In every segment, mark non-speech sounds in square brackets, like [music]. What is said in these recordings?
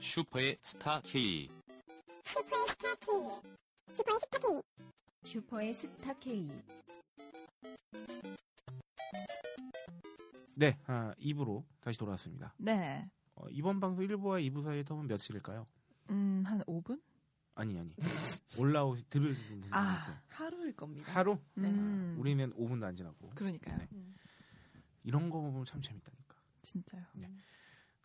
슈퍼의 스타 K. 슈퍼의 스타 K. 슈퍼의 스타 K. 슈퍼의 스타 K. 네, 아, 2부로 다시 돌아왔습니다. 네. 어, 이번 방송 1부와 2부 사이의 텀은 며칠일까요? 음, 한 5분? 아니, 아니. 올라오, 들을 분들. 아, 하루일 겁니다. 하루? 음. 아, 우리는 5분도 안 지나고. 그러니까요. 네. 이런 거 보면 참 재밌다니까. 진짜요.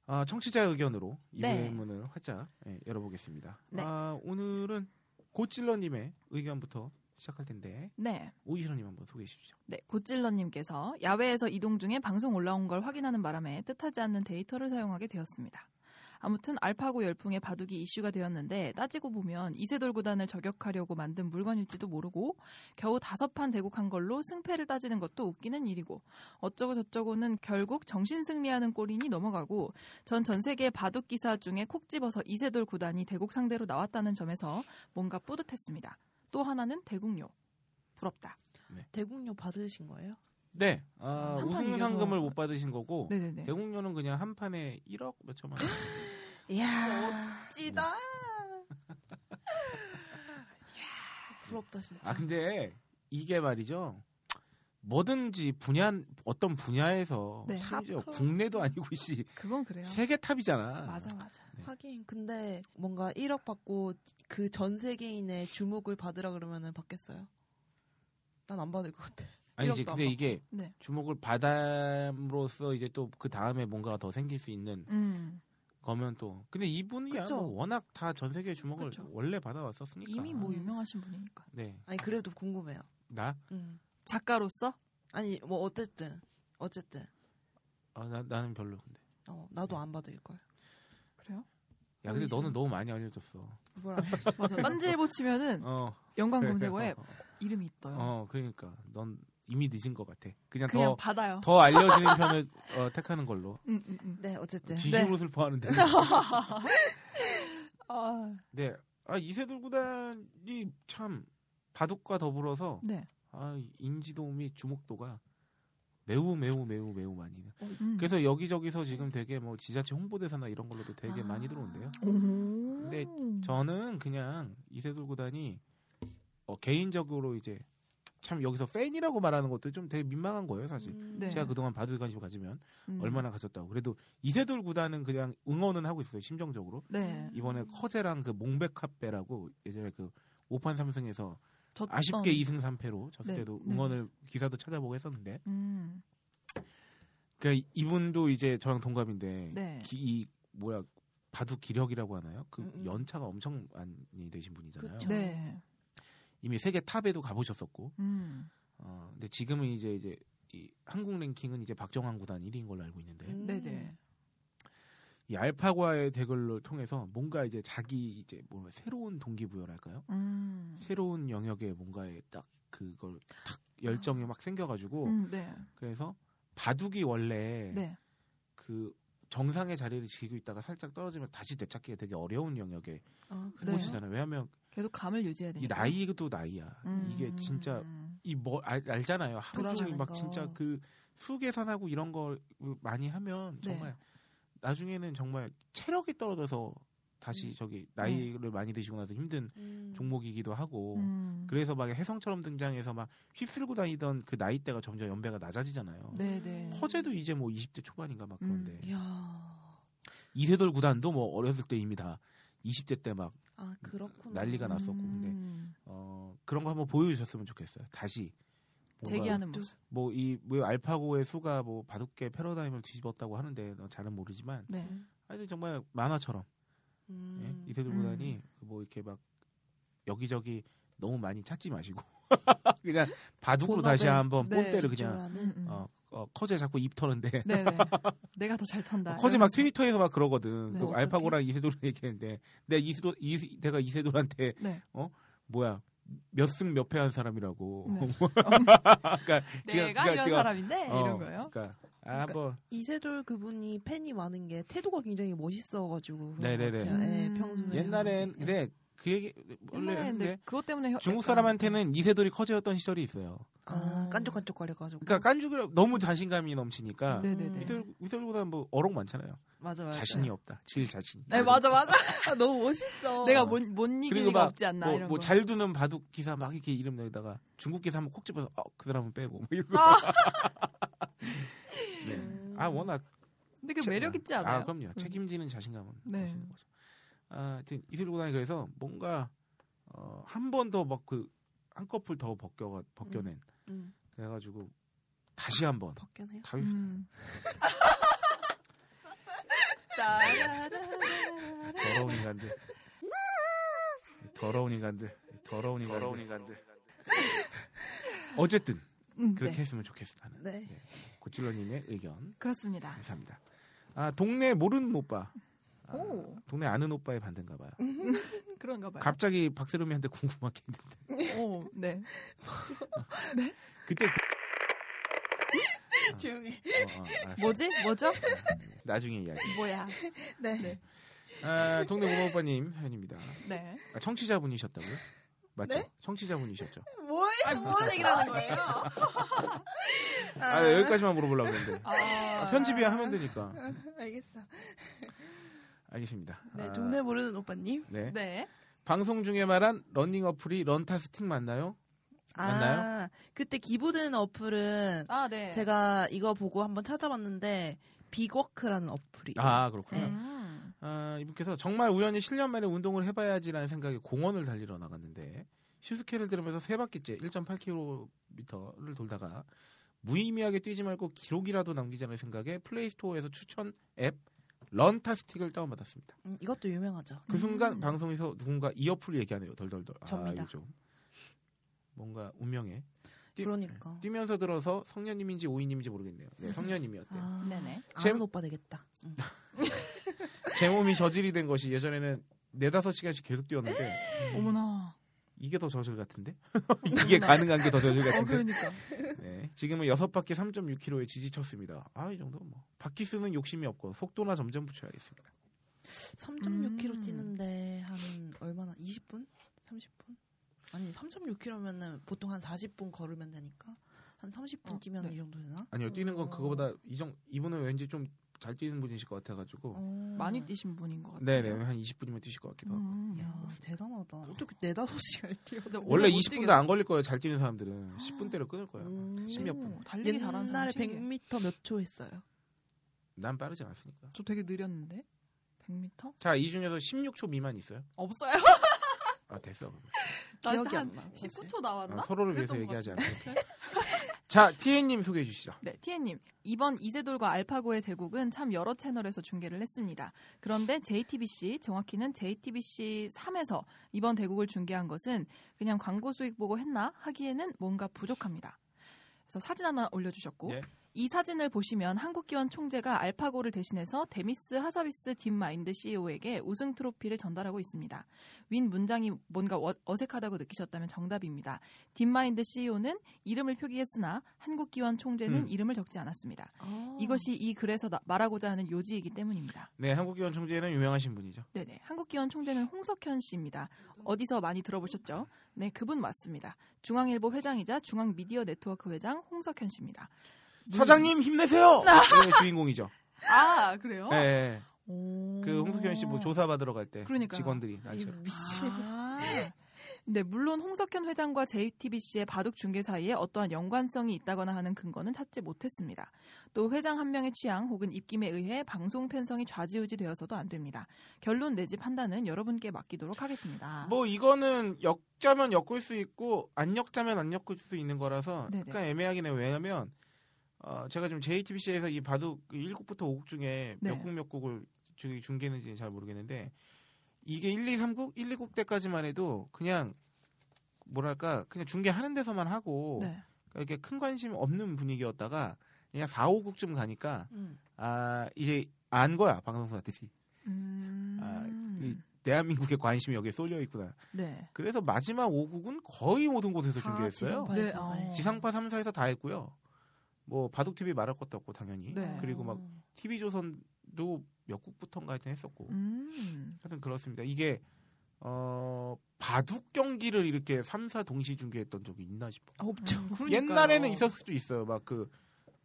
아, 청취자 의견으로 이 네. 부의 문을 활짝 예, 열어보겠습니다. 네. 아, 오늘은 고찔러님의 의견부터 시작할 텐데, 네. 오이시러님 한번 소개해 주시죠. 네, 고찔러님께서 야외에서 이동 중에 방송 올라온 걸 확인하는 바람에 뜻하지 않는 데이터를 사용하게 되었습니다. 아무튼 알파고 열풍의 바둑이 이슈가 되었는데 따지고 보면 이세돌 구단을 저격하려고 만든 물건일지도 모르고 겨우 다섯 판 대국한 걸로 승패를 따지는 것도 웃기는 일이고 어쩌고 저쩌고는 결국 정신 승리하는 꼴이니 넘어가고 전 전 세계 바둑 기사 중에 콕 집어서 이세돌 구단이 대국 상대로 나왔다는 점에서 뭔가 뿌듯했습니다. 또 하나는 대국료. 부럽다. 대국료 받으신 거예요? 네, 아, 한판 우승 이겨서- 상금을 못 받으신 거고, 네네네. 대국료는 그냥 한 판에 1억 몇 천만 원. [laughs] 이야, 찌다. 어, 부럽다, 진짜. 아 근데 이게 말이죠. 뭐든지 분야 어떤 분야에서 네. 심지어 탑. 국내도 아니고 씨 그건 그래요. 세계 탑이잖아. 맞아 맞아. 네. 하긴, 근데 뭔가 1억 받고 그 전 세계인의 주목을 받으라 그러면은 받겠어요? 난 안 받을 것 같아. 아니 이제 이력도 근데 안 이게 네. 주목을 받음으로써 이제 또 그 다음에 뭔가 더 생길 수 있는 음. 거면 또 근데 이분이야 그쵸. 뭐 워낙 다 전 세계 주목을 그쵸. 원래 받아왔었으니까 이미 뭐 유명하신 분이니까. 네나 아니, 그래도 궁금해요. 음. 작가로서 아니, 뭐, 어쨌든. 어쨌든. 아, 나, 나는 별로 근데 어, 나도 안 받을 거야. 그래요? 야 근데 너는 너무 많이 알려줬어 뭘 알지? 맞아. 딴지일보 치면은 어 연관 그래. 검색어에 어, 이름이 있어요. [laughs] 어 그러니까 넌 이미 늦은 것 같아 그냥 더 그냥 더 받아요. 알려지는 편을 어, 택하는 걸로 음, 음, 음. 네, 어쨌든. 진심으로 슬퍼하는데. 아, 네. 아, 이세돌 구단이 참 바둑과 더불어서 네. 아, 인지도 및 주목도가 매우 매우 매우 매우 많이. 나- 음. 그래서 여기저기서 지금 되게 뭐 지자체 홍보대사나 이런 걸로도 되게 아. 많이 들어온대요. 오. 근데 저는 그냥 이세돌 구단이 어, 개인적으로 이제 참 여기서 팬이라고 말하는 것도 좀 되게 민망한 거예요, 사실. 음, 네. 제가 그동안 바둑에 관심을 가지면 음. 얼마나 가졌다고. 그래도 이세돌 구단은 그냥 응원은 하고 있어요, 심정적으로. 네. 이번에 음. 커제랑 그 몽백카페라고 예전에 그 오판 삼승에서 졌던- 아쉽게 2승 3패로 졌을 네, 때도 네. 응원을 기사도 찾아보고 했었는데 음. 그 이분도 이제 저랑 동갑인데 네. 기- 이 뭐야 바둑 기력이라고 하나요? 그 음, 음. 연차가 엄청 많이 되신 분이잖아요. 그쵸. 네. 이미 세계 탑에도 가보셨었고 음. 어, 근데 지금은 이제 이제 이 한국 랭킹은 이제 박정환 구단 1위인 걸로 알고 있는데 음. 네네. 이 알파과의 대결을 통해서 뭔가 이제 자기 이제 뭐 새로운 동기부여랄까요? 음. 새로운 영역에 뭔가에 딱 그걸 탁 열정이 막 생겨가지고 아. 음, 네. 그래서 바둑이 원래 네. 그 정상의 자리를 지키고 있다가 살짝 떨어지면 다시 되찾기가 되게 어려운 영역에 아, 네. 스포츠잖아요. 왜냐하면 계속 감을 유지해야 이 되니까. 나이도 나이야. 음. 이게 진짜 이 뭐 알잖아요. 하루 종일 돌아가는 막 거. 진짜 그 수계산하고 이런 걸 많이 하면 네. 정말 나중에는 정말 체력이 떨어져서 음. 다시 네. 저기 나이를 많이 드시고 나서 힘든 음. 종목이기도 하고 음. 뭐 그래서 막 혜성처럼 등장해서 막 휩쓸고 다니던 그 나이대가 점점 연배가 낮아지잖아요. 네네. 허재도 이제 뭐 20대 초반인가 막 그런데 음. 이야. 이세돌 구단도 뭐 어렸을 때 이미 다 20대 때 막 아, 그렇구나. 난리가 났었고 근데 음. 어, 그런 거 한번 보여주셨으면 좋겠어요. 다시 뭔가 제기하는 모습. 뭐이 뭐 알파고의 수가 뭐 바둑계 패러다임을 뒤집었다고 하는데 너 잘은 모르지만 네. 하여튼 정말 만화처럼 음. 예? 이세돌 음. 구단이 뭐 이렇게 막 여기저기 너무 많이 찾지 마시고 [laughs] 그냥 바둑으로 다시 본업에- 한번 네, 본때를 그냥 집중하는? 어, 어, 커제 자꾸 입 터는데 어, 네네. 내가 더 [laughs] 잘 탄다. 뭐 커제 막 트위터에서 막 그러거든. 네. 그 어떡해? 알파고랑 이세돌 [laughs] 얘기했는데 내가 이세돌 이 내가 이세돌한테 네. 뭐야 몇 승 몇 패 한 사람이라고. [laughs] 네. [laughs] 그러니까 뭐, 지금 내가 지금- 이런 지금- 사람인데 어, 이런 거예요. 그러니까 아 그러니까- 뭐 이세돌 그분이 팬이 많은 게 태도가 굉장히 멋있어가지고. 그런 네네네. 것 같아요. 예, 음. 평소에. 옛날엔 예. 근데 그 얘기 원래 옛날에 근데 근데 그것 때문에 혀- 중국 약간- 사람한테는 이세돌이 커제였던 시절이 있어요. 아, 어. 깐족깐족거려가지고. 그러니까 깐죽이 너무 자신감이 넘치니까 네네네. 이들- 이세돌 이세돌보다 뭐 어록 많잖아요. 맞아 맞아. 자신이 없다. 질 자신. 네 맞아 맞아. 아, 너무 멋있어. 내가 뭐- 뭔뭔 이길 그리고 리가 막 없지 않나 뭐, 이런 뭐 거. 잘 두는 바둑 기사 막 이렇게 이름 여기다가 중국 기사 한번 콕 집어서 어, 그 사람은 빼고 뭐 이거. 아. [laughs] 네. 아 워낙 근데 그 책- 매력 있지 않아요? 음. 아 그럼요. 책임지는 자신감은 네. 멋있는 거죠. 아, 하여튼 이슬고단이 그래서 뭔가 어, 한 번 더 막 그 한꺼풀 더 벗겨 벗겨낸 음, 그래가지고 다시 한번 벗겨내요. 다- 음. [laughs] 더러운 [laughs] 인간들 더러운 인간들 더러운 인간들 더러운 인간들 [laughs] 어쨌든 음, 그렇게 네. 했으면 좋겠습니다. 네. 고찔러님의 의견 그렇습니다. 감사합니다. 아 동네 모르는 오빠, 아, 오. 음. 동네 아는 오빠의 반대인가 봐요. 그런가 봐요. 갑자기 박세롬이한테 궁금하게 했는데 오, 네. 그때 조용히. [laughs] 해. 어, 어, 알았어. 뭐지? 뭐죠? 나중에 이야기. 뭐야? 네. 네. 아, 동네 모모 오빠님 회원입니다. 네. 아, 청취자분이셨다고요? 맞죠? 네? 청취자분이셨죠. 뭐예요? 아니, 무슨 얘기를 하는 거예요? 아, 여기까지만 물어보려고 했는데. 아, 편집이 하면 되니까. [laughs] 알겠어. 알겠습니다. 네, 아, 동네 모르는 오빠님. 네. 네. 방송 중에 말한 러닝 어플이 런타스틱 맞나요? 맞나요? 아, 그때 기부되는 어플은 아, 네. 제가 이거 보고 한번 찾아봤는데 빅워크라는 어플이. 아, 그렇구나. 음. 아, 이분께서 정말 우연히 7년 만에 운동을 해봐야지라는 생각에 공원을 달리러 나갔는데 시스케를 들으면서 세 바퀴째 1.8km를 돌다가 무의미하게 뛰지 말고 기록이라도 남기자는 생각에 플레이스토어에서 추천 앱 런타스틱을 다운받았습니다. 음, 이것도 유명하죠. 그 순간 음. 방송에서 누군가 이어풀 얘기하네요. 덜덜덜. 아, 접니다. 이거 좀 뭔가 운명해. 뛰- 그러니까. 뛰면서 들어서 성년님인지 오인님인지 모르겠네요. 네, 성년님이었대요. 아, 네네. 아는 제- 오빠 되겠다. 음. 응. 제 몸이 저질이 된 것이 예전에는 네다섯 시간씩 계속 뛰었는데 어머나. 이게 더 저질 [laughs] 같은데? 이게 가능한 게 더 저질 네. 어, 같은데? 그러니까. 네, 지금은 여섯 바퀴 3.6km에 지지쳤습니다. 아, 이 정도 뭐 바퀴 수는 욕심이 없고 속도나 점점 붙여야겠습니다. 3.6km 음. 뛰는데 한 얼마나? 20분? 30분? 아니 3.6km면은 보통 한 40분 걸으면 되니까 한 30분 어, 뛰면 네. 이 정도 되나? 아니요, 뛰는 건 어. 그거보다 이정 이분은 왠지 좀 잘 뛰는 분이실 것 같아가지고 어. 많이 뛰신 분인 것 같아요. 네네 한 20분이면 뛰실 것 같기도 하고. 음. 야 대단하다. 어떻게 네다섯 시간 뛰어? 진짜 오래 원래 못 20분도 안 걸릴 거예요. 잘 뛰는 사람들은 10분대로 끊을 거예요. 음. 10몇 오, 분. 달리기 잘하는 사람 옛날에 신기해. 100m 몇 초 했어요. 난 빠르지 않았으니까. 저 되게 느렸는데. 100m? 자, 이 중에서 16초 미만 있어요? 없어요. 아, 됐어. 그럼. [laughs] 나 기억이 한 안 나. 사실. 19초 나왔나? 어, 서로를 그랬던 위해서 것 얘기하지 않고. 같은데. 자, TN님 소개해 주시죠. 네, 티에님. 이번 이세돌과 알파고의 대국은 참 여러 채널에서 중계를 했습니다. 그런데 JTBC, 정확히는 JTBC 3에서 이번 대국을 중계한 것은 그냥 광고 수익 보고 했나 하기에는 뭔가 부족합니다. 그래서 사진 하나 올려주셨고 예. 이 사진을 보시면 한국기원 총재가 알파고를 대신해서 데미스 하사비스 딥마인드 CEO에게 우승 트로피를 전달하고 있습니다. 윈 문장이 뭔가 어- 어색하다고 느끼셨다면 정답입니다. 딥마인드 CEO는 이름을 표기했으나 한국기원 총재는 음. 이름을 적지 않았습니다. 아. 이것이 이 글에서 나- 말하고자 하는 요지이기 때문입니다. 네, 한국기원 총재는 유명하신 분이죠. 네네. 한국기원 총재는 홍석현 씨입니다. 어디서 많이 들어보셨죠? 네, 그분 맞습니다. 중앙일보 회장이자 중앙미디어 네트워크 회장 홍석현 씨입니다. 사장님 힘내세요. 이게 주인공이죠. 아, 그래요? 네, 오. 그 홍석현 씨 뭐 조사 받으러 갈 때 어. 그러니까요. 직원들이 나처럼. 미친. 아. 네, 물론 홍석현 회장과 JTBC의 바둑 중계 사이에 어떠한 연관성이 있다거나 하는 근거는 찾지 못했습니다. 또 회장 한 명의 취향 혹은 입김에 의해 방송 편성이 좌지우지 되어서도 안 됩니다. 결론 내지 판단은 여러분께 맡기도록 하겠습니다. 뭐 이거는 역자면 엮을 수 있고 안 역자면 안 엮을 수 있는 거라서 네네. 약간 애매하긴 해요. 왜냐면 어, 제가 지금 JTBC에서 이 바둑 1국부터 5국 중에 네. 몇 국 몇 국을 저기 중계했는지는 잘 모르겠는데 이게 1, 2, 3국, 1, 2국 때까지만 해도 그냥 뭐랄까 그냥 중계하는 데서만 하고 그러니까 네. 이렇게 큰 관심 없는 분위기였다가 그냥 4, 5국쯤 가니까 음. 아 이제 안 거야 방송사들이 음. 아, 이 대한민국의 관심이 여기에 쏠려 있구나. 네. 그래서 마지막 5국은 거의 모든 곳에서 다 중계했어요. 지상파에서 네, 어. 아예. 지상파, 3사에서 다 했고요. 뭐 바둑 TV 말할 것도 없고 당연히. 네. 그리고 막 어. TV 조선도 몇 국부터인가 하여튼 했었고. 음. 하여튼 그렇습니다. 이게 어, 바둑 경기를 이렇게 3사 동시 중계했던 적이 있나 싶어. 아, 없죠. 옛날에는 있었을 수도 있어요. 막 그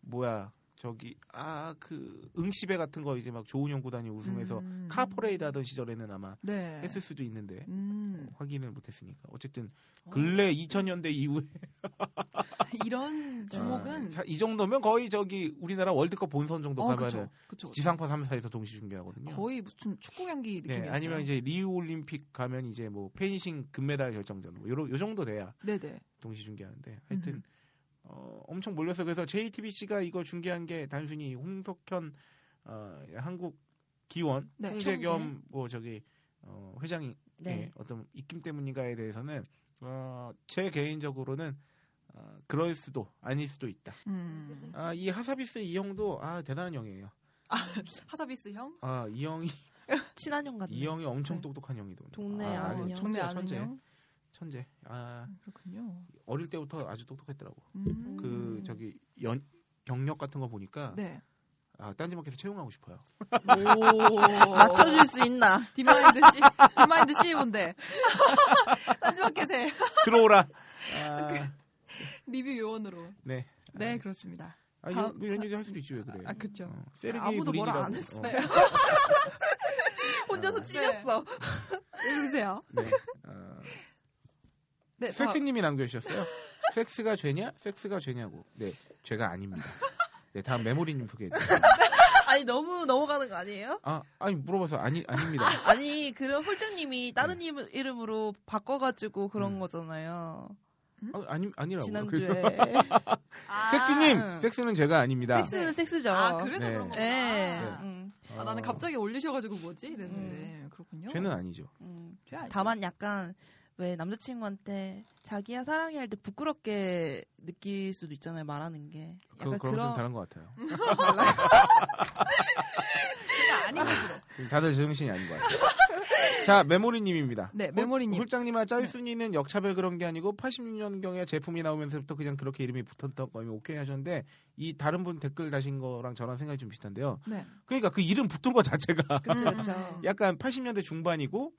뭐야 저기 아 그 응시배 같은 거 이제 막 좋은 연구단이 우승해서 음. 카포레이드 하던 시절에는 아마 네. 했을 수도 있는데 음. 확인을 못했으니까 어쨌든 근래 2000년대 이후에 [laughs] 이런 아, 주목은 자, 이 정도면 거의 저기 우리나라 월드컵 본선 정도 어, 가면은 그쵸, 그쵸, 그쵸. 지상파 3사에서 동시 중계하거든요. 거의 무슨 축구 경기 느낌이 네, 있어요. 아니면 이제 리우 올림픽 가면 이제 뭐 펜싱 금메달 결정전 뭐 요러, 요 정도 돼야 네네. 동시 중계하는데 하여튼 음. 어, 엄청 몰려서 그래서 JTBC가 이거 중계한 게 단순히 홍석현 어, 한국 기원 네, 총재 총재. 겸뭐 저기 어, 회장의 네. 어떤 입김 때문인가에 대해서는 어, 제 개인적으로는 어, 그럴 수도 아닐 수도 있다. 음. 아, 이 하사비스 이 형도 아 대단한 형이에요. [laughs] 하사비스 형? 아 이 형이 친한 형 아, 같네. 이 형이 엄청 네. 똑똑한 형이더군요. 동네 아, 아는 아주 형. 천재야, 동네 어, 아는 천재. 형? 천재. 아 그렇군요. 어릴 때부터 아주 똑똑했더라고. 음. 그 저기 연 경력 같은 거 보니까 네. 아, 딴지마켓에서 채용하고 싶어요. [laughs] [laughs] 오. 맞춰줄 아, 수 있나? 디마인드 씨, 디마인드 CEO인데. [laughs] 딴지마켓에 들어오라. 아, [laughs] 리뷰 요원으로. 네. 네, 그렇습니다. 아, 네. 다음- 이런, 이런 얘기 할 수도 있지 왜 그래요? 어, 아, 그쵸. 세르게이 아무도 뭐라 안 브린이라고. 아. 했어요. [laughs] 혼자서 찔렸어. 읽으세요. 어, 네. 어, 네, 다음. 섹스님이 남겨주셨어요. 섹스가 죄냐? 섹스가 죄냐고. 네, 죄가 아닙니다. 네, 다음 메모리님 소개해주세요. 아니 너무 넘어가는 거 아니에요? 아, 아니 물어봐서 아니 아닙니다. 아니 그런 홀장님이 다른 이름- 이름으로 바꿔가지고 그런 음. 거잖아요. 아, 아니 아니라고. 지난주에 [laughs] 아, 섹스님, 섹스는 제가 아닙니다. 섹스는 섹스죠. 아, 그래서 네. 그런 거구나. 네. 아, 음, 어, 나는 갑자기 올리셔가지고 뭐지? 이랬는데. 그렇군요. 죄는 아니죠. 음. 죄 아니죠. 다만 약간 왜 남자친구한테 자기야 사랑해 할 때 부끄럽게 느낄 수도 있잖아요 말하는 게 그, 약간 그런 건 그런 좀 다른 것 [laughs] 같아요. 죄가 아닌 것으로. 지금 다들 제정신이 아닌 것 같아요. 자, 메모리님입니다. 네, 메모리님. 네. 홀장님아, 짤순이는 역차별 그런 게 아니고 86년경에 제품이 나오면서부터 그냥 그렇게 이름이 붙었던 거면 오케이 하셨는데 이 다른 분 댓글 다신 거랑 저랑 생각이 좀 비슷한데요. 네. 그러니까 그 이름 붙은 거 자체가 그쵸 그쵸 [laughs] 음. 약간 80년대 중반이고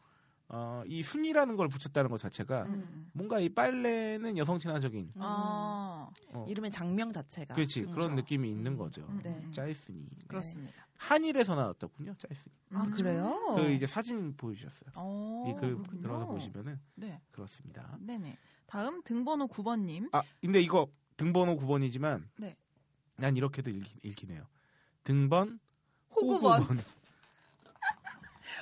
어, 이 순이라는 걸 붙였다는 것 자체가 음, 음. 뭔가 이 빨래는 여성 친화적인 음. 아, 어, 이름의 장명 자체가 그렇지 음. 그런 느낌이 있는 거죠. 음, 네. 음, 음. 짤순이 그렇습니다. 한일에서 나왔더군요. 짤순이 아 음. 그래요? 그 이제 사진 보여주셨어요. 어, 이글 그렇군요. 들어가 보시면은 네, 그렇습니다. 네네. 다음 등번호 9번님. 아 근데 이거 등번호 9번이지만 네. 난 이렇게도 읽기, 네요 등번 호구번. 호구번.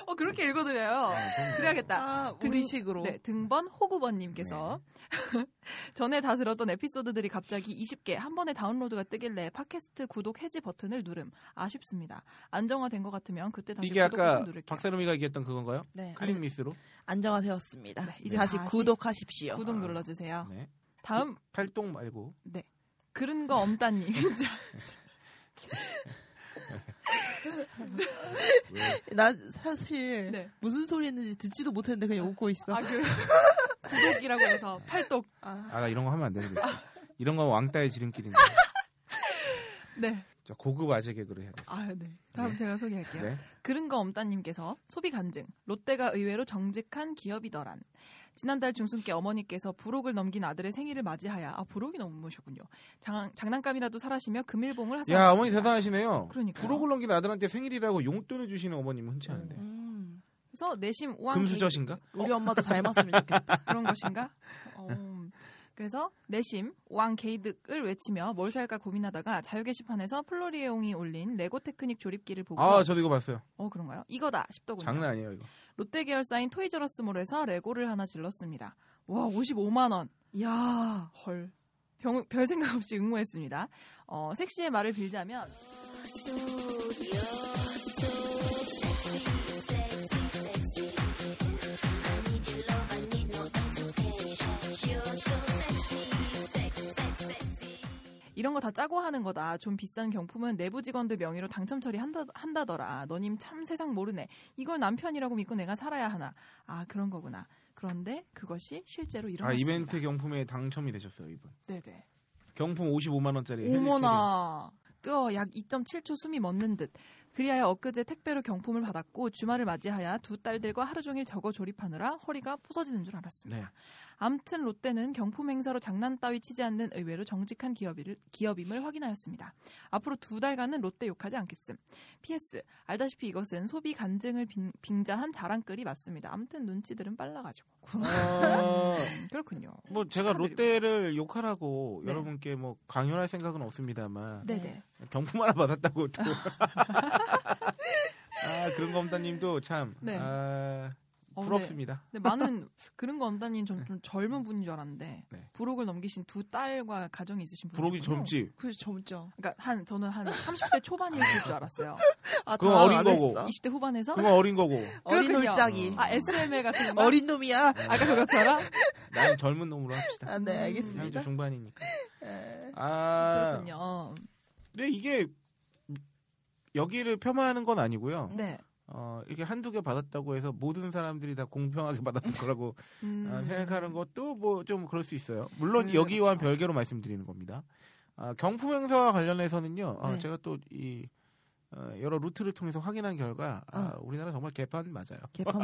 어 그렇게 읽어드려요. 아, 그래야겠다. 아, 등- 우리식으로 네, 등번 호구번님께서 [laughs] 전에 다 들었던 에피소드들이 갑자기 20개 한 번에 다운로드가 뜨길래 팟캐스트 구독 해지 버튼을 누름. 아쉽습니다. 안정화된 것 같으면 그때 다시 이게 구독 버튼 아까 누를게요. 박세롬이가 얘기했던 그건가요? 네. 클릭 미스로. 안정화되었습니다. 네, 이제 다시 다시 구독하십시오. 구독 눌러주세요. 네. 다음 팔동 말고 그른 거 엄따님. 왜? 나 사실 [laughs] 네. 무슨 소리 했는지 듣지도 못했는데 그냥 웃고 있어. 아 그래. [laughs] 구독이라고 해서 팔독. 아. 아, 나 이런 거 하면 안 [laughs] 되는데. 이런 건 왕따의 지름길인데. 네. 자, 고급 아재 개그를 해야겠어. 아 네. 다음 네. 제가 소개할게요. 네. 그런 거 엄따님께서 소비 간증. 롯데가 의외로 정직한 기업이더란. 지난달 중순께 어머니께서 부록을 넘긴 아들의 생일을 맞이하여 아 부록이 넘으셨군요. 장, 장난감이라도 사라시며 금일봉을 하사. 야, 어머니 대단하시네요. 그러니까요. 부록을 넘긴 아들한테 생일이라고 용돈을 주시는 어머님은 흔치 않은데. 음. 그래서 내심 우한 금수저신가? 우리 엄마도 닮았으면 좋겠다. 그런 것인가? 어, 그래서 내심 왕 게이득을 외치며 뭘 살까 고민하다가 자유 게시판에서 플로리에옹이 올린 레고 테크닉 조립기를 보고 아, 저도 이거 봤어요. 어 그런가요? 이거다 싶더군요. 장난 아니에요, 이거. 롯데 계열사인 토이저러스몰에서 레고를 하나 질렀습니다. 와 55만 원. 야, 헐. 병- 별 생각 없이 응모했습니다. 어, 섹시의 말을 빌자면 이런 거 다 짜고 하는 거다. 좀 비싼 경품은 내부 직원들 명의로 당첨 처리한다 한다더라. 너님 참 세상 모르네. 이걸 남편이라고 믿고 내가 살아야 하나. 아 그런 거구나. 그런데 그것이 실제로 아, 일어났습니다. 이벤트 경품에 당첨이 되셨어요, 이분. 네네. 경품 55만 원짜리. 어머나. 뛰어 약 2.7초 숨이 멎는 듯. 그리하여 엊그제 택배로 경품을 받았고 주말을 맞이하여 두 딸들과 하루 종일 저거 조립하느라 허리가 부서지는 줄 알았습니다. 네. 암튼 롯데는 경품 행사로 장난 따위 치지 않는 의외로 정직한 기업일, 기업임을 확인하였습니다. 앞으로 두 달간은 롯데 욕하지 않겠음. PS 알다시피 이것은 소비 간증을 빙, 빙자한 자랑글이 맞습니다. 암튼 눈치들은 [laughs] 빨라가지고 음, 어, 그렇군요. 뭐 제가 축하드립니다. 롯데를 욕하라고 네. 여러분께 뭐 강요할 생각은 없습니다만 네네. 경품 하나 받았다고 [laughs] 또. 아 그런 검다님도 참 네. 아, 어, 네. 부럽습니다. 근데 많은 [laughs] 그런 거 언다님 좀, 좀 젊은 분인 줄 알았는데 네. 부록을 넘기신 두 딸과 가정이 있으신 분이 부록이 젊지. 그 젊죠. 그러니까 한 저는 한 30대 초반이실 줄 [laughs] 알았어요. 아, 그건 다 어린 안 거고. 했어. 20대 후반에서 그건 어린 거고 네. 어린 그렇군요. 울짝이. 아 [laughs] SMA 같은 [laughs] 거 어린 놈이야. 아까 그러니까 그것처럼 음, 나는 젊은 놈으로 합시다. [laughs] 아, 네, 향주 알겠습니다. [laughs] 중반이니까. 네. 예. 아, 그렇군요. 근데 이게 여기를 폄하하는 건 아니고요. 네. 어, 이렇게 한두 개 받았다고 해서 모든 사람들이 다 공평하게 [laughs] 받았을 거라고 음. 아, 생각하는 것도 뭐 좀 그럴 수 있어요. 물론 음, 여기와는 그렇죠. 별개로 말씀드리는 겁니다. 아, 경품 행사와 관련해서는요. 아, 네. 제가 또 이 어, 여러 루트를 통해서 확인한 결과 어. 아, 우리나라 정말 개판 맞아요. 개판.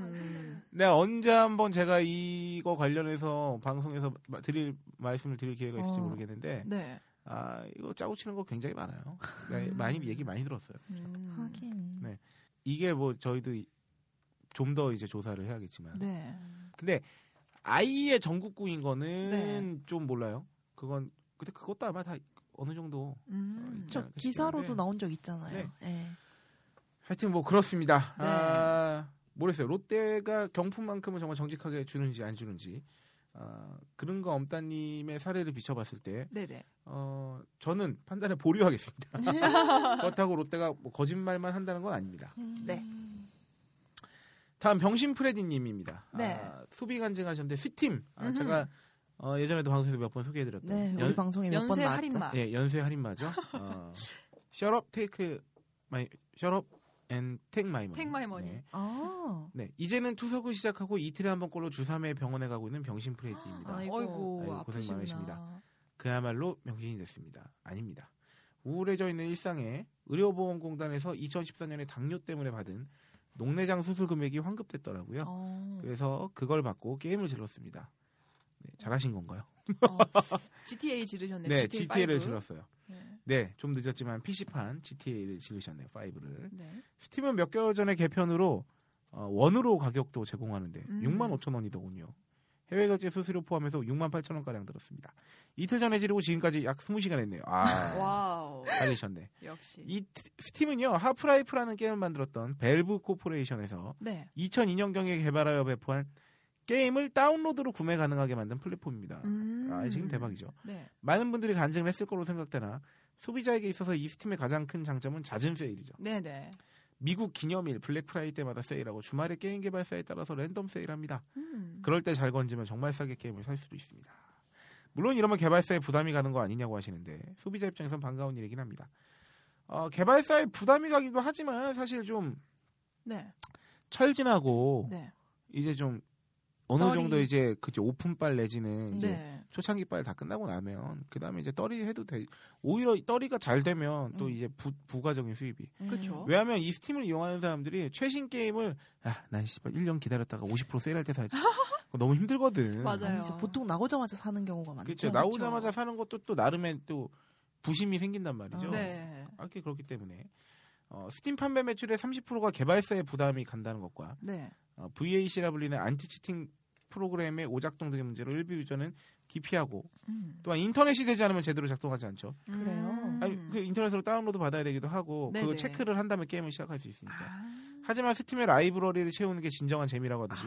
음. 네, 언제 한번 제가 이거 관련해서 방송에서 마- 드릴 말씀을 드릴 기회가 있을지 어. 모르겠는데 네. 아, 이거 짜고 치는 거 굉장히 많아요. [laughs] 네, 많이 얘기 많이 들었어요. 음. 하긴. 네. 이게 뭐 저희도 좀 더 이제 조사를 해야겠지만 네. 근데 아이의 전국구인 거는 네. 좀 몰라요. 그건 근데 그것도 아마 다 어느 정도 음. 있죠. 저 기사로도 네. 나온 적 있잖아요. 예. 하여튼 뭐 그렇습니다. 네. 아, 모르겠어요. 롯데가 경품만큼은 정말 정직하게 주는지 안 주는지 아, 그런 거 엄따님의 사례를 비춰봤을 때 네네. 어, 저는 판단에 [laughs] 보류하겠습니다. 그렇다고 롯데가 뭐 거짓말만 한다는 건 아닙니다. 네. 다음 병신 프레디님입니다. 네. 아, 소비 간증하셨는데 스팀 아, 음흠. 제가 어, 예전에도 방송에서 몇 번 소개해드렸던 네, 우리 연- 방송에 몇 번 연쇄 나왔죠. 할인마. 예, 연쇄 할인마죠. 어, [laughs] 셔럽 테이크 마이 셔럽 앤택 마이 머니. Take my money. 네. 어. 아, 네, 이제는 투석을 시작하고 이틀에 한 번꼴로 주삼회 병원에 가고 있는 병신 프레디입니다. 아이고. 아이고, 예. 아이고, 고생 아프시구나. 많으십니다. 그야말로 병신이 됐습니다. 아닙니다. 우울해져 있는 일상에 의료보험공단에서 2014년에 당뇨 때문에 받은 녹내장 수술 금액이 환급됐더라고요. 어. 그래서 그걸 받고 게임을 질렀습니다. 네, 잘하신 건가요? 어. [laughs] GTA 지르셨네요. 네, GTA GTA를 5. 질렀어요. 네. 네, 좀 늦었지만 PC판 GTA를 질르셨네요. 5를. 네. 스팀은 몇 개월 전에 개편으로 어, 원으로 가격도 제공하는데 음. 6만 5천 원이더군요. 해외 결제 수수료 포함해서 6만 8천 원가량 들었습니다. 이틀 전에 지르고 지금까지 약 20시간 했네요. 아, [laughs] 와우. 달리셨네. 역시. 이 트- 스팀은요, 하프라이프라는 게임을 만들었던 벨브 코퍼레이션에서 네. 2002년경에 개발하여 배포한 게임을 다운로드로 구매 가능하게 만든 플랫폼입니다. 음. 아, 지금 대박이죠. 네. 많은 분들이 간증을 했을 거로 생각되나 소비자에게 있어서 이 스팀의 가장 큰 장점은 잦은 세일이죠. 네네. 미국 기념일 블랙프라이 때마다 세일하고 주말에 게임 개발사에 따라서 랜덤 세일합니다. 음. 그럴 때 잘 건지면 정말 싸게 게임을 살 수도 있습니다. 물론 이러면 개발사에 부담이 가는 거 아니냐고 하시는데 소비자 입장에선 반가운 일이긴 합니다. 어, 개발사에 부담이 가기도 하지만 사실 좀 네. 철진하고 네. 이제 좀 어느 떨이. 정도 이제 그치 오픈빨 내지는 이제 네. 초창기 빨 다 끝나고 나면 그 다음에 이제 떨이 해도 돼 오히려 떨이가 잘 되면 또 음. 이제 부, 부가적인 수입이 그쵸. 어? 왜냐하면 이 스팀을 이용하는 사람들이 최신 게임을 아난 씨발 1년 기다렸다가 50% 세일할 때 [laughs] 사야지 그거 너무 힘들거든 맞아요. 아니죠. 보통 나오자마자 사는 경우가 많죠. 그렇죠 나오자마자 사는 것도 또 나름의 또 부심이 생긴단 말이죠 아. 네. 아, 그게 그렇기 때문에 어, 스팀 판매 매출의 30%가 개발사의 부담이 간다는 것과 네. 어, VAC라 불리는 안티치팅 프로그램의 오작동 등의 문제로 일부 유저는 기피하고 음. 또한 인터넷이 되지 않으면 제대로 작동하지 않죠. 그래요? 아니, 그 인터넷으로 다운로드 받아야 되기도 하고 그거 음. 네네. 체크를 한 다음에 게임을 시작할 수 있으니까. 아. 하지만 스팀의 라이브러리를 채우는 게 진정한 재미라고 하듯이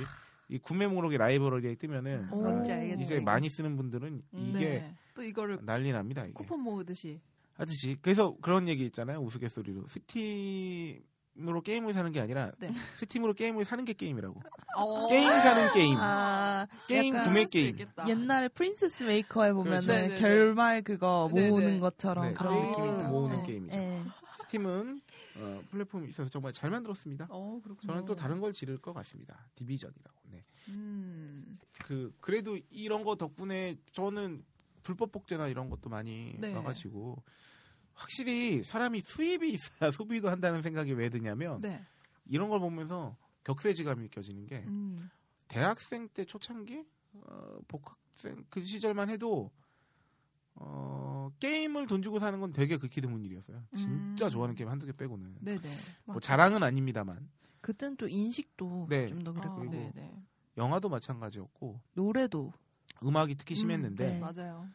이 구매 목록이 라이브러리에 뜨면은 오. 아, 뭔지 알겠네. 이제 많이 쓰는 분들은 이게 네. 또 이거를 난리 납니다. 이게. 쿠폰 모으듯이. 하듯이 그래서 그런 얘기 있잖아요. 우스갯소리로 스팀으로 게임을 사는 게 아니라 네. 스팀으로 게임을 사는 게 게임이라고. 어. 게임 사는 게임. 아, 게임 약간 구매 그럴 수 게임. 있겠다. 옛날에 프린세스 메이커에 보면은 그렇죠. 아. 네네네. 결말 그거 네네. 모으는 것처럼 네, 그런 게임을 느낌이다. 모으는 네. 게임이죠. 네. 스팀은 어, 플랫폼이 있어서 정말 잘 만들었습니다. 어, 그렇군요. 저는 또 다른 걸 지를 것 같습니다. 디비전이라고. 네. 음. 그 그래도 이런 거 덕분에 저는 불법 복제나 이런 것도 많이 네. 와가지고 확실히 사람이 수입이 있어야 [laughs] 소비도 한다는 생각이 왜 드냐면 네. 이런 걸 보면서 격세지감이 느껴지는 게 음. 대학생 때 초창기 어, 복학생 그 시절만 해도 어, 게임을 돈 주고 사는 건 되게 극히 드문 일이었어요. 진짜 음. 좋아하는 게임 한두 개 빼고는 네네. 뭐 자랑은 아닙니다만 그땐 또 인식도 네. 좀 더 아, 그랬고 그리고 네네. 영화도 마찬가지였고 노래도 음악이 특히 음, 네. 심했는데 맞아요.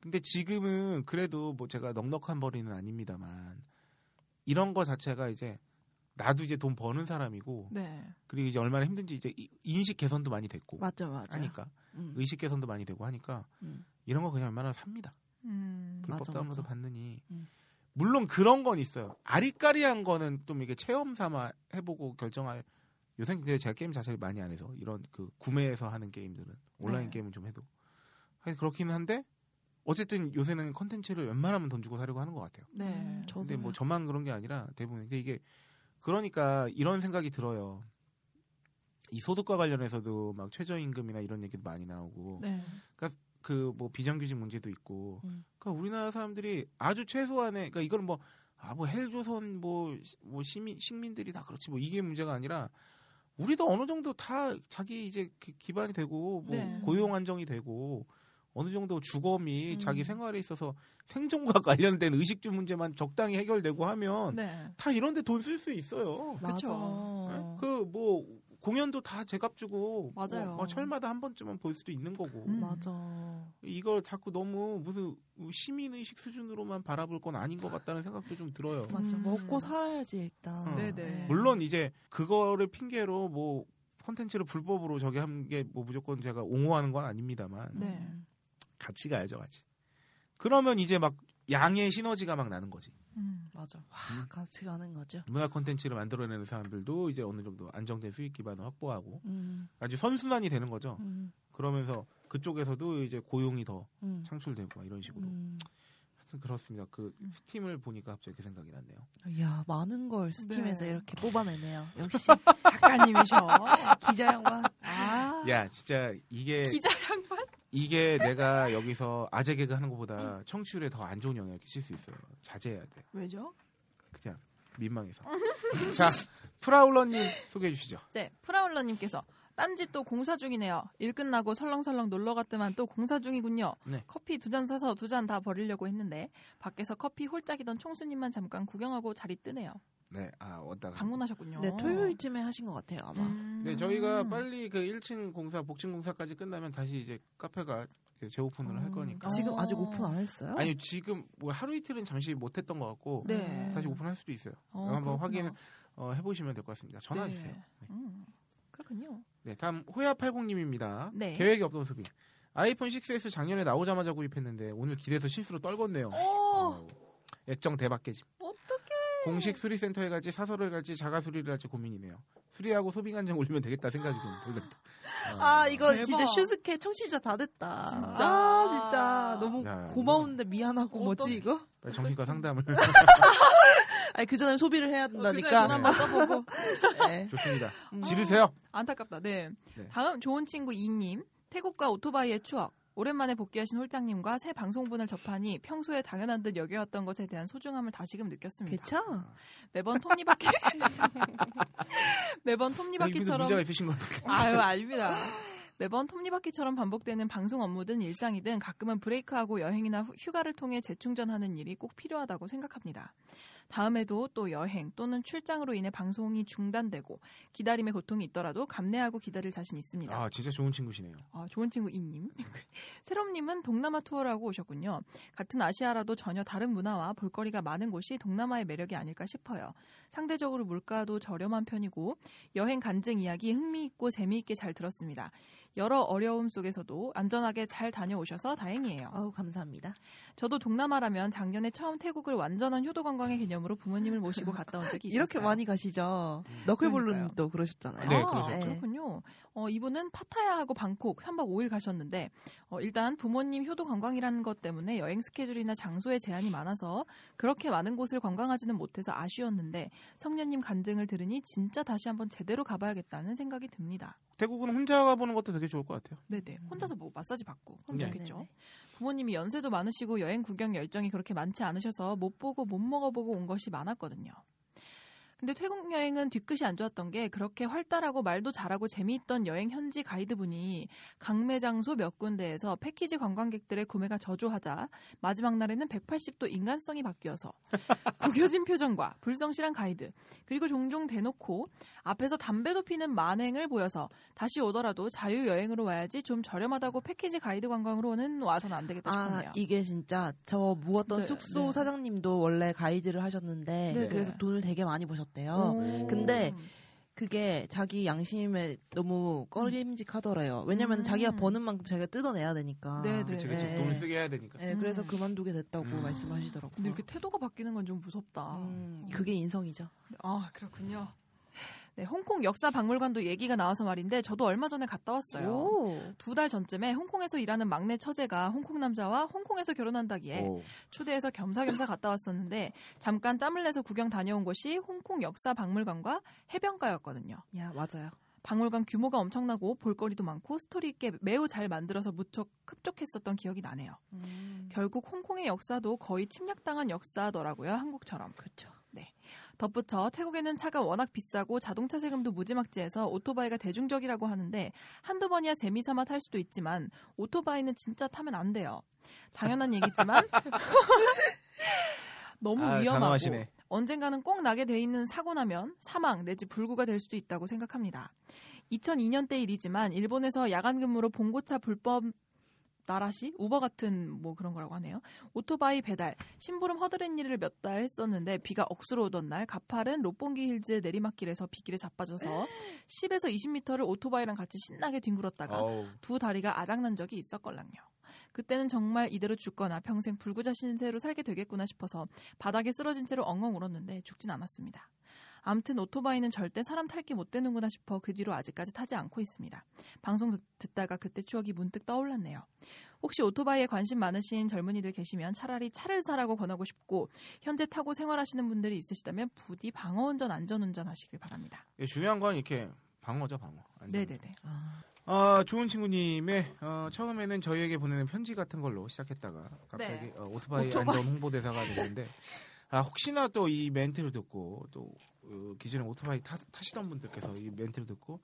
근데 지금은 그래도 뭐 제가 넉넉한 벌이는 아닙니다만 이런 거 자체가 이제 나도 이제 돈 버는 사람이고 네. 그리고 이제 얼마나 힘든지 이제 이- 인식 개선도 많이 됐고 맞죠 맞죠. 하니까 음. 의식 개선도 많이 되고 하니까 음. 이런 거 그냥 얼마나 삽니다. 음. 불법 맞아, 다운로드 맞아. 받느니 음. 물론 그런 건 있어요. 아리까리한 거는 좀 이게 체험 삼아 해보고 결정할 요새 이제 제가 게임 자체를 많이 안 해서 이런 그 구매해서 하는 게임들은 온라인 네. 게임은 좀 해도 하여튼 그렇긴 한데 어쨌든 요새는 컨텐츠를 웬만하면 돈 주고 사려고 하는 것 같아요. 네. 음, 저도요. 근데 뭐 저만 그런 게 아니라 대부분 근데 이게 그러니까 이런 생각이 들어요. 이 소득과 관련해서도 막 최저임금이나 이런 얘기도 많이 나오고 네. 그 뭐 비정규직 문제도 있고 음. 그러니까 우리나라 사람들이 아주 최소한의 그러니까 이건 뭐 아, 뭐, 헬조선, 뭐, 시- 뭐, 시민, 식민들이 다 그렇지, 뭐, 이게 문제가 아니라, 우리도 어느 정도 다 자기 이제 기- 기반이 되고, 뭐, 네. 고용 안정이 되고, 어느 정도 주거 및 음. 자기 생활에 있어서 생존과 [laughs] 관련된 의식주 문제만 적당히 해결되고 하면, 네. 다 이런데 돈 쓸 수 있어요. 예? 맞아. 음. 그 뭐 공연도 다 제값 주고 맞아요. 뭐, 어, 철마다 한 번쯤은 볼 수도 있는 거고 음. 맞아. 이걸 자꾸 너무 무슨 시민 의식 수준으로만 바라볼 건 아닌 것 같다는 생각도 좀 들어요. 맞아. 음. 먹고 살아야지 일단. 음. 어. 네네. 물론 이제 그거를 핑계로 뭐 콘텐츠를 불법으로 저기 한 게 뭐 무조건 제가 옹호하는 건 아닙니다만 음. 네. 같이 가야죠, 같이. 그러면 이제 막 양의 시너지가 막 나는 거지. 음. 맞아. 와 같이 가는 거죠. 문화 콘텐츠를 만들어내는 사람들도 이제 어느 정도 안정된 수익 기반을 확보하고 음. 아주 선순환이 되는 거죠. 음. 그러면서 그쪽에서도 이제 고용이 더 음. 창출되고 막 이런 식으로. 음. 하여튼 그렇습니다. 그 스팀을 보니까 갑자기 그 생각이 났네요. 이야 많은 걸 스팀에서 네. 이렇게 뽑아내네요. 역시 [laughs] 작가님이셔. 기자 양반. 아. 야, 진짜 이게 기자 양반? 이게 내가 여기서 아재 개그 하는 것보다 청취율에 더 안 좋은 영향을 끼칠 수 있어요. 자제해야 돼요. 왜죠? 그냥 [laughs] 민망해서. 자, 프라울러님 소개해 주시죠. 네, 프라울러님께서 딴지 또 공사 중이네요. 일 끝나고 설렁설렁 놀러 갔더만 또 공사 중이군요. 네. 커피 두 잔 사서 두 잔 다 버리려고 했는데 밖에서 커피 홀짝이던 총수님만 잠깐 구경하고 자리 뜨네요. 네, 아 왔다. 갔다. 방문하셨군요. 네 토요일쯤에 하신 것 같아요 아마. 음. 네, 저희가 빨리 그 1층 공사, 복층 공사까지 끝나면 다시 이제 카페가 이제 재오픈을 할 음. 거니까. 지- 지금 어. 아직 오픈 안 했어요? 아니요, 지금 뭐 하루 이틀은 잠시 못했던 것 같고 네. 음, 다시 오픈할 수도 있어요. 어, 한번 그렇구나. 확인 어, 해보시면 될 것 같습니다. 전화 네. 주세요. 네. 음. 그렇군요. 네, 다음 호야80님입니다. 네. 계획이 없던 소비. 아이폰 6S 작년에 나오자마자 구입했는데 오늘 길에서 실수로 떨궜네요. 오, 아우, 액정 대박 깨짐. 어떡해. 공식 수리센터에 갈지 사설을 갈지 자가 수리를 할지 고민이네요. 수리하고 소비 간증 올리면 되겠다 생각이 좀 들다. 아 이거 대박. 어, 진짜 슈스케 청취자 다 됐다. 진짜. 아 진짜 너무 야, 이거- 고마운데 미안하고 어떤- 뭐지 이거? 빨리 정신과 [laughs] 상담을 아니 그 전에 소비를 해야 그러니까 된다니까. 어, 한번 써보고 네. 좋습니다. 음. 어, 지르세요. 안타깝다. 네. 네. 다음 좋은 친구 이님 태국과 오토바이의 추억. 오랜만에 복귀하신 홀장님과 새 방송분을 접하니 평소에 당연한 듯 여겨왔던 것에 대한 소중함을 다시금 느꼈습니다. 괜찮아. 매번 톱니바퀴 [laughs] 매번 이분도 문제가 톱니바퀴처럼 있으신 것 같아요. [laughs] 아유 아닙니다. 매번 톱니바퀴처럼 반복되는 방송 업무든 일상이든 가끔은 브레이크하고 여행이나 휴- 휴가를 통해 재충전하는 일이 꼭 필요하다고 생각합니다. 다음에도 또 여행 또는 출장으로 인해 방송이 중단되고 기다림의 고통이 있더라도 감내하고 기다릴 자신 있습니다. 아 진짜 좋은 친구시네요. 아, 좋은 친구 임님. [laughs] 새롬님은 동남아 투어라고 오셨군요. 같은 아시아라도 전혀 다른 문화와 볼거리가 많은 곳이 동남아의 매력이 아닐까 싶어요. 상대적으로 물가도 저렴한 편이고 여행 간증 이야기 흥미있고 재미있게 잘 들었습니다. 여러 어려움 속에서도 안전하게 잘 다녀오셔서 다행이에요. 아우 감사합니다. 저도 동남아라면 작년에 처음 태국을 완전한 효도 관광의 개념으로 부모님을 모시고 갔다 온 적이 있어요. 이렇게 많이 가시죠. 너클볼룬도 그러셨잖아요. 네, 아, 그러셨죠. 그렇군요. 어, 이분은 파타야하고 방콕 3박 5일 가셨는데 어, 일단 부모님 효도 관광이라는 것 때문에 여행 스케줄이나 장소에 제한이 많아서 그렇게 많은 곳을 관광하지는 못해서 아쉬웠는데 성녀님 간증을 들으니 진짜 다시 한번 제대로 가봐야겠다는 생각이 듭니다. 대국은 혼자 가보는 것도 되게 좋을 것 같아요. 네네. 혼자서 뭐 마사지 받고 그럼 네. 좋겠죠. 부모님이 연세도 많으시고 여행 구경 열정이 그렇게 많지 않으셔서 못 보고 못 먹어보고 온 것이 많았거든요. 근데 태국 여행은 뒤끝이 안 좋았던 게 그렇게 활달하고 말도 잘하고 재미있던 여행 현지 가이드분이 강매 장소 몇 군데에서 패키지 관광객들의 구매가 저조하자 마지막 날에는 180도 인간성이 바뀌어서 [laughs] 구겨진 표정과 불성실한 가이드 그리고 종종 대놓고 앞에서 담배도 피는 만행을 보여서 다시 오더라도 자유 여행으로 와야지 좀 저렴하다고 패키지 가이드 관광으로는 와서는 안 되겠다 아 싶었네요. 이게 진짜 저 묵었던 진짜요. 숙소 네. 사장님도 원래 가이드를 하셨는데 네네. 그래서 돈을 되게 많이 버셨대요. 오. 어, 근데 그게 자기 양심에 너무 꺼림직하더래요. 왜냐면 음. 자기가 버는 만큼 자기가 뜯어내야 되니까. 네네. 그치, 그치. 네. 돈을 쓰게 해야 되니까. 네, 그래서 음. 그만두게 됐다고 음. 말씀하시더라고요. 근데 이렇게 태도가 바뀌는 건 좀 무섭다. 음, 그게 인성이죠. 아 그렇군요. 네, 홍콩 역사 박물관도 얘기가 나와서 말인데 저도 얼마 전에 갔다 왔어요. 두 달 전쯤에 홍콩에서 일하는 막내 처제가 홍콩 남자와 홍콩에서 결혼한다기에 오. 초대해서 겸사겸사 갔다 왔었는데 잠깐 짬을 내서 구경 다녀온 곳이 홍콩 역사 박물관과 해변가였거든요. 야 맞아요. 박물관 규모가 엄청나고 볼거리도 많고 스토리 있게 매우 잘 만들어서 무척 흡족했었던 기억이 나네요. 음. 결국 홍콩의 역사도 거의 침략당한 역사더라고요. 한국처럼. 그렇죠. 네. 덧붙여 태국에는 차가 워낙 비싸고 자동차 세금도 무지막지해서 오토바이가 대중적이라고 하는데 한두 번이야 재미삼아 탈 수도 있지만 오토바이는 진짜 타면 안 돼요. 당연한 [laughs] 얘기지만 너무 아, 위험하고 단호하시네. 언젠가는 꼭 나게 돼 있는 사고 나면 사망 내지 불구가 될 수도 있다고 생각합니다. 2002년대 일이지만 일본에서 야간 근무로 봉고차 불법 나라시 우버 같은 뭐 그런 거라고 하네요. 오토바이 배달, 심부름 허드렛 일을 몇 달 했었는데 비가 억수로 오던 날 가파른 로뽕기 힐즈 내리막길에서 빗길에 자빠져서 10에서 20m를 오토바이랑 같이 신나게 뒹굴었다가 어우. 두 다리가 아작난 적이 있었걸랑요. 그때는 정말 이대로 죽거나 평생 불구자 신세로 살게 되겠구나 싶어서 바닥에 쓰러진 채로 엉엉 울었는데 죽진 않았습니다. 암튼 오토바이는 절대 사람 탈게 못 되는구나 싶어 그 뒤로 아직까지 타지 않고 있습니다. 방송 듣- 듣다가 그때 추억이 문득 떠올랐네요. 혹시 오토바이에 관심 많으신 젊은이들 계시면 차라리 차를 사라고 권하고 싶고 현재 타고 생활하시는 분들이 있으시다면 부디 방어운전 안전운전 하시길 바랍니다. 예, 중요한 건 이렇게 방어죠, 방어. 안전. 네네네. 아, 좋은 친구님의 어, 처음에는 저희에게 보내는 편지 같은 걸로 시작했다가 갑자기 네. 어, 오토바이, 오토바이. 안전 홍보대사가 되는데 아, 혹시나 또 이 멘트를 듣고 또 어, 기존에 오토바이 타, 타시던 분들께서 이 멘트를 듣고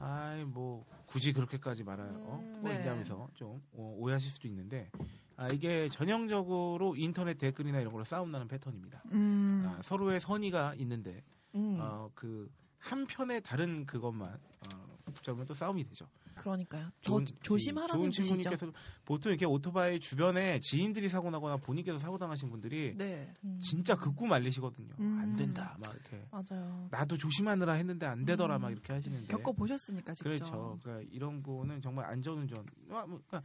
아이 뭐 굳이 그렇게까지 말아요 어? 뭐 네. 얘기하면서 좀 어, 오해하실 수도 있는데 아, 이게 전형적으로 인터넷 댓글이나 이런 걸로 싸움 나는 패턴입니다. 음, 아, 서로의 선의가 있는데 음, 어, 그 한편의 다른 그것만 어, 붙잡으면 또 싸움이 되죠. 그러니까요. 더 좋은- 조심하라는 이 좋은 뜻이죠. 친구님께서 보통 이렇게 오토바이 주변에 지인들이 사고 나거나 본인께서 사고 당하신 분들이 네. 음. 진짜 극구 말리시거든요. 음. 안 된다 막 이렇게 맞아요. 나도 조심하느라 했는데 안 되더라 음. 막 이렇게 하시는데 겪어 보셨으니까 직접. 그렇죠. 그러니까 이런 거는 정말 안전운전 아, 뭐, 그러니까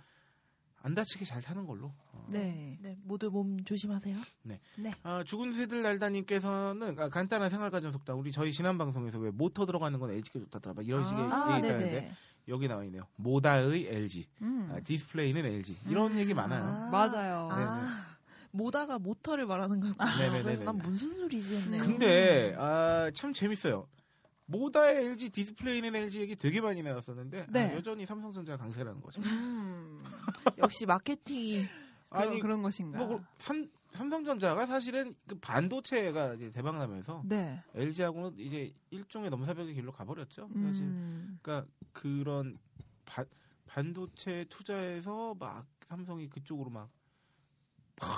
안 다치게 잘 타는 걸로. 어. 네. 네, 모두 몸 조심하세요. 아, 죽은 새들 날다님께서는 아, 간단한 생활가전 속담 우리 저희 지난 방송에서 왜 모터 들어가는 건 LG가 좋다더라 막 이런 식의 아, 얘기 있다는데 네네. 여기 나와 있네요. 모다의 LG, 음. 아, 디스플레이는 LG 이런 음. 얘기 많아요. 아. 맞아요. 네. 아 모다가 모터를 말하는 거고. 네네네네네. 그래서 난 무슨 소리지 했네요. 음. 근데 아, 참 재밌어요. 모다의 LG 디스플레이는 LG 얘기 되게 많이 나왔었는데 아, 네. 여전히 삼성전자 가 강세라는 거죠. 음. [laughs] 역시 마케팅이 그런, 아니 그런 것인가. 뭐 그- 삼, 삼성전자가 사실은 그 반도체가 이제 대박나면서 네. LG하고는 이제 일종의 넘사벽의 길로 가버렸죠. 사실 음. 그러니까 그런 바- 반도체 투자에서 막 삼성이 그쪽으로 막 팍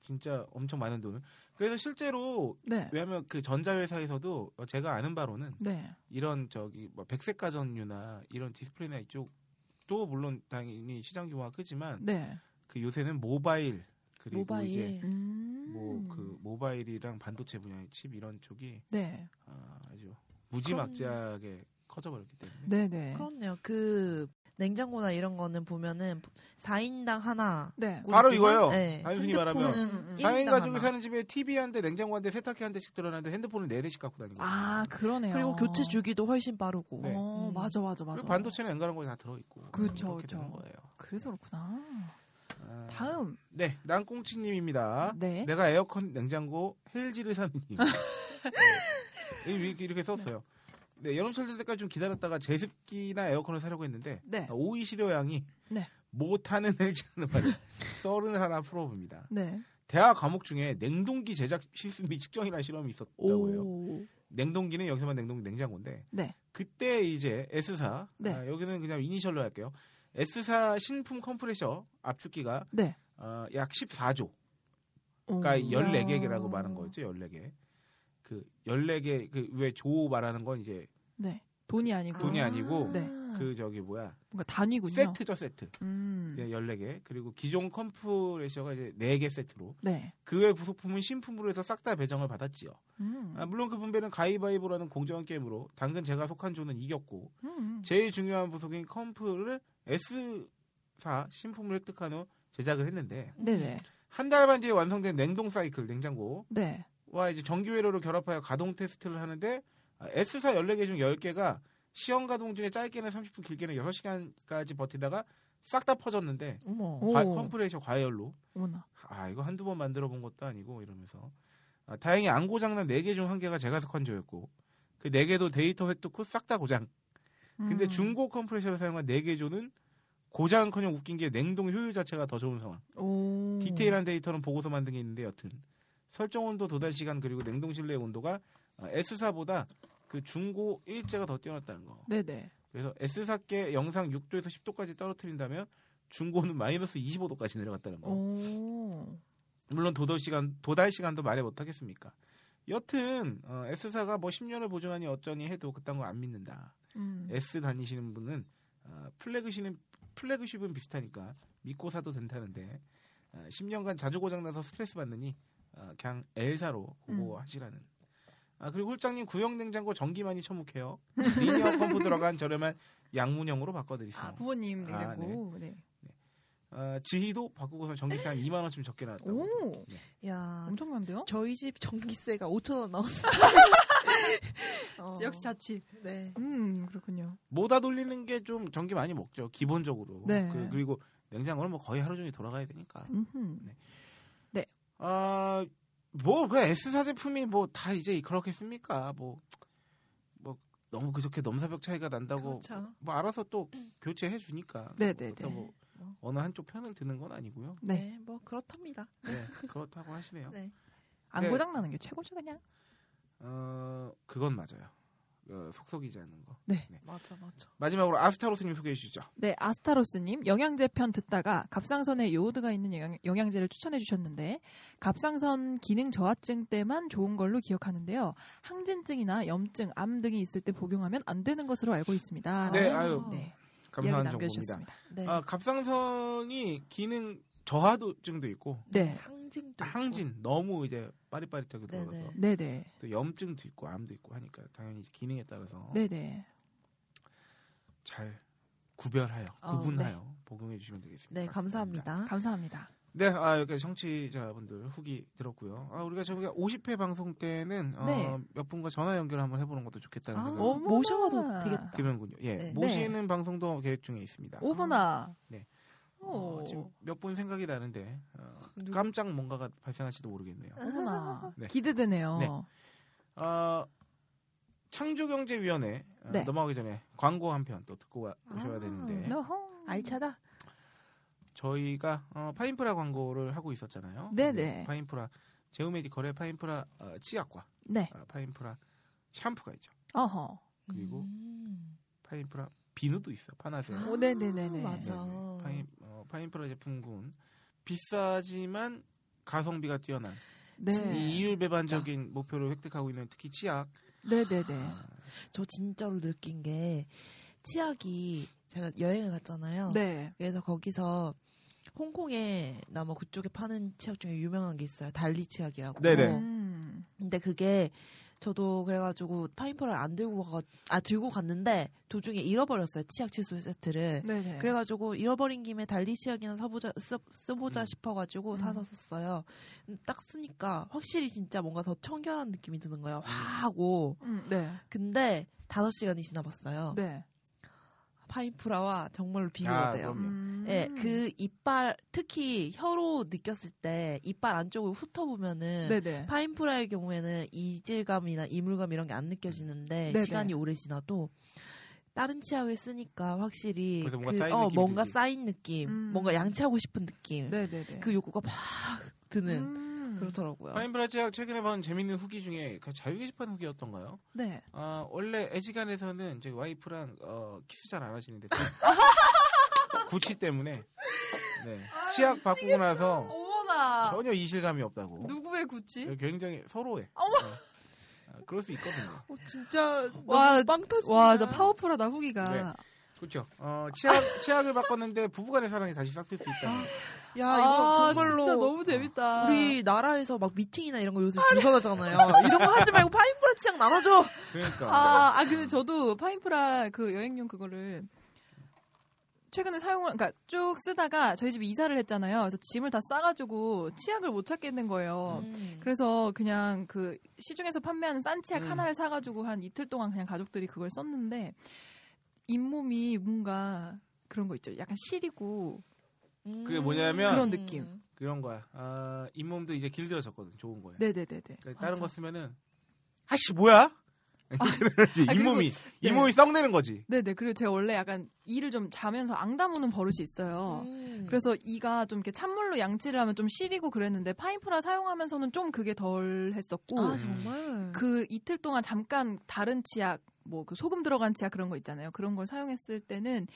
진짜 엄청 많은 돈을 그래서 실제로 네. 왜냐하면 그 전자회사에서도 제가 아는 바로는 네. 이런 저기 뭐 백색 가전류나 이런 디스플레이나 이쪽도 물론 당연히 시장 규모가 크지만 네. 그 요새는 모바일 그리고 이제 모바일. 네. 음. 뭐 그 모바일이랑 반도체 분야의 칩 이런 쪽이 네. 아, 아주 무지막지하게 커져버렸기 때문에 네네. 그렇네요. 그 냉장고나 이런 거는 보면은 4인당 하나. 네. 바로 꼴찌만- 이거예요. 네. 단순히 말하면 음, 음, 음. 일- 4인 가족이 하나. 사는 집에 TV 한 대, 냉장고 한 대, 세탁기 한 대씩 들어놨는데 핸드폰을 네 대씩 갖고 다니고 아, 그러네요. 그리고 교체 주기도 훨씬 빠르고. 네. 어, 어. 음. 맞아, 맞아, 맞아. 반도체는 엔간한 거에 다 들어있고 그쵸, 그렇게 그쵸. 되는 거예요. 그래서 그렇구나. 아, 다음. 네, 난꽁치님입니다. 네. 내가 [laughs] 에어컨, 냉장고, 헬지를 사는 이유. 네. 이렇게, 이렇게 썼어요. 네, 여름철 될 때까지 좀 기다렸다가 제습기나 에어컨을 사려고 했는데 아, 네. 오이 시료양이 네. 못하는 해지하는 바람 썰은 하나 풀어봅니다. 네. 대학 과목 중에 냉동기 제작 실습 및 측정이라는 실험이 있었다고 해요. 오. 냉동기는 여기서만 냉동기 냉장고인데 네. 그때 이제 S사 네. 아, 여기는 그냥 이니셜로 할게요. S사 신품 컴프레셔 압축기가 네. 어, 약 14조 오. 그러니까 14개라고 말한 거였죠. 14개. 그 14개 그 왜 조 말하는 건 이제 네. 돈이 아니고 돈이 아니고 네. 그 저기 뭐야 뭔가 단위군요. 세트죠 세트 음. 예, 14개 그리고 기존 컴프레셔가 이제 4개 세트로 네. 그 외 부속품은 신품으로 해서 싹 다 배정을 받았지요 음. 아, 물론 그 분배는 가위바위보라는 공정한 게임으로 당근 제가 속한 조는 이겼고 음. 제일 중요한 부속인 컴프를 S4 신품을 획득한 후 제작을 했는데 네네. 한 달 반 뒤에 완성된 냉동 사이클 냉장고와 네. 이제 정규 회로를 결합하여 가동 테스트를 하는데 아, S4 14개 중 10개가 시험 가동 중에 짧게는 30분 길게는 6시간까지 버티다가 싹 다 퍼졌는데 어머. 오. 과- 컴프레셔 과열로 어머나. 아 이거 한두 번 만들어 본 것도 아니고 이러면서 아, 다행히 안 고장난 4개 중 1개가 제가 속한 조였고 그 4개도 데이터 획득 후 싹 다 고장 근데 음. 중고 컴프레셔를 사용한 4개 조는 고장커녕 웃긴 게 냉동 효율 자체가 더 좋은 상황 오. 음. 디테일한 데이터는 보고서 만든 게 있는데 여튼 설정 온도 도달 시간 그리고 냉동 실내의 온도가 아, S4보다 그 중고 일제가 더 뛰어났다는 거 네네. 그래서 S4께 영상 6도에서 10도까지 떨어뜨린다면 중고는 마이너스 25도까지 내려갔다는 거 어. 오. 물론 도달 시간 도달 시간도 말해 못하겠습니까? 여튼 어, S사가 뭐 10년을 보증하니 어쩌니 해도 그딴 거 안 믿는다. 음. S 다니시는 분은 어, 플래그십은 플래그십은 비슷하니까 믿고 사도 된다는데 어, 10년간 자주 고장나서 스트레스 받느니 어, 그냥 L사로 음. 보고하시라는. 아 그리고 홀장님 구형 냉장고 전기 많이 처묵해요. 리니어 컴프 들어간 저렴한 양문형으로 바꿔드리세요. 아 부모님 아, 냉장고. 네. 어, 지희도 바꾸고서 전기세 한 2만 원쯤 적게 나왔다고. 오. 네. 야, 엄청 많은데요? 저희 집 전기세가 5천 원 [laughs] 나왔어요. 어, 역시 자취. 네. 음 그렇군요. 모다 돌리는 게 좀 전기 많이 먹죠 기본적으로 네. 그, 리고 냉장고는 뭐 거의 하루 종일 돌아가야 되니까 음흠. 아, 아뭐그 S사 제품이 뭐 다 이제 그렇겠습니까 뭐 뭐 너무 그저께 넘사벽 차이가 난다고 그렇죠. 뭐 알아서 또 교체해 주니까 음. 네네네. 뭐 어느 한쪽 편을 드는 건 아니고요 네. 네, 뭐 그렇답니다. 네 그렇다고 하시네요 네. 안 네. 고장 나는 게 최고죠 그냥. 어 그건 맞아요 어, 속속이지 않는 거 네. 맞아, 맞아. 마지막으로 아스타로스님 소개해 주시죠 네, 아스타로스님 영양제 편 듣다가 갑상선에 요오드가 있는 영양, 영양제를 추천해 주셨는데 갑상선 기능 저하증 때만 좋은 걸로 기억하는데요. 항진증이나 염증, 암 등이 있을 때 복용하면 안 되는 것으로 알고 있습니다. 네, 라는, 아유, 네, 이야기 감사한 정보입니다 남겨주셨습니다. 네. 아, 갑상선이 기능 저하도증도 있고 네, 항진도. 있고. 항진 너무 이제 빠릿빠릿하게 네네. 들어가서 네, 네, 또 염증도 있고 암도 있고 하니까 당연히 이제 기능에 따라서 네, 네. 잘 구별하여 어, 구분하여 복용해 주시면 되겠습니다. 네, 감사합니다. 감사합니다. 네, 아, 여기까지 청취자분들 후기 들었고요. 아, 우리가 저기 50회 방송 때는 어, 네. 몇 분과 전화 연결 한번 해보는 것도 좋겠다는 아, 생각이 어머나. 모셔와도 되겠다. 드는군요. 예, 네. 모시는 방송도 계획 중에 있습니다. 오버나. 아. 네. 오, 어, 지금 몇 분 생각이 나는데 어, 누구? 깜짝 뭔가가 발생할지도 모르겠네요. 오버나. [laughs] 네. 기대되네요. 네. 아, 창조경제위원회 어, 네. 넘어가기 전에 광고 한 편 또 듣고 와- 오셔야 아, 되는데 너홍. 아. 알차다. 저희가 어, 파인프라 광고를 하고 있었잖아요. 네네. 근데 파인프라 제우메디컬의 파인프라 어, 치약과 네. 어, 파인프라 샴푸가 있죠. 어허. 그리고 음. 파인프라 비누도 있어 파나세. 오, 네, 네, 네, 네. 맞아. 파인 어, 파인프라 제품군 비싸지만 가성비가 뛰어난 이 네, 이율 배반적인 목표를 획득하고 있는 특히 치약. 아, 네, 네, 네. 저 진짜로 느낀 게 치약이 제가 여행을 어. 갔잖아요. 네. 그래서 거기서 홍콩에나 뭐 그쪽에 파는 치약 중에 유명한 게 있어요. 달리 치약이라고. 네네. 네. 음. 근데 그게 저도 그래가지고 파인프라를 안 들고 가, 아 들고 갔는데 도중에 잃어버렸어요. 치약 칫솔 세트를. 네네. 그래가지고 잃어버린 김에 달리 치약이나 사보자 써, 써보자 음. 싶어가지고 음. 사서 썼어요. 음, 딱 쓰니까 확실히 진짜 뭔가 더 청결한 느낌이 드는 거예요. 화 하고 음, 네. 근데 5 시간이 지나봤어요. 네. 파인프라와 정말로 비교가 네. 아, 돼요. 그럼요. 음. 음. 예, 그 이빨 특히 혀로 느꼈을 때 이빨 안쪽을 훑어보면은 네네. 파인프라의 경우에는 이질감이나 이물감 이런 게 안 느껴지는데 네네. 시간이 오래 지나도 다른 치약을 쓰니까 확실히 그래서 뭔가 쌓인 어, 느낌이 뭔가 들지. 쌓인 느낌, 음. 뭔가 양치하고 싶은 느낌, 네네네. 그 욕구가 막 드는 음. 그렇죠. 그렇더라고요. 파인브라 제약 최근에 본 재밌는 후기 중에 그 자유 게시판 후기였던가요? 네. 아 원래 애지간에서는 제 와이프랑 어, 키스 잘 안 하시는데 [laughs] 구치 때문에 네. 치약 바꾸고 나서 아, 어머나. 전혀 네. 이실감이 없다고. 누구의 구찌? 굉장히 서로해. 네. 아, 그럴 수 있거든요. 어, 진짜 와, 너무 빵 터진다. 와, 저 파워풀하다 후기가. 네. 그렇죠. 어, 치약 치약을 바꿨는데 부부간의 사랑이 다시 싹 틀 수 있다. 야 이거 아, 정말로 진짜 너무 재밌다. 우리 아. 나라에서 막 미팅이나 이런 거 요즘 불편하잖아요. 이런 거 하지 말고 파인프라 치약 나눠줘. 그러니까 아, 아 근데 저도 파인프라 그 여행용 그거를 최근에 사용을 그러니까 쭉 쓰다가 저희 집에 이사를 했잖아요. 그래서 짐을 다 싸가지고 치약을 못 찾겠는 거예요. 음. 그래서 그냥 그 시중에서 판매하는 싼 치약 음. 하나를 사가지고 한 이틀 동안 그냥 가족들이 그걸 썼는데 잇몸이 뭔가 그런 거 있죠. 약간 시리고 그게 뭐냐면 그런 음. 느낌. 그런 거야. 아, 잇몸도 이제 길들어졌거든. 좋은 거야. 네네네네. 그러니까 다른 맞아. 거 쓰면은 아씨 뭐야? [laughs] 그러지 아, 그리고- 잇몸이 잇몸이 썩내는 거지. 네네. 그리고 제가 원래 약간 이를 좀 자면서 앙다무는 버릇이 음. 있어요. 그래서 이가 좀 이렇게 찬물로 양치를 하면 좀 시리고 그랬는데 파인프라 사용하면서는 좀 그게 덜 했었고 아 정말. 그 이틀 동안 잠깐 다른 치약 뭐 그 소금 들어간 치약 그런 거 있잖아요. 그런 걸 사용했을 때는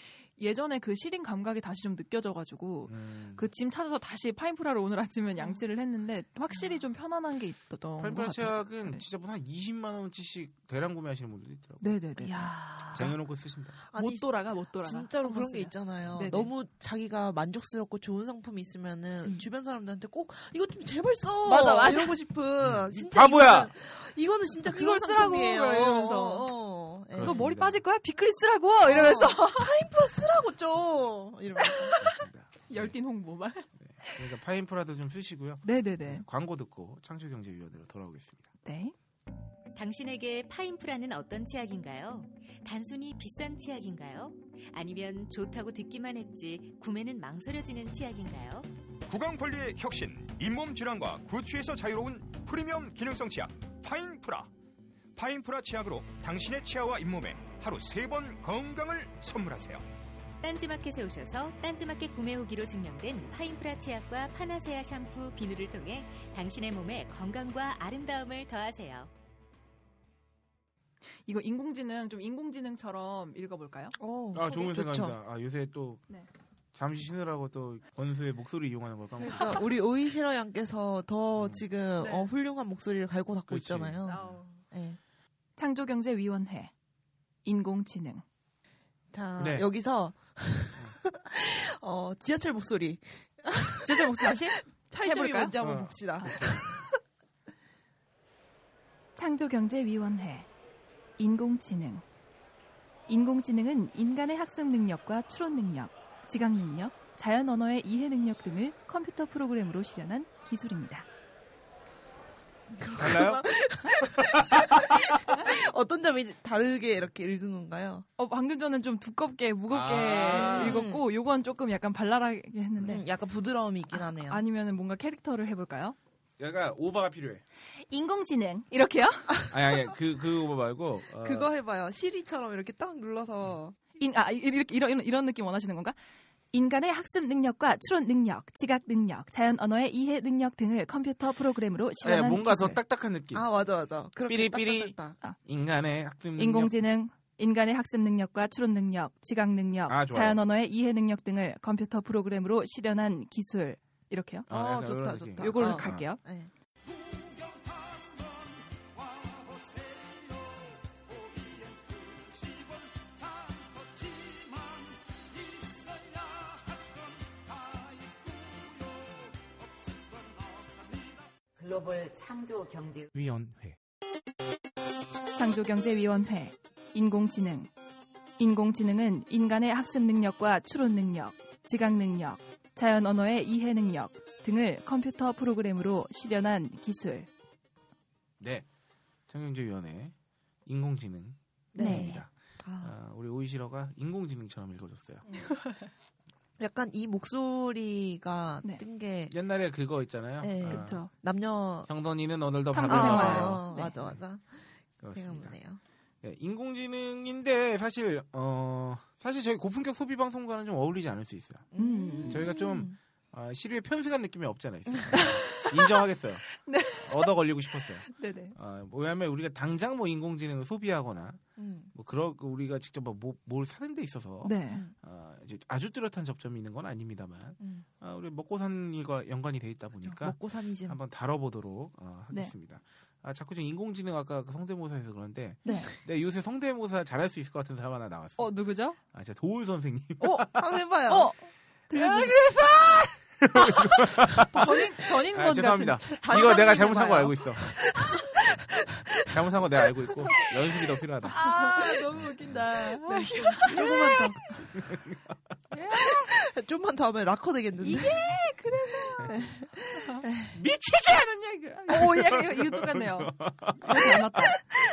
예전에 그 시린 감각이 다시 좀 느껴져가지고 음. 그 짐 찾아서 다시 파인프라로 오늘 아침은 양치를 했는데 확실히 좀 편안한 게 있었던 것 팔팔 같아요. 치약은 네. 진짜 무슨 한 20만 원어치씩 대량 구매하시는 분들도 있더라고. 네네네. 야. 쟁여놓고 쓰신다. 못 아니, 돌아가 못 돌아가. 진짜로 그런 게 쓰면. 있잖아요. 네네. 너무 자기가 만족스럽고 좋은 상품이 있으면은 음. 주변 사람들한테 꼭 이거 좀 제발 써. 맞아, 맞아. 이러고 싶은. 음. 어, 진짜 바보야! 이거는, 이거는 진짜 이걸 그걸 쓰라고! 상품이에요. 이러면서. 어, 어. 예. 너 그렇습니다. 머리 빠질 거야? 비크리스라고 이러면서 쓰라고 좀. 이러면서. 그렇습니다. 네. 열띤 홍보만. 그러니까 파인프라도 좀 쓰시고요. 네네네. 광고 듣고 창조경제위원회로 돌아오겠습니다. 네. 당신에게 파인프라는 어떤 치약인가요? 단순히 비싼 치약인가요? 아니면 좋다고 듣기만 했지 구매는 망설여지는 치약인가요? 구강 관리의 혁신, 잇몸 질환과 구취에서 자유로운 프리미엄 기능성 치약 파인프라. 파인프라 치약으로 당신의 치아와 잇몸에 하루 세 번 건강을 선물하세요. 딴지마켓에 오셔서 딴지마켓 구매 후기로 증명된 파인프라 치약과 파나세아 샴푸 비누를 통해 당신의 몸에 건강과 아름다움을 더하세요. 이거 인공지능 좀 인공지능처럼 읽어볼까요? 어, 아 좋은 좋죠. 생각입니다. 아, 요새 또 네. 잠시 쉬느라고 또 권수의 목소리 이용하는 걸 까먹고. 그러니까 우리 오이시러 양께서 더 음. 지금 네. 어, 훌륭한 목소리를 갈고 닦고 그치. 어. 있잖아요. 예. 창조경제위원회 인공지능 자 네. 여기서 [laughs] 어, 지하철 목소리 제재 목소리 다시 차이점이 해볼까요? 뭔지 한번 어. 봅시다. 창조경제위원회 인공지능 인공지능은 인간의 학습 능력과 추론 능력, 지각 능력, 자연 언어의 이해 능력 등을 컴퓨터 프로그램으로 실현한 기술입니다. 달라요? 어떤 점이 다르게 이렇게 읽은 건가요? 어, 방금 전엔 좀 두껍게 무겁게 아. 읽었고 요건 조금 약간 발랄하게 했는데 음, 약간 부드러움이 있긴 하네요. 아니면 뭔가 캐릭터를 해볼까요? 약간 오바가 필요해. 인공지능 이렇게요? 아니 아니 그그 오바 말고 어, 그거 해봐요. 시리처럼 이렇게 딱 눌러서 인, 아, 이렇게, 이런, 이런, 이런 느낌 원하시는 건가? 인간의 학습 능력과 추론 능력, 지각 능력, 자연 언어의 이해 능력 등을 컴퓨터 프로그램으로 네, 실현한 뭔가 기술. 더 딱딱한 느낌. 아 맞아 맞아. 그렇게 삐리삐리. 딱, 딱, 딱, 딱. 인간의 학습 능력. 인공지능, 인간의 학습 능력과 추론 능력, 지각 능력, 아, 좋아요. 자연 언어의 이해 능력 등을 컴퓨터 프로그램으로 실현한 기술. 이렇게요? 아, 어, 약간 좋다, 그런 느낌. 좋다. 요걸로 아, 아. 갈게요. 네. 글로벌 창조 경제 위원회. 창조경제위원회 인공지능 인공지능은 인간의 학습 능력과 추론 능력, 지각 능력, 자연 언어의 이해 능력 등을 컴퓨터 프로그램으로 실현한 기술. 네. 청경제위원회 인공지능입니다. 네. 아, 우리 오이시러가 인공지능처럼 읽어줬어요. 약간 이 목소리가 네. 뜬 게 옛날에 그거 있잖아요. 네, 아, 그렇죠. 남녀 형돈이는 오늘도 탐구 밥을 생활. 먹어요. 어, 네. 맞아 맞아 아, 그렇습니다. 생각나네요. 네, 인공지능인데 사실 어 사실 저희 고품격 소비 방송과는 좀 어울리지 않을 수 있어요. 음. 저희가 좀 아, 시류에 편승한 느낌이 없잖아요. [laughs] 있어요. 인정하겠어요. 네. 얻어 걸리고 싶었어요. 네네. 아, 왜냐하면 우리가 당장 뭐 인공지능을 소비하거나 음. 뭐 그러 우리가 직접 뭐, 뭐- 뭘 사는 데 있어서 네. 아, 이제 아주 뚜렷한 접점이 있는 건 아닙니다만 음. 그렇죠. 아, 우리 먹고 사는 일과 연관이 돼 있다 보니까 먹고 사니즘. 한번 다뤄보도록 어, 네. 하겠습니다. 아, 자꾸 지금 인공지능 아까 그 성대모사에서 그런데 네. 네, 요새 성대모사 잘할 수 있을 것 같은 사람 하나 나왔어. 어 누구죠? 아, 진짜 도울 선생님. 아, 한번 해봐요. 어. 들려주. 전인 전인 아, 건데. 죄송합니다. 단상이 이거 내가 잘못한 해봐요. 거 알고 있어. [laughs] 잘못한 거 내가 알고 있고 연습이 더 필요하다. 아 너무 웃긴다. 조금만 더. [laughs] 좀만 더 하면 락커 되겠는데. 미치지 않았냐 이거. 오 예, 이거 똑같네요. 그렇지 않았다.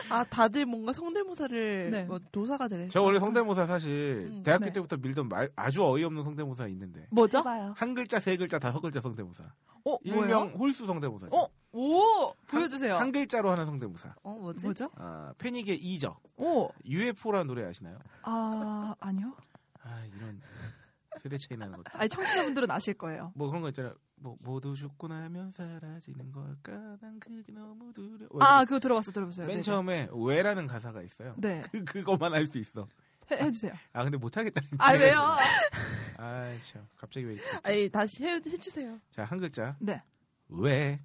아 다들 뭔가 성대모사를 네. 뭐 도사가 되겠어. 저 원래 성대모사 사실 음, 대학교 네. 때부터 밀던 말, 아주 어이없는 성대모사 있는데 뭐죠? 해봐요. 한 글자, 세 글자, 다섯 글자 성대모사. 어 일명 뭐예요? 홀수 성대모사죠. 어, 오 보여주세요. 한 글자로 하는 성대모사. 어 뭐지? 뭐죠? 아, 패닉의 이적. 오, UFO라는 노래 아시나요? 아 아니요. 아 이런 세대 차이 나는 것들. 아니 청취자분들은 아실 거예요. 뭐 그런 거 있잖아요. 뭐 모두 죽고 나면 사라지는 걸까? 난 그게 너무 두려. 워 아 그거 들어봤어 들어봤어요. 맨 네네. 처음에 왜라는 가사가 있어요. 네 그 그것만 할 수 있어. 해, 해주세요. 아 근데 못 하겠다. 아 네, 왜요? 아참 갑자기 왜? 이렇게 됐지? 아니 다시 해, 해주세요. 자한 글자 네. 왜?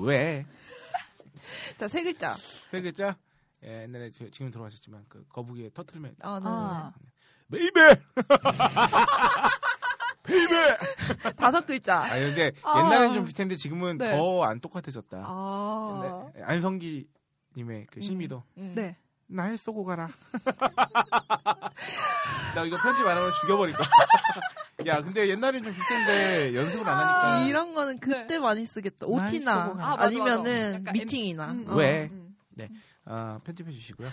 왜? 자 세 글자. 세 글자. 예, 옛날에 저- 지금 돌아가셨지만 그 거북이의 터틀맨. 아, 네. 아 베이베. 베이베. 네. 다섯 글자. 아 [laughs] 근데 어. 아. 옛날엔 좀 비슷했는데 지금은 네. 더 안 똑같아졌다. 어. 아. 근데 안성기님의 그 신미도 음. 네. 날 [laughs] 쏘고 가라. 나 이거 편집 안 하면 죽여버릴 거야. [laughs] 야, 근데 옛날엔 좀 비슷한데 연습을 안 하니까. 이런 거는 그때 아. 네. 많이 쓰겠다. 많이 OT나 쓰고 가요. 아, 맞아, 맞아. 아니면은 약간 미팅이나. 음, 어. 왜? 음. 아, 편집해 주시고요.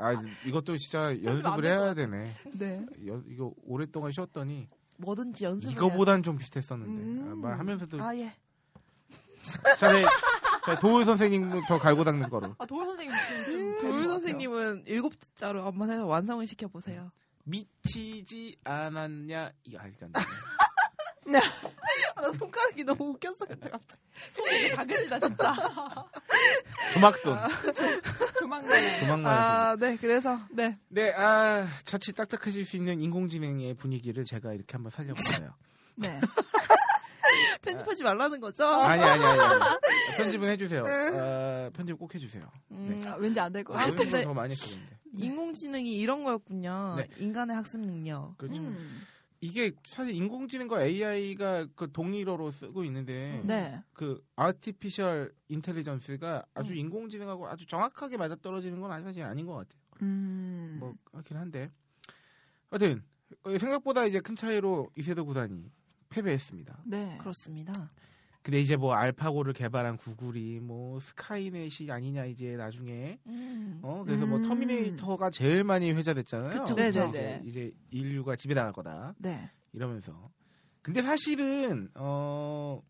아, 이것도 진짜 안 연습을 될것 해야 되네. 아, 네. 연- 이거 오랫동안 쉬었더니 뭐든지 연습을. 이거보단 좀 비슷했었는데 음. 아, 말하면서도 해야 돼. 아 예. 자네 자, 도울 선생님 더 갈고 닦는 거로 아 도울 선생님 좀, 좀 도울 선생님은 일곱 자로 한번 해서 완성을 시켜 보세요. 미치지 않았냐 이거 아직 안 돼. [laughs] 아, 나 손가락이 너무 웃겼어 근데 갑자기. 손이 되게 작으시다 진짜. [laughs] 아, 조막돈 조만간에. 조막만 해서. 아 네 그래서 네. 네, 아, 자칫 딱딱해질 수 있는 인공지능의 분위기를 제가 이렇게 [laughs] 한번 살려봤어요. 네. 편집하지 말라는 거죠. 아니, 아니, 아니. 아니. 편집은 해주세요. 아, 편집 꼭 해주세요. 네. 음, 네. 아, 왠지 안 될 것 아, 같아요. 오늘도 근데- 더 많이 했었는데. 인공지능이 이런 거였군요. 네. 인간의 학습 능력. 그렇죠. 음. 이게 사실 인공지능과 AI가 그 동일어로 쓰고 있는데, 음. 네. 그 아티피셜 인텔리전스가 아주 음. 인공지능하고 아주 정확하게 맞아떨어지는 건 사실 아닌 것 같아요. 음. 뭐, 그렇긴 한데. 하여튼, 생각보다 이제 큰 차이로 이세도 구단이 패배했습니다. 네. 그렇습니다. 근데 이제 뭐 알파고를 개발한 구글이 뭐 스카이넷이 아니냐 이제 나중에 음. 어 그래서 뭐 음. 터미네이터가 제일 많이 회자됐잖아요. 그쵸, 그쵸. 이제, 네네네. 이제 인류가 지배당할 거다 네. 이러면서. 근데 사실은 어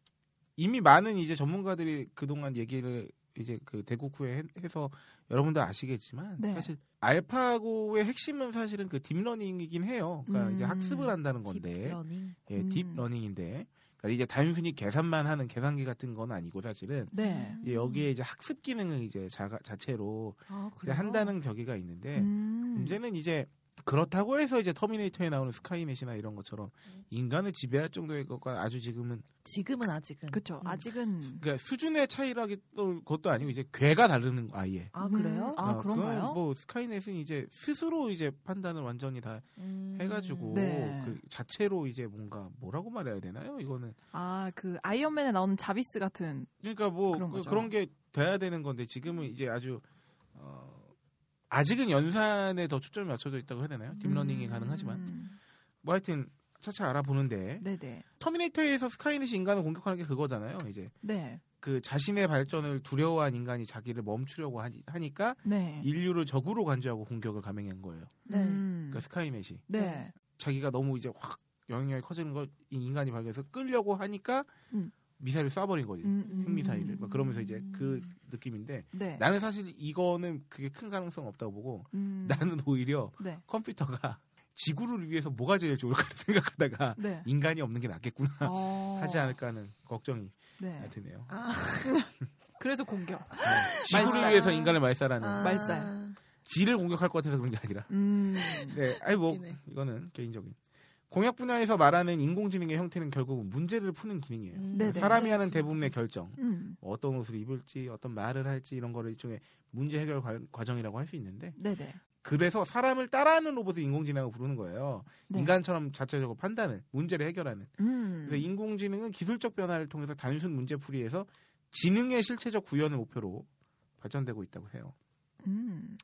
이미 많은 이제 전문가들이 그동안 얘기를 이제 그 대국 후에 해- 해서 여러분도 아시겠지만 네. 사실 알파고의 핵심은 사실은 그 딥러닝이긴 해요. 그러니까 이제 음. 학습을 한다는 건데. 딥러닝. 예, 음. 딥러닝인데 그러니까 이제 단순히 계산만 하는 계산기 같은 건 아니고 사실은 네. 이제 여기에 이제 학습 기능을 이제 자, 자체로 아, 이제 그래요? 한다는 격의가 있는데 음. 네. 문제는 이제 그렇다고 해서 이제 터미네이터에 나오는 스카이넷이나 이런 것처럼 음. 인간을 지배할 정도의 것과 아주 지금은 지금은 아직은. 그렇죠. 음. 아직은 그러니까 수준의 차이라기 또 그것도 아니고 이제 괴가 다르는 거 아예. 아 음. 그래요? 아, 어, 그런가요? 그건 뭐 스카이넷은 이제 스스로 이제 판단을 완전히 다 음. 해가지고 네. 그 자체로 이제 뭔가 뭐라고 말해야 되나요? 이거는 아, 그 아이언맨에 나오는 자비스 같은 그러니까 뭐 그런 그, 거죠. 런게 돼야 되는 건데 지금은 이제 아주 어, 아직은 연산에 더 초점이 맞춰져 있다고 해야 되나요? 딥러닝이 가능하지만 음. 뭐 하여튼 차차 알아보는데 네네. 터미네이터에서 스카이넷이 인간을 공격하는 게 그거잖아요. 이제 네. 그 자신의 발전을 두려워한 인간이 자기를 멈추려고 하니, 하니까 네. 인류를 적으로 간주하고 공격을 감행한 거예요. 네. 음. 그러니까 스카이넷이 네. 자기가 너무 이제 확 영향력이 커지는 걸 이 인간이 발견해서 끌려고 하니까 음. 미사일을 쏴버린 거지. 음, 음, 핵미사일을 막 그러면서 이제 그 음. 느낌인데 네. 나는 사실 이거는 그게 큰 가능성 없다고 보고 음. 나는 오히려 네. 컴퓨터가 지구를 위해서 뭐가 제일 좋을까 [laughs] 생각하다가 네. 인간이 없는 게 낫겠구나 어. 하지 않을까 하는 걱정이 네. 드네요. 그래서 공격. 네. 지구를 말살. 위해서 인간을 말살하는 아. 말살. 지를 공격할 것 같아서 그런 게 아니라 음. 네, 아니 뭐 웃기네. 이거는 개인적인 공약 분야에서 말하는 인공지능의 형태는 결국 문제를 푸는 기능이에요. 음. 네네. 사람이 하는 대부분의 결정, 음. 어떤 옷을 입을지, 어떤 말을 할지 이런 거를 일종의 문제 해결 과- 과정이라고 할 수 있는데 네네. 그래서 사람을 따라하는 로봇을 인공지능이라고 부르는 거예요. 네. 인간처럼 자체적으로 판단을, 문제를 해결하는. 음. 그래서 인공지능은 기술적 변화를 통해서 단순 문제풀이에서 지능의 실체적 구현을 목표로 발전되고 있다고 해요. 음.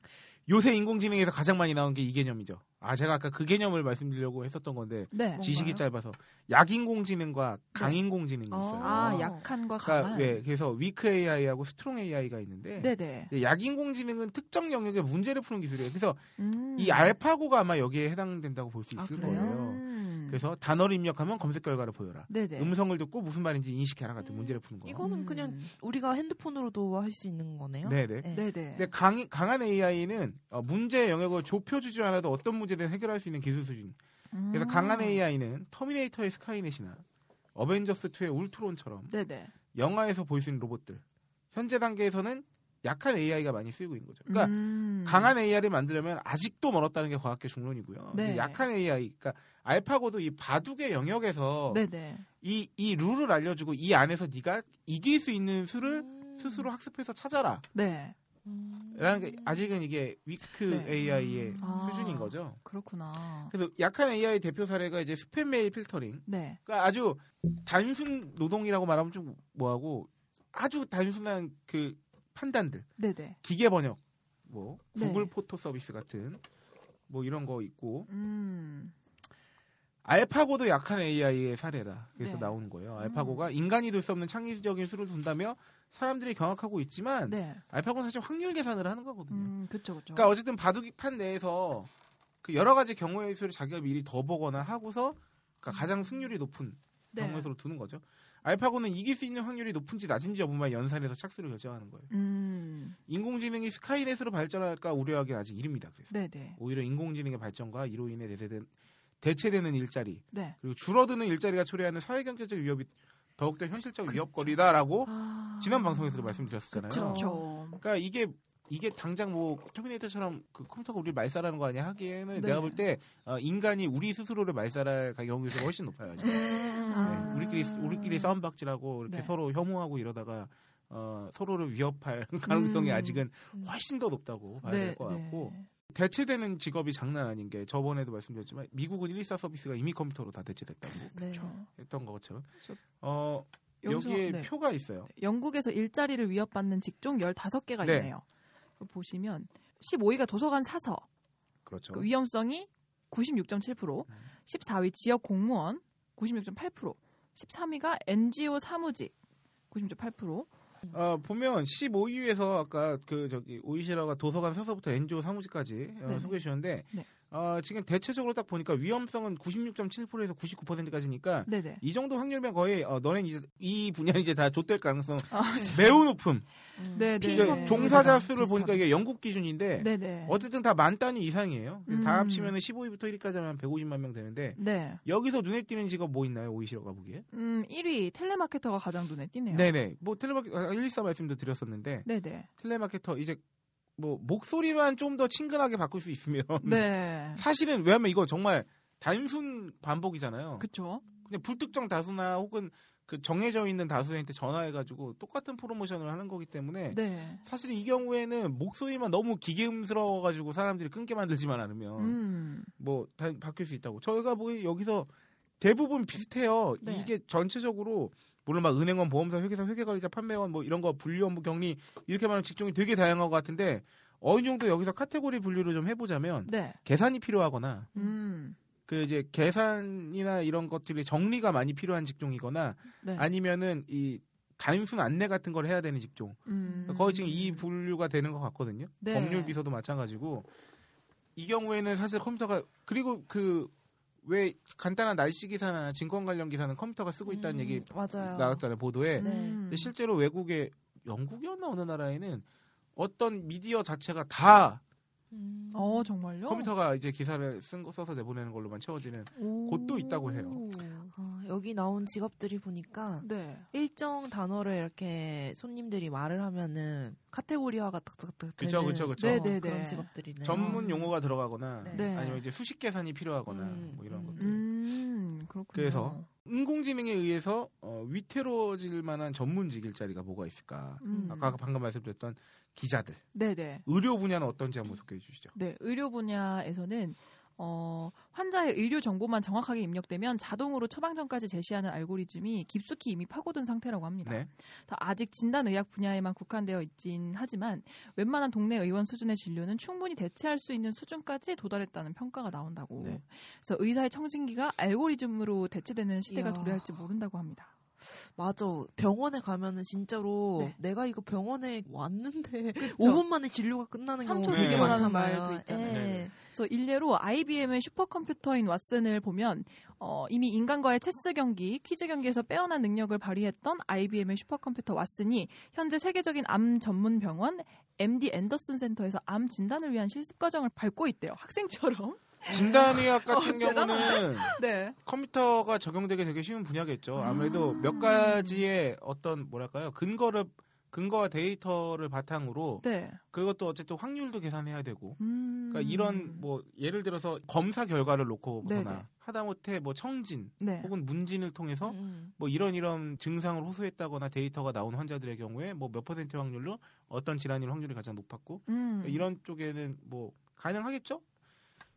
요새 인공지능에서 가장 많이 나온 게 이 개념이죠. 아, 제가 아까 그 개념을 말씀드리려고 했었던 건데 네. 지식이 짧아서 약인공지능과 강인공지능이 어, 있어요. 아, 약한과 그러니까 강한. 왜 그래서 위크 AI하고 스트롱 AI가 있는데 예, 네네. 약인공지능은 특정 영역의 문제를 푸는 기술이에요. 그래서 음. 이 알파고가 아마 여기에 해당된다고 볼 수 아, 있을 그래요? 거예요. 음. 그래서 단어를 입력하면 검색 결과를 보여라. 네네. 음성을 듣고 무슨 말인지 인식해라 같은 음, 문제를 푸는 거예요. 이거는 음. 그냥 우리가 핸드폰으로도 할 수 있는 거네요. 네네. 네. 네네. 근데 강, 강한 AI는 어, 문제 영역을 좁혀주지 않아도 어떤 문제든 해결할 수 있는 기술 수준. 그래서 음. 강한 AI는 터미네이터의 스카이넷이나 어벤져스 2의 울트론처럼 네네. 영화에서 볼 수 있는 로봇들. 현재 단계에서는 약한 AI가 많이 쓰이고 있는 거죠. 그러니까 음. 강한 AI를 만들려면 아직도 멀었다는 게 과학계 중론이고요. 네. 근데 약한 AI, 그러니까 알파고도 이 바둑의 영역에서 네네. 이, 이 룰을 알려주고 이 안에서 네가 이길 수 있는 수를 음. 스스로 학습해서 찾아라. 네. 음. 라는 게 아직은 이게 위크 네. AI의 아. 음, 수준인 거죠. 그렇구나. 그래서 약한 AI 의 대표 사례가 이제 스팸 메일 필터링. 네. 그러니까 아주 단순 노동이라고 말하면 좀 뭐하고 아주 단순한 그 판단들 네네. 기계 번역 뭐 네. 구글 포토 서비스 같은 뭐 이런 거 있고 음. 알파고도 약한 AI의 사례다 그래서 네. 나오는 거예요 알파고가 인간이 둘 수 없는 창의적인 수를 둔다며 사람들이 경악하고 있지만 네. 알파고는 사실 확률 계산을 하는 거거든요 음. 그쵸 그쵸. 그러니까 어쨌든 바둑판 내에서 그 여러 가지 경우의 수를 자기가 미리 더 보거나 하고서 음. 그러니까 가장 승률이 높은 네. 경우의 수로 두는 거죠. 알파고는 이길 수 있는 확률이 높은지 낮은지 여부만 연산해서 착수를 결정하는 거예요. 음. 인공지능이 스카이넷으로 발전할까 우려하기는 아직 이릅니다. 그래서 네네. 오히려 인공지능의 발전과 이로 인해 대세된 대체되는 일자리 네. 그리고 줄어드는 일자리가 초래하는 사회 경제적 위협이 더욱더 현실적 위협거리다라고 아. 지난 방송에서도 말씀드렸잖아요. 그쵸. 그쵸. 그러니까 이게 이게 당장 뭐 터미네이터처럼 그 컴퓨터가 우리를 말살하는 거 아니야 하기에는 네. 내가 볼 때 어, 인간이 우리 스스로를 말살할 경우가 훨씬 높아요. 지금. 음. 네, 우리끼리 우리끼리 싸움박질하고 이렇게 네. 서로 혐오하고 이러다가 어, 서로를 위협할 [laughs] 가능성이 음. 아직은 훨씬 더 높다고 봐야 될 것 같고 네. 대체되는 직업이 장난 아닌 게 저번에도 말씀드렸지만 미국은 114 서비스가 이미 컴퓨터로 다 대체됐다고 음. 네. 했던 것처럼 저- 어, 여기서, 여기에 네. 표가 있어요. 영국에서 일자리를 위협받는 직종 15개가 네. 있네요. 이거 보시면 15위가 도서관 사서 그렇죠. 그 위험성이 96.7%, 음. 14위 지역 공무원 96.8%, 13위가 NGO 사무직 96.8%. 어, 보면 15위에서 아까 그 저기 오이시라가 도서관 서서부터 엔조 사무직까지 어, 네. 소개해 주셨는데 네. 어, 지금 대체적으로 딱 보니까 위험성은 96.7%에서 99%까지니까 네네. 이 정도 확률면 거의 어, 너넨 이제 이 분야 이제 다 좆될 가능성 아, 매우 높음. 네네. 이제 네. 종사자 수를 비슷하다. 보니까 이게 영국 기준인데 네네. 어쨌든 다 만 단위 이상이에요. 그래서 다 음. 합치면 15위부터 1위까지 하면 150만 명 되는데 네. 여기서 눈에 띄는 직업 뭐 있나요? 오이시라가 보기에? 음, 1위 텔레마케터가 가장 눈에 띄네요. 네네. 뭐 텔레마켓 114 말씀도 드렸었는데 네네. 텔레마케터 이제 뭐 목소리만 좀 더 친근하게 바꿀 수 있으면 네. [laughs] 사실은 왜냐면 이거 정말 단순 반복이잖아요. 그쵸. 근데 불특정 다수나 혹은 그 정해져 있는 다수한테 전화해가지고 똑같은 프로모션을 하는 거기 때문에 네. 사실 이 경우에는 목소리만 너무 기계음스러워가지고 사람들이 끊게 만들지만 않으면 음. 뭐 다 바뀔 수 있다고. 저희가 보기 여기서 대부분 비슷해요. 네. 이게 전체적으로 물론 막 은행원, 보험사, 회계사, 회계관리자, 판매원 뭐 이런 거 분류 업무 격리 이렇게 말하면 직종이 되게 다양한 것 같은데 어느 정도 여기서 카테고리 분류를 좀 해보자면 네. 계산이 필요하거나 음. 그 이제 계산이나 이런 것들이 정리가 많이 필요한 직종이거나 네. 아니면은 이 단순 안내 같은 걸 해야 되는 직종. 그러니까 음. 거의 지금 이 분류가 되는 것 같거든요. 네. 법률 비서도 마찬가지고 이 경우에는 사실 컴퓨터가 그리고 그 왜 간단한 날씨 기사나 증권 관련 기사는 컴퓨터가 쓰고 있다는 음, 얘기 맞아요. 나왔잖아요 보도에. 네. 근데 실제로 외국에 영국이었나 어느 나라에는 어떤 미디어 자체가 다 음. 어 네. 정말요? 컴퓨터가 이제 기사를 쓴 거 써서 내보내는 걸로만 채워지는 곳도 있다고 해요. 아, 여기 나온 직업들이 보니까 네. 일정 단어를 이렇게 손님들이 말을 하면은 카테고리화가 딱딱딱 그쵸, 되는 그쵸, 그쵸. 네네네. 그런 직업들이네요. 전문 용어가 들어가거나 네. 아니면 이제 수식 계산이 필요하거나 음, 뭐 이런 음. 것들. 음 그렇군요. 그래서 인공지능에 의해서 어, 위태로워질 만한 전문직 일자리가 뭐가 있을까? 음. 아까 방금 말씀드렸던 기자들, 네네. 의료 분야는 어떤지 한번 소개해 주시죠. 네, 의료 분야에서는 어, 환자의 의료 정보만 정확하게 입력되면 자동으로 처방전까지 제시하는 알고리즘이 깊숙이 이미 파고든 상태라고 합니다. 네. 다 아직 진단의학 분야에만 국한되어 있긴 하지만 웬만한 동네 의원 수준의 진료는 충분히 대체할 수 있는 수준까지 도달했다는 평가가 나온다고. 네. 그래서 의사의 청진기가 알고리즘으로 대체되는 시대가 이야. 도래할지 모른다고 합니다. 맞아. 병원에 가면은 진짜로 네. 내가 이거 병원에 왔는데 5분 만에 진료가 끝나는 삼초 경우가 되게 진료라는 많잖아요. 말도 있잖아요. 예. 네네. 그래서 일례로 IBM의 슈퍼컴퓨터인 왓슨을 보면 어, 이미 인간과의 체스 경기, 퀴즈 경기에서 빼어난 능력을 발휘했던 IBM의 슈퍼컴퓨터 왓슨이 현재 세계적인 암 전문 병원 MD 앤더슨 센터에서 암 진단을 위한 실습 과정을 밟고 있대요. 학생처럼. 진단의학 같은 [laughs] 어, 경우는 네. 컴퓨터가 적용되기 되게 쉬운 분야겠죠. 음. 아무래도 몇 가지의 어떤 뭐랄까요 근거를 근거와 데이터를 바탕으로 네. 그것도 어쨌든 확률도 계산해야 되고 음. 그러니까 이런 뭐 예를 들어서 검사 결과를 놓고 네네. 보거나 하다못해 뭐 청진 네. 혹은 문진을 통해서 음. 뭐 이런 이런 증상을 호소했다거나 데이터가 나온 환자들의 경우에 뭐 몇 퍼센트 확률로 어떤 질환일 확률이 가장 높았고 음. 이런 쪽에는 뭐 가능하겠죠?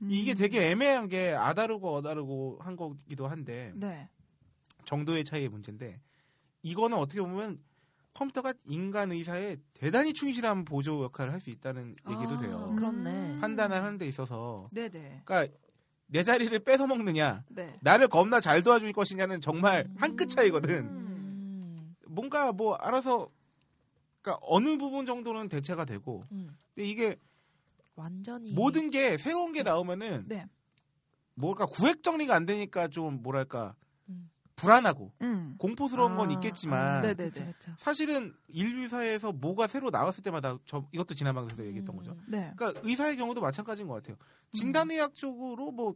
음. 이게 되게 애매한 게 아다르고 어다르고 한 거기도 한데 네. 정도의 차이의 문제인데 이거는 어떻게 보면 컴퓨터가 인간 의사에 대단히 충실한 보조 역할을 할 수 있다는 얘기도 아, 돼요. 음. 그렇네. 판단을 하는 데 있어서 네, 네. 그러니까 내 자리를 뺏어 먹느냐 네. 나를 겁나 잘 도와줄 것이냐는 정말 한 끗 차이거든. 음. 음. 뭔가 뭐 알아서 그러니까 어느 부분 정도는 대체가 되고 음. 근데 이게 완전히 모든 게 새로운 게 나오면은 네. 뭘까 구획 정리가 안 되니까 좀 뭐랄까 음. 불안하고 음. 공포스러운 건 아, 있겠지만 아, 네네. 그쵸, 그쵸. 사실은 인류 사회에서 뭐가 새로 나왔을 때마다 저 이것도 지난 방송에서 얘기했던 거죠. 음. 네. 그러니까 의사의 경우도 마찬가지인 것 같아요. 음. 진단의학 쪽으로 뭐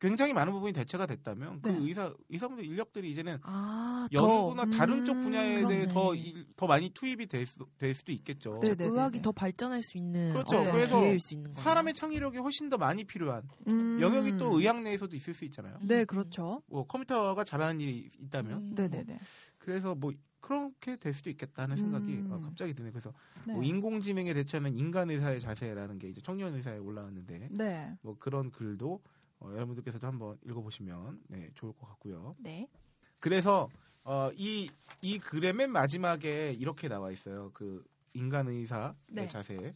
굉장히 많은 부분이 대체가 됐다면 그 네. 의사 의사분들 인력들이 이제는 아, 더 연구나 다른 음, 쪽 분야에 대해 그렇네. 더, 일- 더 많이 투입이 될, 수, 될 수도 있겠죠. 네. 네네네. 의학이 더 발전할 수 있는 그렇죠. 어떤 그래서 기회일 수 있는 거예요. 사람의 창의력이 훨씬 더 많이 필요한 음. 영역이 또 의학 내에서도 있을 수 있잖아요. 네, 그렇죠. 뭐 컴퓨터가 잘하는 일이 있다면 음. 네, 네, 네. 그래서 뭐 그렇게 될 수도 있겠다는 생각이 음. 어, 갑자기 드네요. 그래서 네. 뭐 인공지능에 대처하는 인간 의사의 자세라는 게 이제 청년 의사에 올라왔는데 네. 뭐 그런 글도 어, 여러분들께서도 한번 읽어보시면 네, 좋을 것 같고요. 네. 그래서 어, 이, 이 글의 맨 마지막에 이렇게 나와 있어요. 그 인간 의사의 네. 자세.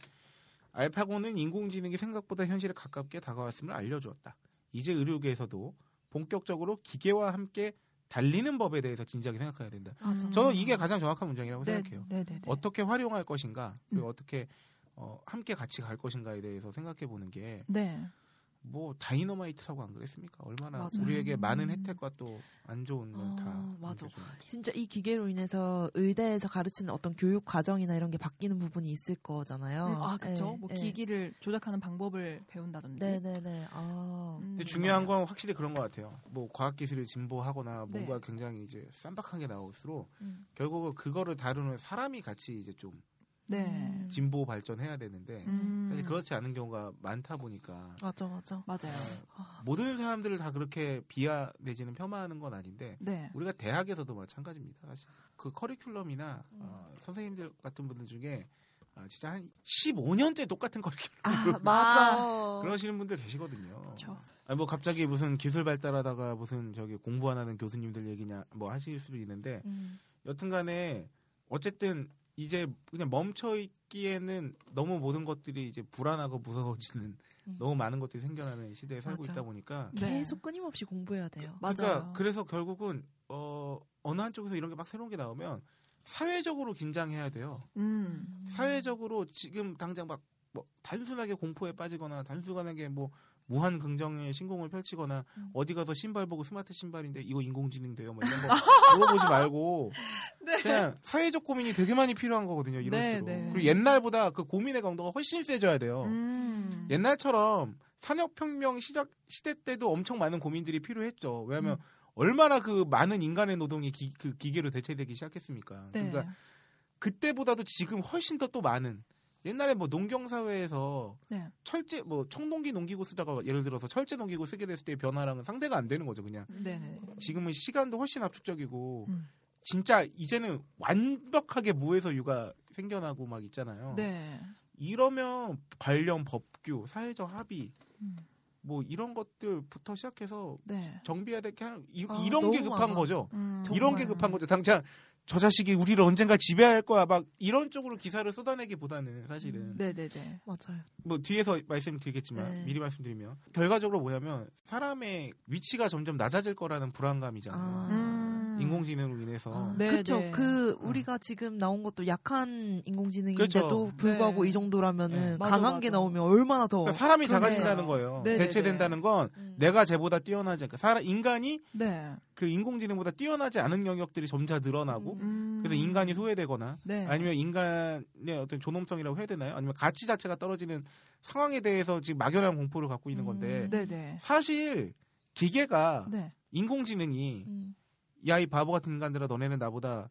알파고는 인공지능이 생각보다 현실에 가깝게 다가왔음을 알려주었다. 이제 의료계에서도 본격적으로 기계와 함께 달리는 법에 대해서 진지하게 생각해야 된다. 맞아. 저는 음. 이게 가장 정확한 문장이라고 네, 생각해요. 네, 네, 네. 어떻게 활용할 것인가, 그리고 음. 어떻게 어, 함께 같이 갈 것인가에 대해서 생각해 보는 게 뭐 네. 다이너마이트라고 안 그랬습니까? 얼마나 맞아요. 우리에게 많은 음. 혜택과 또 안 좋은 아, 건다 맞아. 진짜 이 기계로 인해서 의대에서 가르치는 어떤 교육 과정이나 이런 게 바뀌는 부분이 있을 거잖아요. 음, 아, 그쵸. 예, 뭐 예. 기기를 조작하는 방법을 배운다든지. 네네네. 아, 음, 근데 중요한 건 확실히 그런 것 같아요. 뭐 과학기술이 진보하거나 네. 뭔가 굉장히 이제 쌈박한 게 나올수록 음. 결국은 그거를 다루는 사람이 같이 이제 좀 네. 음. 진보 발전해야 되는데 음. 사실 그렇지 않은 경우가 많다 보니까 맞아, 맞아. 맞아요. 모든 사람들을 다 그렇게 비하 내지는 폄하하는 건 아닌데 네. 우리가 대학에서도 마찬가지입니다. 사실 그 커리큘럼이나 음. 어, 선생님들 같은 분들 중에 아, 진짜 한 15년째 똑같은 커리큘럼 아, 맞아. 그러시는 분들 계시거든요. 그렇죠. 아니, 뭐 갑자기 무슨 기술 발달하다가 무슨 저기 공부 안 하는 교수님들 얘기냐 뭐 하실 수도 있는데 음. 여튼간에 어쨌든 이제 그냥 멈춰 있기에는 너무 모든 것들이 이제 불안하고 무서워지는 너무 많은 것들이 생겨나는 시대에 살고 맞아. 있다 보니까 네. 계속 끊임없이 공부해야 돼요. 맞아요. 그러니까 그래서 결국은 어 어느 한쪽에서 이런 게 막 새로운 게 나오면 사회적으로 긴장해야 돼요. 음. 사회적으로 지금 당장 막 뭐 단순하게 공포에 빠지거나 단순하게 뭐 무한 긍정의 신공을 펼치거나 음. 어디 가서 신발 보고 스마트 신발인데 이거 인공지능 돼요 뭐 [laughs] 이런 거 물어보지 말고 그냥 사회적 고민이 되게 많이 필요한 거거든요 네, 이럴수록 네. 그리고 옛날보다 그 고민의 강도가 훨씬 세져야 돼요 음. 옛날처럼 산업혁명 시작 시대 때도 엄청 많은 고민들이 필요했죠. 왜냐하면 음. 얼마나 그 많은 인간의 노동이 기, 그 기계로 대체되기 시작했습니까? 네. 그러니까 그때보다도 지금 훨씬 더 또 많은 옛날에 뭐 농경 사회에서 네. 철제 뭐 청동기 농기구 쓰다가 예를 들어서 철제 농기구 쓰게 됐을 때의 변화랑은 상대가 안 되는 거죠, 그냥. 네네. 음. 지금은 시간도 훨씬 압축적이고 음. 진짜 이제는 완벽하게 무에서 유가 생겨나고 막 있잖아요. 네. 이러면 관련 법규, 사회적 합의, 음. 뭐 이런 것들부터 시작해서 네. 정비해야 될게 하는 이, 아, 이런 게 너무 급한 많아. 거죠. 음. 정말. 이런 게 급한 거죠. 당장 저 자식이 우리를 언젠가 지배할 거야 막 이런 쪽으로 기사를 쏟아내기보다는 사실은 네네네. 맞아요. 뭐 뒤에서 말씀드리겠지만 네. 미리 말씀드리면 결과적으로 뭐냐면 사람의 위치가 점점 낮아질 거라는 불안감이잖아요. 음. 인공지능으로 인해서 아, 네, 그쵸. 네. 그 우리가 지금 나온 것도 약한 인공지능인데도 음. 그렇죠. 불구하고 네. 이 정도라면은 네. 맞아, 강한 맞아. 게 나오면 얼마나 더 그러니까 사람이 그러네요. 작아진다는 거예요. 네, 네, 대체된다는 건 음. 내가 쟤보다 뛰어나지 않까 사람 인간이 네. 그 인공지능보다 뛰어나지 않은 영역들이 점차 늘어나고 음. 그래서 인간이 소외되거나 네. 아니면 인간의 어떤 존엄성이라고 해야 되나요? 아니면 가치 자체가 떨어지는 상황에 대해서 지금 막연한 공포를 갖고 있는 건데 음, 네네. 사실 기계가 네. 인공지능이 음. 야 이 바보 같은 인간들아 너네는 나보다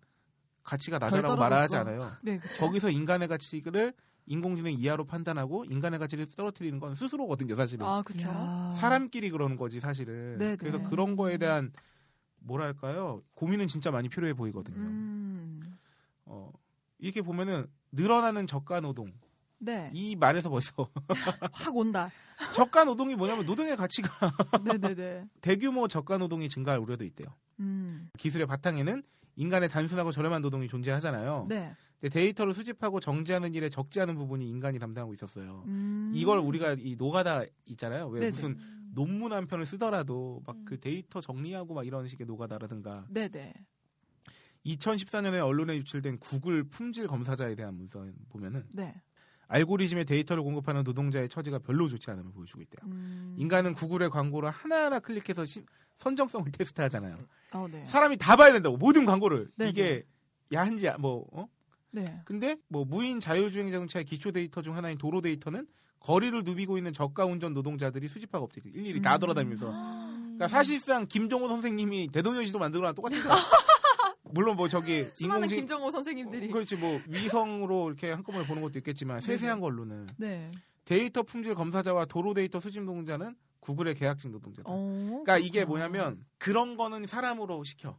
가치가 낮아라고 덜 말하지 떨어졌어. 않아요. 네. 그쵸. 거기서 인간의 가치를 인공지능 이하로 판단하고 인간의 가치를 떨어뜨리는 건 스스로거든요, 사실은. 아 그렇죠. 이야. 사람끼리 그러는 거지 사실은. 네, 네. 그래서 그런 거에 대한 뭐랄까요 고민은 진짜 많이 필요해 보이거든요. 음. 어, 이렇게 보면은 늘어나는 저가 노동 네. 이 말에서 벌써 [laughs] 확 [laughs] 온다. 저가 노동이 뭐냐면 노동의 가치가 네네네. 대규모 저가 노동이 증가할 우려도 있대요. 음. 기술의 바탕에는 인간의 단순하고 저렴한 노동이 존재하잖아요. 네. 근데 데이터를 수집하고 정지하는 일에 적지 않은 부분이 인간이 담당하고 있었어요. 음. 이걸 우리가 이 노가다 있잖아요. 왜 네네. 무슨 논문 한 편을 쓰더라도 막 그 음. 데이터 정리하고 막 이런 식의 노가다라든가 네네. 2014년에 언론에 유출된 구글 품질 검사자에 대한 문서 보면은 네. 알고리즘의 데이터를 공급하는 노동자의 처지가 별로 좋지 않음을 보여주고 있대요. 음. 인간은 구글의 광고를 하나하나 클릭해서 시- 선정성을 [laughs] 테스트하잖아요. 어, 네. 사람이 다 봐야 된다고 모든 광고를 네네. 이게 야한지 아- 뭐 어? 네. 근데 뭐 무인 자율주행 자동차의 기초 데이터 중 하나인 도로 데이터는 거리를 누비고 있는 저가 운전 노동자들이 수집하고 업데이트 일일이 다 음. 돌아다니면서 그러니까 사실상 김종호 선생님이 대동여시도 만들어랑 똑같습니다. [laughs] 물론 뭐 저기 수많은 인공지능 김정호 선생님들이. 그렇지 뭐 위성으로 이렇게 한꺼번에 보는 것도 있겠지만 세세한 걸로는 네. 데이터 품질 검사자와 도로 데이터 수집 노동자는 구글의 계약직 노동자다. 어, 그러니까 이게 그렇구나. 뭐냐면 그런 거는 사람으로 시켜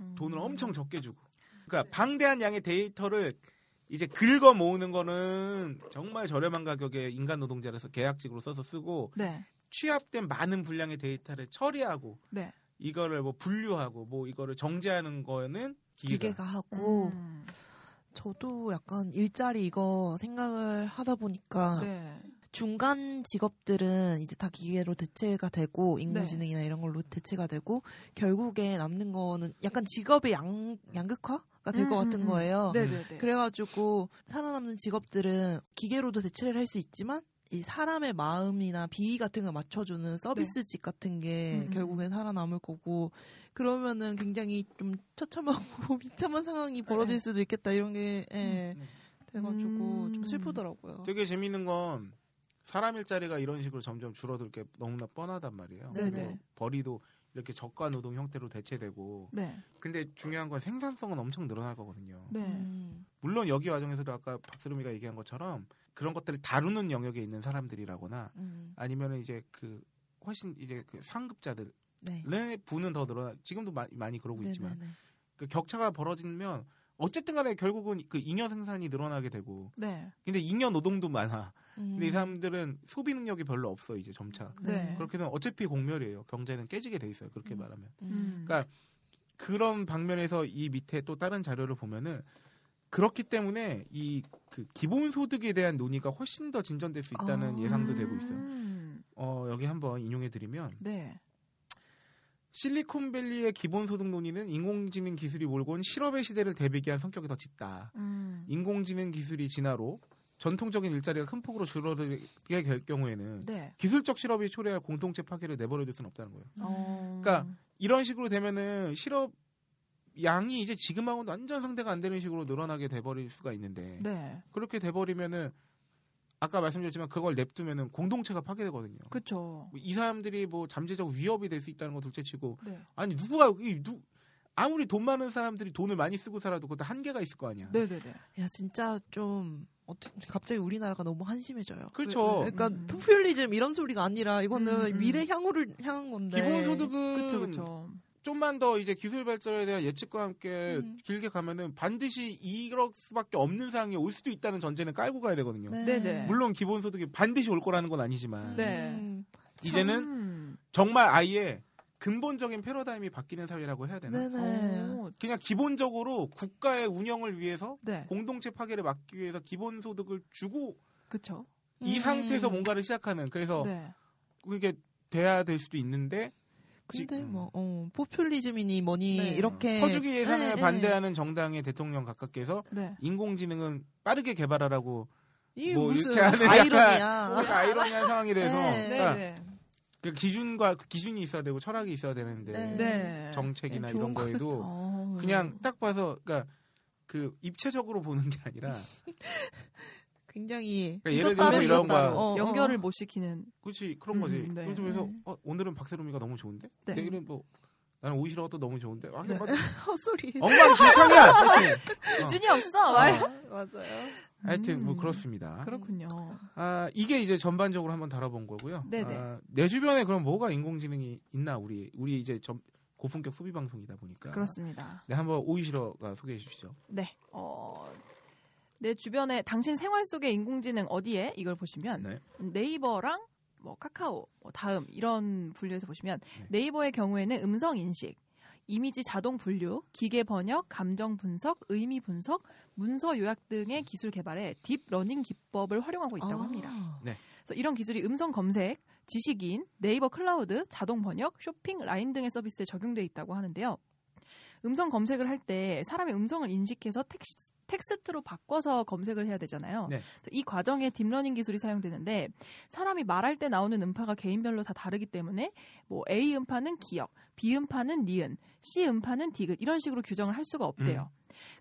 음. 돈을 엄청 적게 주고 그러니까 방대한 양의 데이터를 이제 긁어 모으는 거는 정말 저렴한 가격에 인간 노동자라서 계약직으로 써서 쓰고 네. 취합된 많은 분량의 데이터를 처리하고 네. 이거를 뭐 분류하고 뭐 이거를 정제하는 거는 기계가, 기계가 하고 음. 저도 약간 일자리 이거 생각을 하다 어. 보니까 네. 중간 직업들은 이제 다 기계로 대체가 되고 네. 인공지능이나 이런 걸로 대체가 되고 결국에 남는 거는 약간 직업의 양 양극화가 될 것 음, 같은 음, 음. 어. 거예요. 네네네. 그래가지고 살아남는 직업들은 기계로도 대체를 할 수 있지만 이 사람의 마음이나 비위 같은 걸 맞춰주는 서비스직 같은 게 네. 음, 음. 결국엔 살아남을 거고 그러면은 굉장히 좀 처참하고 [laughs] 비참한 상황이 네. 벌어질 수도 있겠다 이런 게 예, 음. 돼가지고 음. 좀 슬프더라고요. 되게 재밌는 건 사람 일자리가 이런 식으로 점점 줄어들 게 너무나 뻔하단 말이에요. 네네. 그리고 벌이도 이렇게 저가 노동 형태로 대체되고 네. 근데 중요한 건 생산성은 엄청 늘어날 거거든요. 네. 음. 물론 여기 와중에서도 아까 박스름이가 얘기한 것처럼 그런 것들을 다루는 영역에 있는 사람들이라거나 음. 아니면은 이제 그 훨씬 이제 그 상급자들의 네. 부는 더 늘어나 지금도 마- 많이 그러고 있지만 네네네. 그 격차가 벌어지면 어쨌든 간에 결국은 그 잉여 생산이 늘어나게 되고 네. 근데 잉여 노동도 많아 근데 이 음. 사람들은 소비 능력이 별로 없어 이제 점차 네. 그렇게 되면 어차피 공멸이에요 경제는 깨지게 돼 있어요 그렇게 음. 말하면 음. 음. 그러니까 그런 방면에서 이 밑에 또 다른 자료를 보면은 그렇기 때문에 이 그 기본 소득에 대한 논의가 훨씬 더 진전될 수 있다는 아. 예상도 되고 있어요. 음, 어, 여기 한번 인용해 드리면 네. 실리콘밸리의 기본 소득 논의는 인공지능 기술이 몰고 온 실업의 시대를 대비기한 성격이 더 짙다. 음, 인공지능 기술이 진화로 전통적인 일자리가 큰 폭으로 줄어들게 될 경우에는 네. 기술적 실업이 초래할 공동체 파괴를 내버려둘 수는 없다는 거예요. 어, 그러니까 이런 식으로 되면은 실업 양이 이제 지금하고는 완전 상대가 안 되는 식으로 늘어나게 돼버릴 수가 있는데 네. 그렇게 돼버리면은 아까 말씀드렸지만 그걸 냅두면은 공동체가 파괴되거든요. 그렇죠. 뭐이 사람들이 뭐 잠재적 위협이 될 수 있다는 거 둘째치고 네. 아니 누가 이 누 아무리 돈 많은 사람들이 돈을 많이 쓰고 살아도 그것도 한계가 있을 거 아니야. 네, 네, 네. 야 진짜 좀 어떻게 갑자기 우리나라가 너무 한심해져요. 그렇죠. 왜- 왜- 그러니까 음. 포퓰리즘 이런 소리가 아니라 음, 이거는 음. 미래 향후를 향한 건데. 기본소득은 그렇죠, 그렇죠. 좀만 더 이제 기술 발전에 대한 예측과 함께 음. 길게 가면은 반드시 이럴 수밖에 없는 상황이 올 수도 있다는 전제는 깔고 가야 되거든요. 네네. 물론 기본소득이 반드시 올 거라는 건 아니지만 네. 음. 이제는 참, 정말 아예 근본적인 패러다임이 바뀌는 사회라고 해야 되나? 네네. 어, 그냥 기본적으로 국가의 운영을 위해서 네. 공동체 파괴를 막기 위해서 기본소득을 주고 그렇죠. 이 음. 상태에서 뭔가를 시작하는 그래서 네. 그게 돼야 될 수도 있는데 근데 지- 뭐 어, 포퓰리즘이니 뭐니 네. 이렇게 퍼주기 예산을 네, 반대하는 정당의 대통령 각각께서 네. 인공지능은 빠르게 개발하라고 네. 이게 뭐 무슨 이렇게 하는 아이러니야. 약간 어. 뭔가 아이러니한 상황이 돼서 네. 그러니까 네. 그 기준과 그 기준이 있어야 되고 철학이 있어야 되는데 네. 네. 음. 정책이나 네, 이런 좋은 거에도 어. 그냥 딱 봐서 그러니까 그 입체적으로 보는 게 아니라 굉장히 그러니까 예를 이것 들면 따로 이런 저것 따로. 거야. 어. 어, 어. 연결을 못 시키는 그렇지 그런 음, 거지. 네. 그래서 그래서 네. 어, 오늘은 박세롬이가 너무 좋은데 네. 내일은 뭐 나는 오이시러도 너무 좋은데 아, 그냥 네. 막 [laughs] 헛소리. 엉망진창이야. 하여튼, 기준이 없어. 말. 맞아요. 하여튼 뭐 음. 그렇습니다. 그렇군요. 아 이게 이제 전반적으로 한번 다뤄본 거고요. 네네. 아, 내 주변에 그럼 뭐가 인공지능이 있나 우리 우리 이제 점- 고품격 소비 방송이다 보니까. 그렇습니다. 네 한번 오이시러가 소개해 주시죠. 네. 어, 내 주변에 당신 생활 속의 인공지능 어디에 이걸 보시면 네. 네이버랑 뭐 카카오, 뭐 다음 이런 분류에서 보시면 네. 네이버의 경우에는 음성 인식, 이미지 자동 분류, 기계 번역, 감정 분석, 의미 분석, 문서 요약 등의 기술 개발에 딥 러닝 기법을 활용하고 있다고 아. 합니다. 그래서 이런 기술이 음성 검색, 지식인, 네이버 클라우드, 자동 번역, 쇼핑, 라인 등의 서비스에 적용돼 있다고 하는데요. 음성 검색을 할 때 사람의 음성을 인식해서 텍스, 텍스트로 바꿔서 검색을 해야 되잖아요. 네. 그래서 이 과정에 딥러닝 기술이 사용되는데 사람이 말할 때 나오는 음파가 개인별로 다 다르기 때문에 뭐 A 음파는 기역, B 음파는 니은, C 음파는 디귿 이런 식으로 규정을 할 수가 없대요.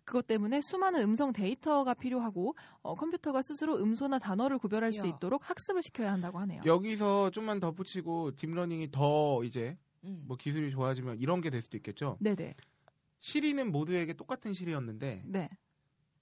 그것 때문에 수많은 음성 데이터가 필요하고 어, 컴퓨터가 스스로 음소나 단어를 구별할 수 이야. 있도록 학습을 시켜야 한다고 하네요. 여기서 좀만 덧붙이고 딥러닝이 더 이제 음. 뭐 기술이 좋아지면 이런 게 될 수도 있겠죠. 네네. 시리는 모두에게 똑같은 시리였는데 네.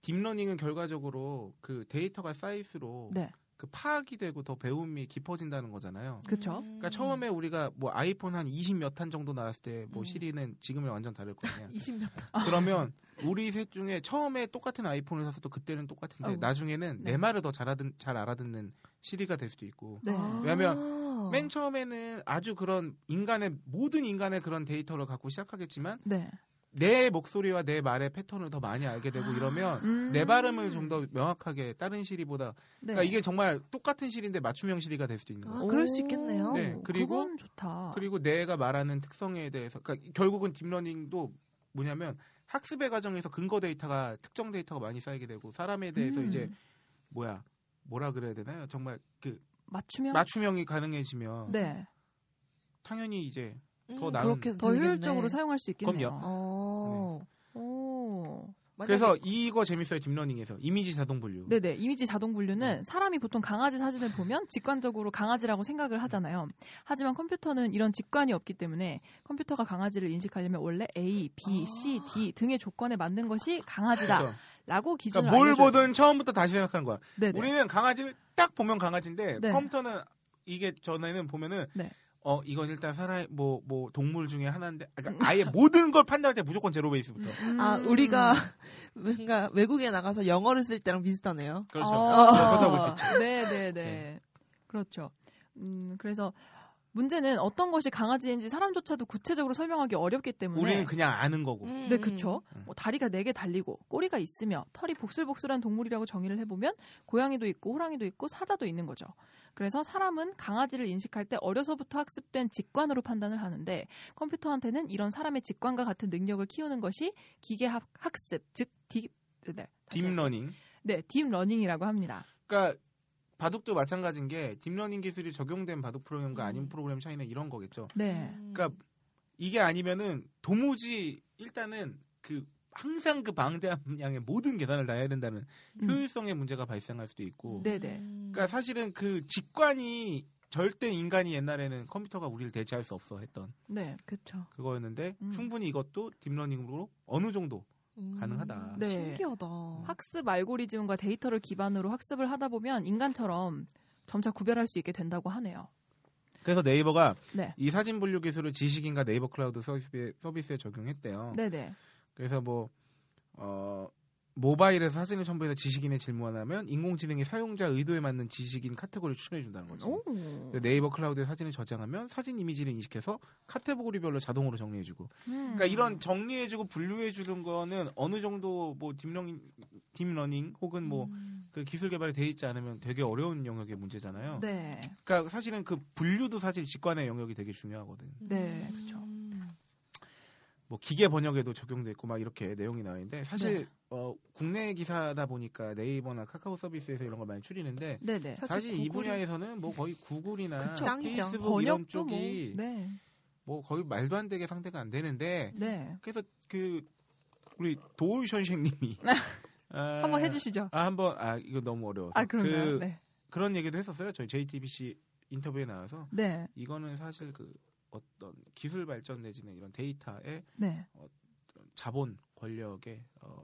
딥러닝은 결과적으로 그 데이터가 쌓일수록 네. 그 파악이 되고 더 배움이 깊어진다는 거잖아요. 그쵸? 그러니까 처음에 우리가 뭐 아이폰 한 20 몇 한 정도 나왔을 때 뭐 음. 시리는 지금이랑 완전 다를 거 [laughs] 아니야. 20몇 그러면 우리 셋 중에 처음에 똑같은 아이폰을 사서도 그때는 똑같은데 어우. 나중에는 네. 내 말을 더 잘하든 잘 알아듣는 시리가 될 수도 있고 네. 아. 어. 왜냐면 맨 처음에는 아주 그런 인간의 모든 인간의 그런 데이터를 갖고 시작하겠지만 네. 내 목소리와 내 말의 패턴을 더 많이 알게 되고 이러면 음. 내 발음을 좀 더 명확하게 다른 시리보다 네. 그러니까 이게 정말 똑같은 시리인데 맞춤형 시리가 될 수도 있는 거예요. 아, 그럴 수 있겠네요. 네, 그리고- 건 좋다. 그리고 내가 말하는 특성에 대해서 그러니까 결국은 딥러닝도 뭐냐면 학습의 과정에서 근거 데이터가 특정 데이터가 많이 쌓이게 되고 사람에 대해서 음. 이제 뭐야 뭐라 그래야 되나요? 정말 그 맞춤형. 맞춤형이 가능해지면 네. 당연히 이제 음, 더 나은- 그렇게 더 되겠네. 효율적으로 사용할 수 있겠네요. 음. 어. 오. 만약에- 그래서 이거 재밌어요 딥러닝에서 이미지 자동 분류. 네네. 이미지 자동 분류는 사람이 보통 강아지 사진을 보면 직관적으로 강아지라고 생각을 하잖아요. 하지만 컴퓨터는 이런 직관이 없기 때문에 컴퓨터가 강아지를 인식하려면 원래 A, B, C, D 등의 조건에 맞는 것이 강아지다. 그래서 라고 기준을 그렇죠. 그러니까 뭘 알려줘요. 보든 처음부터 다시 생각하는 거야. 네네. 우리는 강아지를 딱 보면 강아지인데 네. 컴퓨터는 이게 전에는 보면은 네. 어 이건 일단 사람 뭐 뭐 동물 중에 하나인데 음. 그러니까 아예 모든 걸 판단할 때 무조건 제로 베이스부터. 아 우리가 [laughs] 뭔가 외국에 나가서 영어를 쓸 때랑 비슷하네요. 그렇죠. 네. 어. [laughs] 그렇다고 볼수 있죠. 네네네. 네. 그렇죠. 음, 그래서 문제는 어떤 것이 강아지인지 사람조차도 구체적으로 설명하기 어렵기 때문에 우리는 그냥 아는 거고. 네, 그쵸. 음. 뭐 다리가 네 개 달리고 꼬리가 있으며 털이 복슬복슬한 동물이라고 정의를 해보면 고양이도 있고 호랑이도 있고 사자도 있는 거죠. 그래서 사람은 강아지를 인식할 때 어려서부터 학습된 직관으로 판단을 하는데 컴퓨터한테는 이런 사람의 직관과 같은 능력을 키우는 것이 기계 학- 학습, 즉 딥, 네, 다시 할게요. 딥러닝. 네, 딥러닝이라고 합니다. 그러니까 바둑도 마찬가지인 게 딥러닝 기술이 적용된 바둑 프로그램과 아닌 음. 프로그램 차이는 이런 거겠죠. 네. 그러니까 이게 아니면은 도무지 일단은 그 항상 그 방대한 양의 모든 계산을 다 해야 된다는 음. 효율성의 문제가 발생할 수도 있고. 네, 네. 그러니까 사실은 그 직관이 절대 인간이 옛날에는 컴퓨터가 우리를 대체할 수 없어 했던 네. 그쵸. 그거였는데 음. 충분히 이것도 딥러닝으로 어느 정도 음. 가능하다. 네. 신기하다. 학습 알고리즘과 데이터를 기반으로 학습을 하다 보면 인간처럼 점차 구별할 수 있게 된다고 하네요. 그래서 네이버가 네. 이 사진 분류 기술을 지식인과 네이버 클라우드 서비스에, 서비스에 적용했대요. 네네. 그래서 뭐 어, 모바일에서 사진을 첨부해서 지식인에 질문하면 인공지능이 사용자 의도에 맞는 지식인 카테고리를 추천해 준다는 거지. 오. 근데 네이버 클라우드에 사진을 저장하면 사진 이미지를 인식해서 카테고리별로 자동으로 정리해주고. 음. 그러니까 이런 정리해주고 분류해주는 거는 어느 정도 뭐 딥러닝, 딥러닝 혹은 뭐 그 음. 기술 개발이 돼 있지 않으면 되게 어려운 영역의 문제잖아요. 네. 그러니까 사실은 그 분류도 사실 직관의 영역이 되게 중요하거든. 네, 그쵸. 음. 뭐 기계 번역에도 적용돼 있고 막 이렇게 내용이 나와 있는데 사실 어, 국내 기사다 보니까 네이버나 카카오 서비스에서 이런 걸 많이 추리는데 네네. 사실 사실 이 구글이- 분야에서는 뭐 거의 구글이나 그쵸, 짱이죠. 페이스북 이런 번역도 뭐. 쪽이 뭐, 네. 거의 말도 안 되게 상대가 안 되는데 네. 그래서 그 우리 도울 [laughs] 선생님이 아, 한번 해주시죠. 아 한번 아 이거 너무 어려워서 아 그, 그런가요? 네. 그런 얘기도 했었어요 저희 JTBC 인터뷰에 나와서 네. 이거는 사실 그 어떤 기술 발전 내지는 이런 데이터의 네. 자본 권력의 어,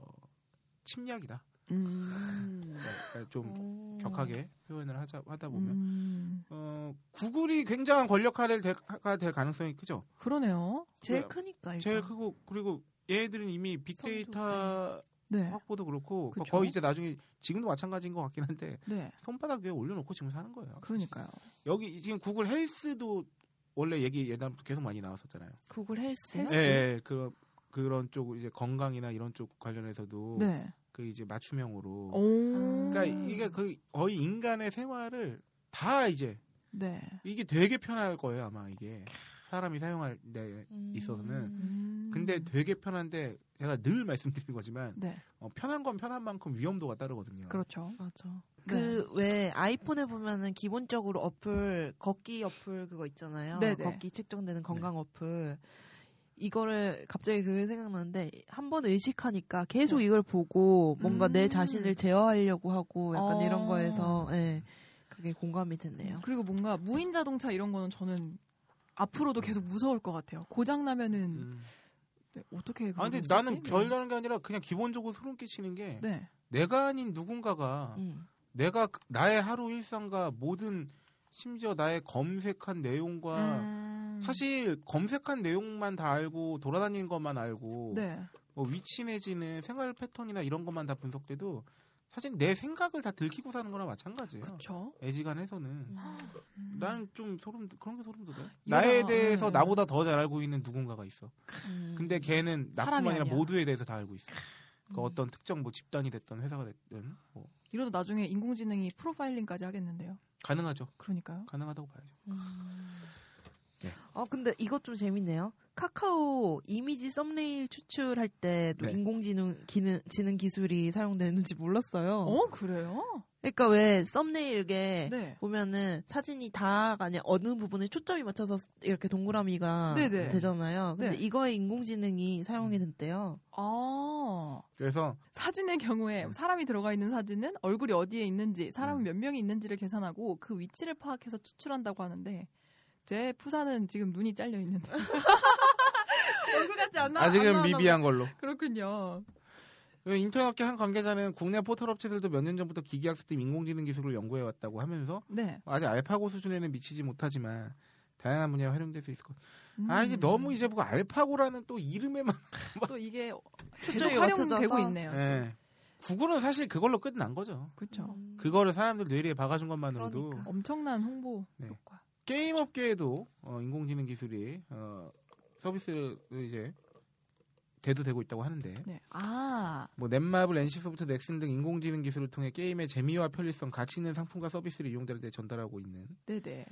침략이다. 음. 그러니까 좀 오. 격하게 표현을 하자 하다 보면 음. 어, 구글이 굉장한 권력화를 될가 될 가능성이 크죠. 그러네요. 제일 그- 크니까 일단. 제일 크고 그리고 얘들은 이미 빅데이터 네. 확보도 그렇고 그러니까 그쵸. 거의 이제 나중에 지금도 마찬가지인 것 같긴 한데 네. 손바닥 위에 올려놓고 지금 사는 거예요. 그러니까요. 여기 지금 구글 헬스도 원래 얘기 예전부터 계속 많이 나왔었잖아요. 구글 헬스. 헬스? 예, 예, 그런 그런 쪽 이제 건강이나 이런 쪽 관련해서도 네. 그 이제 맞춤형으로 오. 그러니까 이게 거의, 거의 인간의 생활을 다 이제 네. 이게 되게 편할 거예요 아마 이게 사람이 사용할 데 있어서는. 음. 근데 되게 편한데 제가 늘 말씀드린 거지만 네. 어, 편한 건 편한 만큼 위험도가 따르거든요. 그렇죠. 맞아. 그 왜 아이폰에 보면은 기본적으로 어플 걷기 어플 그거 있잖아요. 네네. 걷기 측정되는 건강 어플 이거를 갑자기 그게 생각나는데 한 번 의식하니까 계속 네. 이걸 보고 뭔가 음. 내 자신을 제어하려고 하고 약간 어. 이런 거에서 예. 그게 공감이 됐네요. 음, 그리고 뭔가 무인 자동차 이런 거는 저는 앞으로도 계속 무서울 것 같아요. 고장 나면은 음. 네, 어떻게 아 근데 그런 걸 나는 쓰지? 음. 별다른 게 아니라 그냥 기본적으로 소름 끼치는 게 네. 내가 아닌 누군가가 음. 내가 그- 나의 하루 일상과 모든 심지어 나의 검색한 내용과 음. 아, 사실 검색한 내용만 다 알고 돌아다니는 것만 알고 네. 뭐 위치 내지는 생활 패턴이나 이런 것만 다 분석돼도 사실 내 생각을 다 들키고 사는 거나 마찬가지예요. 그렇죠. 애지간해서는 음. 나는 좀 소름 그런 게 소름 돋아요. 이거나, 나에 대해서 음. 나보다 더 잘 알고 있는 누군가가 있어. 음. 근데 걔는 나뿐만 사람이 아니라 아니야. 모두에 대해서 다 알고 있어. 그 어떤 특정 뭐 집단이 됐던 회사가 됐든 뭐 이러다 나중에 인공지능이 프로파일링까지 하겠는데요. 가능하죠. 그러니까요. 가능하다고 봐야죠. 네. 어 근데 이것 좀 재밌네요. 카카오 이미지 썸네일 추출할 때도 네. 인공지능 기능 지능 기술이 사용되는지 몰랐어요. 어, 그래요? 그러니까 왜 썸네일에 네. 보면은 사진이 다가 아니라 어느 부분에 초점이 맞춰서 이렇게 동그라미가 네네. 되잖아요. 근데 네. 이거에 인공지능이 사용이 된대요. 아. 그래서 사진의 경우에 음. 사람이 들어가 있는 사진은 얼굴이 어디에 있는지, 사람은 음. 몇 명이 있는지를 계산하고 그 위치를 파악해서 추출한다고 하는데 제 푸사는 지금 눈이 잘려 있는데. [laughs] 얼굴 같지 않나? 안 아직은 나왔나 미비한 걸로. 보다. 그렇군요. 인터넷업계 한 관계자는 국내 포털 업체들도 몇 년 전부터 기계학습 등 인공지능 기술을 연구해 왔다고 하면서 네. 아직 알파고 수준에는 미치지 못하지만 다양한 분야에 활용될 수 있을 것. 음. 아 이게 너무 이제 보고 알파고라는 또 이름에만 또 이게 계속 초점이 활용되고 맞춰져서. 있네요. 예. 구글은 사실 그걸로 끝난 거죠. 그렇죠. 음. 그거를 사람들 뇌리에 박아준 것만으로도 그러니까. 엄청난 홍보 네. 효과. 게임 업계에도 어, 인공지능 기술이 어, 서비스를 이제 대두되고 있다고 하는데 네. 아, 뭐 넷마블, NC소프트, 넥슨 등 인공지능 기술을 통해 게임의 재미와 편리성, 가치 있는 상품과 서비스를 이용자들에게 전달하고 있는 네네.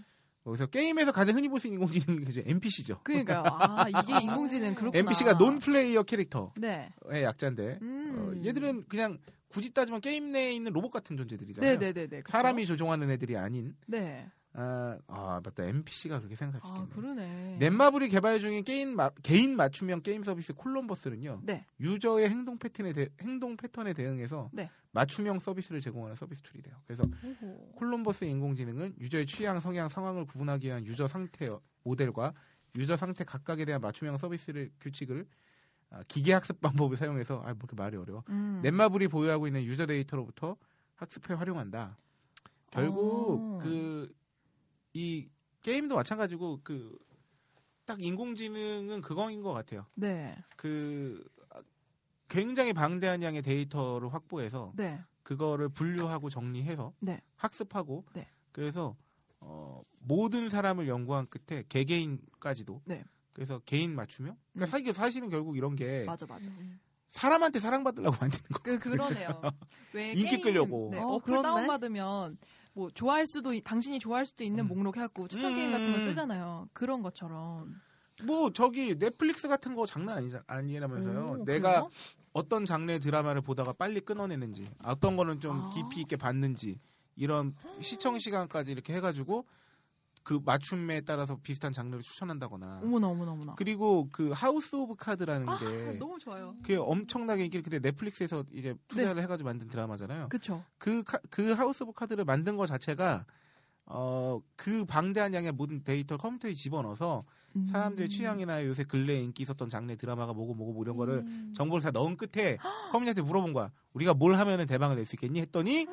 어, 그래서 게임에서 가장 흔히 볼 수 있는 인공지능 기술 NPC죠. [laughs] 그러니까요. 아, 이게 인공지능 그렇구나. NPC가 논 플레이어 캐릭터의 네. 약자인데 음. 어, 얘들은 그냥 굳이 따지면 게임 내에 있는 로봇 같은 존재들이잖아요. 네네네네. 그쵸? 사람이 조종하는 애들이 아닌 네. 아, 아, 맞다 NPC가 그렇게 생각할 수 아, 있겠네. 그러네. 넷마블이 개발 중인 게임 마- 개인 맞춤형 게임 서비스 콜럼버스는요 네. 유저의 행동 패턴에 대, 행동 패턴에 대응해서 네. 맞춤형 서비스를 제공하는 서비스 툴이래요. 그래서 오호. 콜럼버스 인공지능은 유저의 취향, 성향, 상황을 구분하기 위한 유저 상태 모델과 유저 상태 각각에 대한 맞춤형 서비스를 규칙을 아, 기계 학습 방법을 사용해서 아뭐 이렇게 말이 어려워. 음. 넷마블이 보유하고 있는 유저 데이터로부터 학습해 활용한다. 결국 어. 그 이 게임도 마찬가지고 그 딱 인공지능은 그거인 것 같아요. 네. 그 굉장히 방대한 양의 데이터를 확보해서 네. 그거를 분류하고 정리해서 네. 학습하고 네. 그래서 어, 모든 사람을 연구한 끝에 개개인까지도 네. 음. 그래서 개인 맞춤형 그러니까 사- 이게 사실은 결국 이런 게 맞아 맞아. 사람한테 사랑받으려고 [laughs] 만드는 거 그 [laughs] 그러네요. 왜 인기 게임, 끌려고. 네, 어, 어플 그렇네. 다운 받으면 뭐 좋아할 수도 있- 당신이 좋아할 수도 있는 음. 목록 해갖고 추천 게임 같은 음. 거 뜨잖아요. 그런 것처럼. 뭐 저기 넷플릭스 같은 거 장난 아니자 아니라면서요. 오, 내가 음, 그래요? 어떤 장르의 드라마를 보다가 빨리 끊어내는지, 어떤 거는 좀 아. 깊이 있게 봤는지 이런 시청 시간까지 이렇게 해가지고 그 맞춤에 따라서 비슷한 장르를 추천한다거나. 어머나 어머나 어머나. 그리고 그 하우스 오브 카드라는 아, 네. 게 너무 좋아요. 그게 엄청나게 인기를 그때 넷플릭스에서 이제 투자를 해가지고 만든 드라마잖아요. 네. 그쵸. 그, 카- 그 하우스 오브 카드를 만든 거 자체가 어, 그 방대한 양의 모든 데이터를 컴퓨터에 집어넣어서 음. 사람들의 취향이나 요새 근래 인기 있었던 장르 드라마가 뭐고 뭐고 뭐 이런 거를 음. 정보를 다 넣은 [gasps] 끝에 커뮤니한테 물어본 거야. 우리가 뭘 하면은 대박을 낼 수 있겠니? 했더니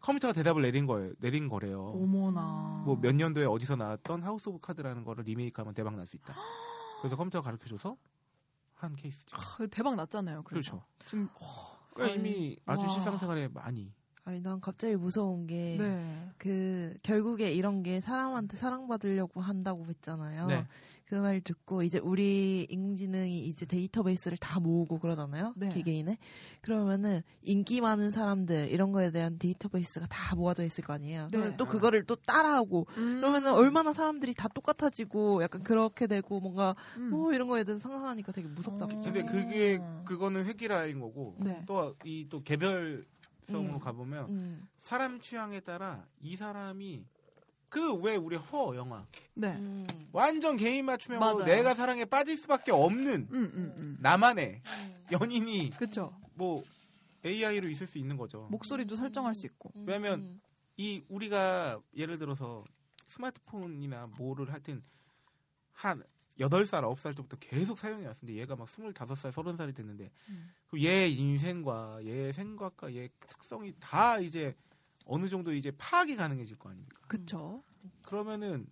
컴퓨터가 대답을 내린 거예요. 내린 거래요. 음. 어머나. 뭐 몇 년도에 어디서 나왔던 하우스 오브 카드라는 거를 리메이크하면 대박 날 수 [gasps] 있다. 그래서 컴퓨터가 가르쳐 줘서 한 케이스죠. 아, 대박 났잖아요. 그래서. 그렇죠. 지금 그러니까 아니, 이미 아주 와. 실상생활에 많이 아니 난 갑자기 무서운 게. 네. 그 결국에 이런 게 사람한테 사랑받으려고 한다고 했잖아요. 네. 그 말 듣고 이제 우리 인공지능이 이제 데이터베이스를 다 모으고 그러잖아요. 네. 기계인의 그러면은 인기 많은 사람들 이런 거에 대한 데이터베이스가 다 모아져 있을 거 아니에요. 네. 그러면 또 그거를 또 따라하고 음. 그러면은 얼마나 사람들이 다 똑같아지고 약간 그렇게 되고 뭔가 음. 뭐 이런 거에 대해서 상상하니까 되게 무섭다. 어. 그쵸? 근데 음. 그게 그거는 획일화인 거고 네. 또 이 또 개별성으로 음. 가보면 음. 사람 취향에 따라 이 사람이 그 왜 우리 허 영화 네. 음. 완전 개인 맞춤형으로 맞아요. 내가 사랑에 빠질 수밖에 없는 음, 음, 음. 나만의 연인이 그쵸. 뭐 AI로 있을 수 있는 거죠. 목소리도 설정할 수 있고. 음. 왜냐면 이 우리가 예를 들어서 스마트폰이나 뭐를 하여튼 한 8살, 9살 때부터 계속 사용해 왔는데 얘가 막 25살, 30살이 됐는데 음. 그럼 얘 인생과 얘 생각과 얘 특성이 다 이제 어느 정도 이제 파악이 가능해질 거 아닙니까? 그쵸. 그러면은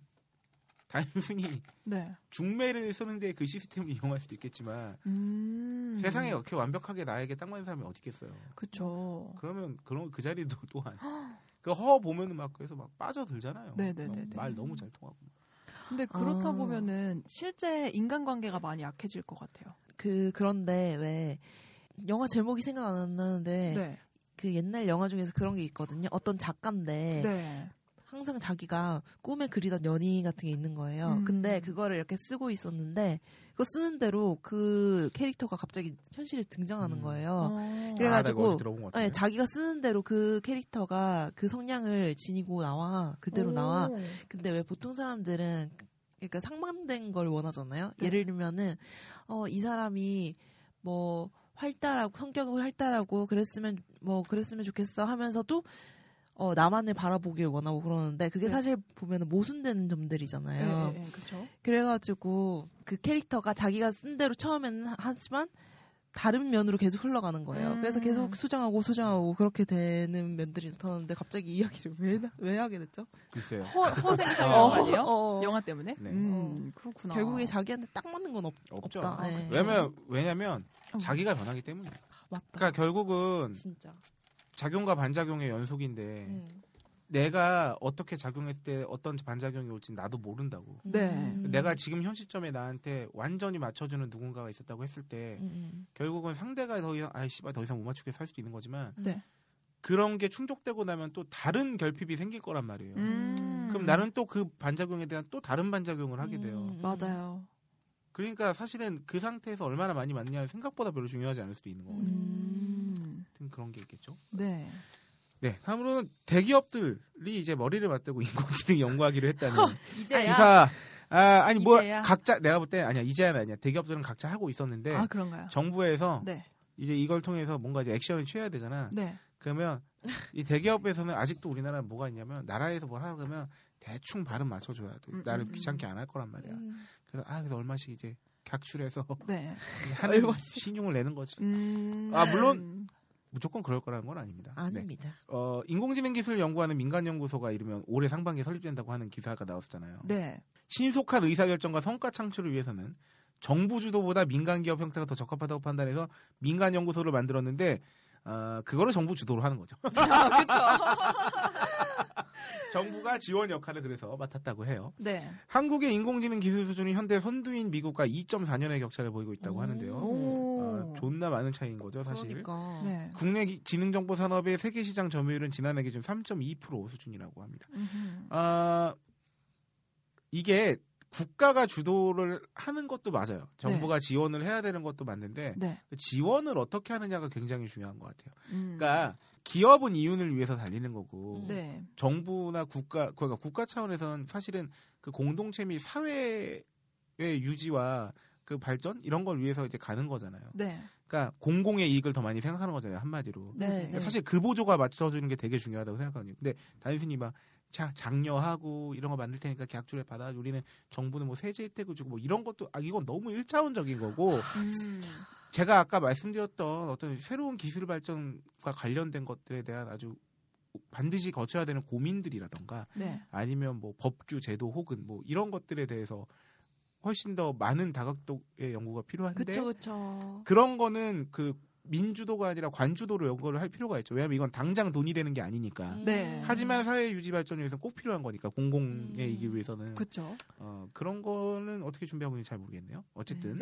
단순히 네. 중매를 쓰는데 그 시스템을 이용할 수도 있겠지만 음. 세상에 어떻게 완벽하게 나에게 딱 맞는 사람이 어디 있겠어요. 그쵸. 그러면 그런 그 자리도 [laughs] [gasps] 또한 그 허 보면은 막 그래서 막 빠져들잖아요. 네네네네. 음. 막말 너무 잘 통하고. 근데 그렇다 아. 보면은 실제 인간관계가 많이 약해질 것 같아요. 그 그런데 왜 영화 제목이 생각 안 나는데 네. 그 옛날 영화 중에서 그런 게 있거든요. 어떤 작가인데 네. 항상 자기가 꿈에 그리던 연인 같은 게 있는 거예요. 음. 근데 그거를 이렇게 쓰고 있었는데 그거 쓰는 대로 그 캐릭터가 갑자기 현실에 등장하는 음. 거예요. 어. 그래가- 아, 내가 어디서 그래가지고, 들어본 것 네, 같은데. 자기가 쓰는 대로 그 캐릭터가 그 성향을 지니고 나와 그대로 나와. 네. 오. 근데 왜 보통 사람들은 그러니까 상반된 걸 원하잖아요. 네. 예를 들면은 어 이 사람이 뭐 활달하고 성격이 활달하고 그랬으면 뭐 그랬으면 좋겠어 하면서도 어 나만을 바라보길 원하고 그러는데 그게 네. 사실 보면은 모순되는 예, 점들이잖아요. 예, 예, 그쵸. 그래가지고 그 캐릭터가 자기가 쓴 대로 처음에는 하- 하지만 다른 면으로 계속 흘러가는 거예요. 음. 그래서 계속 수정하고 수정하고 그렇게 되는 면들이 나타나는데 갑자기 이야기를 왜, 나- 왜 하게 됐죠? [laughs] 글쎄요. 허, 허생사연 어. 아니에요? 어. 영화 때문에? 네. 음, 그렇구나. 결국에 자기한테 딱 맞는 건 없, 없죠. 다 아, 그쵸. 왜냐면 그러니까 왜냐면 어. 자기가 변하기 때문에. 맞다. 그러니까 결국은 진짜. 작용과 반작용의 연속인데 음. 내가 어떻게 작용했을 때 어떤 반작용이 올지 나도 모른다고. 네. 음. 내가 지금 현 시점에 나한테 완전히 맞춰주는 누군가가 있었다고 했을 때 음, 결국은 상대가 더 이상 아이 씨발 더 이상 못 맞추게 살 수도 있는 거지만 네. 그런 게 충족되고 나면 또 다른 결핍이 생길 거란 말이에요. 음. 그럼 나는 또 그 반작용에 대한 또 다른 반작용을 하게 돼요. 음, 음. 맞아요. 그러니까 사실은 그 상태에서 얼마나 많이 맞냐 생각보다 별로 중요하지 않을 수도 있는 거고. 요 음. 하여튼 그런 게 있겠죠. 네. 네, 다음으로는 대기업들이 이제 머리를 맞대고 [laughs] 인공지능 연구하기로 했다는 어, 이제야. 기사. 아, 아니 뭐 이제야. 각자 내가 볼 때 아니야 이제야 아니야 대기업들은 각자 하고 있었는데 아 그런가요? 정부에서 네. 이제 이걸 통해서 뭔가 이제 액션을 취해야 되잖아. 네. 그러면 이 대기업에서는 아직도 우리나라 는 뭐가 있냐면 나라에서 뭘 하라 그러면 대충 발음 맞춰줘야 돼. 음, 나를 음, 귀찮게 안 할 거란 말이야. 음. 그래서 아 그래서 얼마씩 이제 [laughs] 각출해서 네. 하는 얼마씩? 신용을 내는 거지. 음. 아, 물론. 무조건 그럴 거라는 건 아닙니다. 네. 아닙니다. 어, 인공지능 기술을 연구하는 민간 연구소가 이르면 올해 상반기에 설립된다고 하는 기사가 나왔었잖아요. 네. 신속한 의사결정과 성과 창출을 위해서는 정부 주도보다 민간 기업 형태가 더 적합하다고 판단해서 민간 연구소를 만들었는데 어, 그거를 정부 주도로 [laughs] 하는 거죠. 아, [laughs] 정부가 지원 역할을 그래서 맡았다고 해요. 네. 한국의 인공지능 기술 수준이 현대 선두인 미국과 2.4년의 격차를 보이고 있다고 오. 하는데요. 오. 어, 존나 많은 차이인 거죠, 사실. 그러니까. 네. 국내 기- 지능정보 산업의 세계 시장 점유율은 지난해 기준 3.2% 수준이라고 합니다. 음흠. 아, 이게 국가가 주도를 하는 것도 맞아요. 정부가 지원을 해야 되는 것도 맞는데 네. 그 지원을 어떻게 하느냐가 굉장히 중요한 것 같아요. 음. 그러니까 기업은 이윤을 위해서 달리는 거고 네. 정부나 국가 그러니까 국가 차원에서는 사실은 그 공동체 및 사회의 유지와 그 발전 이런 걸 위해서 이제 가는 거잖아요. 네. 그러니까 공공의 이익을 더 많이 생각하는 거잖아요 한마디로. 네. 네. 사실 그 보조가 맞춰주는 게 되게 중요하다고 생각하거든요. 근데 단순히 막 자, 장려하고 이런 거 만들 테니까 계약주를 받아 우리는 정부는 뭐 세제 혜택을 주고 뭐 이런 것도 아 이건 너무 일차원적인 거고 음. 제가 아까 말씀드렸던 어떤 새로운 기술 발전과 관련된 것들에 대한 아주 반드시 거쳐야 되는 고민들이라던가 네. 아니면 뭐 법규 제도 혹은 뭐 이런 것들에 대해서 훨씬 더 많은 다각도의 연구가 필요한데 그쵸 그쵸. 그런 거는 그 민주도가 아니라 관주도로 연구를 할 필요가 있죠. 왜냐하면 이건 당장 돈이 되는 게 아니니까. 네. 하지만 사회 유지 발전을 위해서 꼭 필요한 거니까 음. 공공의 이기 위해서는 그렇죠. 어, 그런 거는 어떻게 준비하고 있는지 잘 모르겠네요. 어쨌든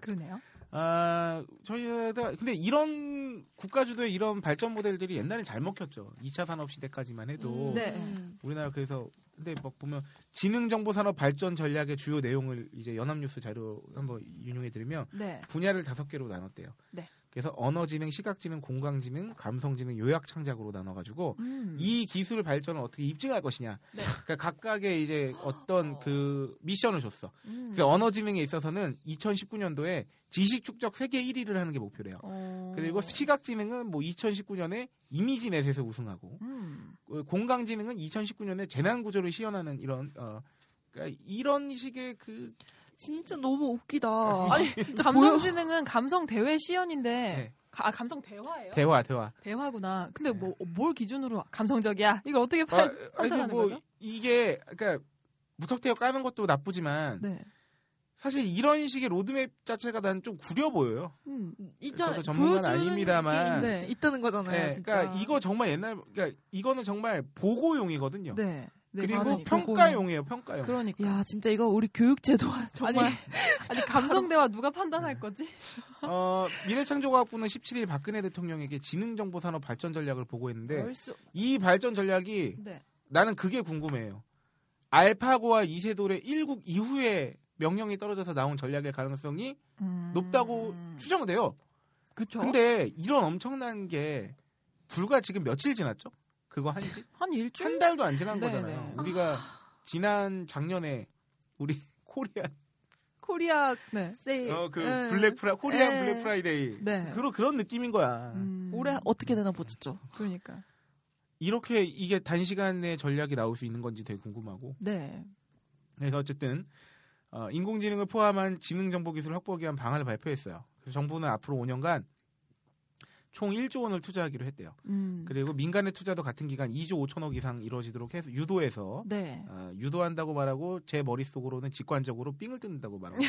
그러네요. 아 저희가 근데 이런 국가 주도의 이런 발전 모델들이 옛날엔 잘 먹혔죠. 2차 산업 시대까지만 해도 음, 네. 우리나라 그래서 근데 막 보면 지능 정보 산업 발전 전략의 주요 내용을 이제 연합뉴스 자료 한번 인용해 드리면 네. 분야를 다섯 개로 나눴대요. 네. 그래서 언어지능, 시각지능, 공강지능, 감성지능, 요약창작으로 나눠가지고 음. 이 기술 발전을 어떻게 입증할 것이냐. 네. 그러니까 각각의 이제 어떤 그 미션을 줬어. 음. 그래서 언어지능에 있어서는 2019년도에 지식 축적 세계 1위를 하는 게 목표래요. 어. 그리고 시각지능은 뭐 2019년에 이미지 넷에서 우승하고 음. 어, 공강지능은 2019년에 재난 구조를 시연하는 이런 어 그러니까 이런 식의 그 진짜 너무 어, 웃기다. 아니 어, 감성지능은 감성 대회 시연인데 네. 가- 아, 감성 대화예요? 대화 대화 대화구나. 근데 네. 뭐 뭘 기준으로 감성적이야? 이걸 어떻게 아, 팔? 아니 판단하는 뭐 거죠? 이게 그러니까 무턱대고 까는 것도 나쁘지만 네. 사실 이런 식의 로드맵 자체가 난 좀 구려 보여요. 음. 이전 저도 전문가는 보여주는 아닙니다만. 게 있- 있다는 거잖아요. 네, 진짜. 그러니까 이거 정말 옛날 그러니까 이거는 정말 보고용이거든요. 네. 네. 그리고 맞아요. 평가용이에요, 평가용. 그러니까. 야 진짜 이거 우리 교육제도와 정말 아니, [laughs] 아니 감성 대화 누가 네. 판단할 거지? 어, 미래창조과학부는 17일 박근혜 대통령에게 지능정보산업 발전 전략을 보고했는데 얼쑤- 이 발전 전략이 네. 나는 그게 궁금해요. 알파고와 이세돌의 1국 이후에 명령이 떨어져서 나온 전략의 가능성이 음. 높다고 추정돼요. 그렇죠. 근데 이런 엄청난 게 불과 지금 며칠 지났죠? 그거 한 지? 한 일주일 한 달도 안 지난 네, 거잖아요. 네. 우리가 지난 작년에 우리 [laughs] 코리안 코리아 네. 세일 어, 그 예. 블랙 프라 코리안 예. 블랙 프라이데이 네. 그런 그런 느낌인 거야. 음. 올해 어떻게 되나 보죠. 그러니까. 이렇게 이게 단시간에 전략이 나올 수 있는 건지 되게 궁금하고. 네. 그래서 어쨌든 어, 인공지능을 포함한 지능 정보 기술 확보기 위한 방안을 발표했어요. 그래서 정부는 앞으로 5년간 총 1조 원을 투자하기로 했대요. 음. 그리고 민간의 투자도 같은 기간 2조 5천억 이상 이루어지도록 해서 유도해서 네. 아, 유도한다고 말하고 제 머릿속으로는 직관적으로 삥을 뜯는다고 말하고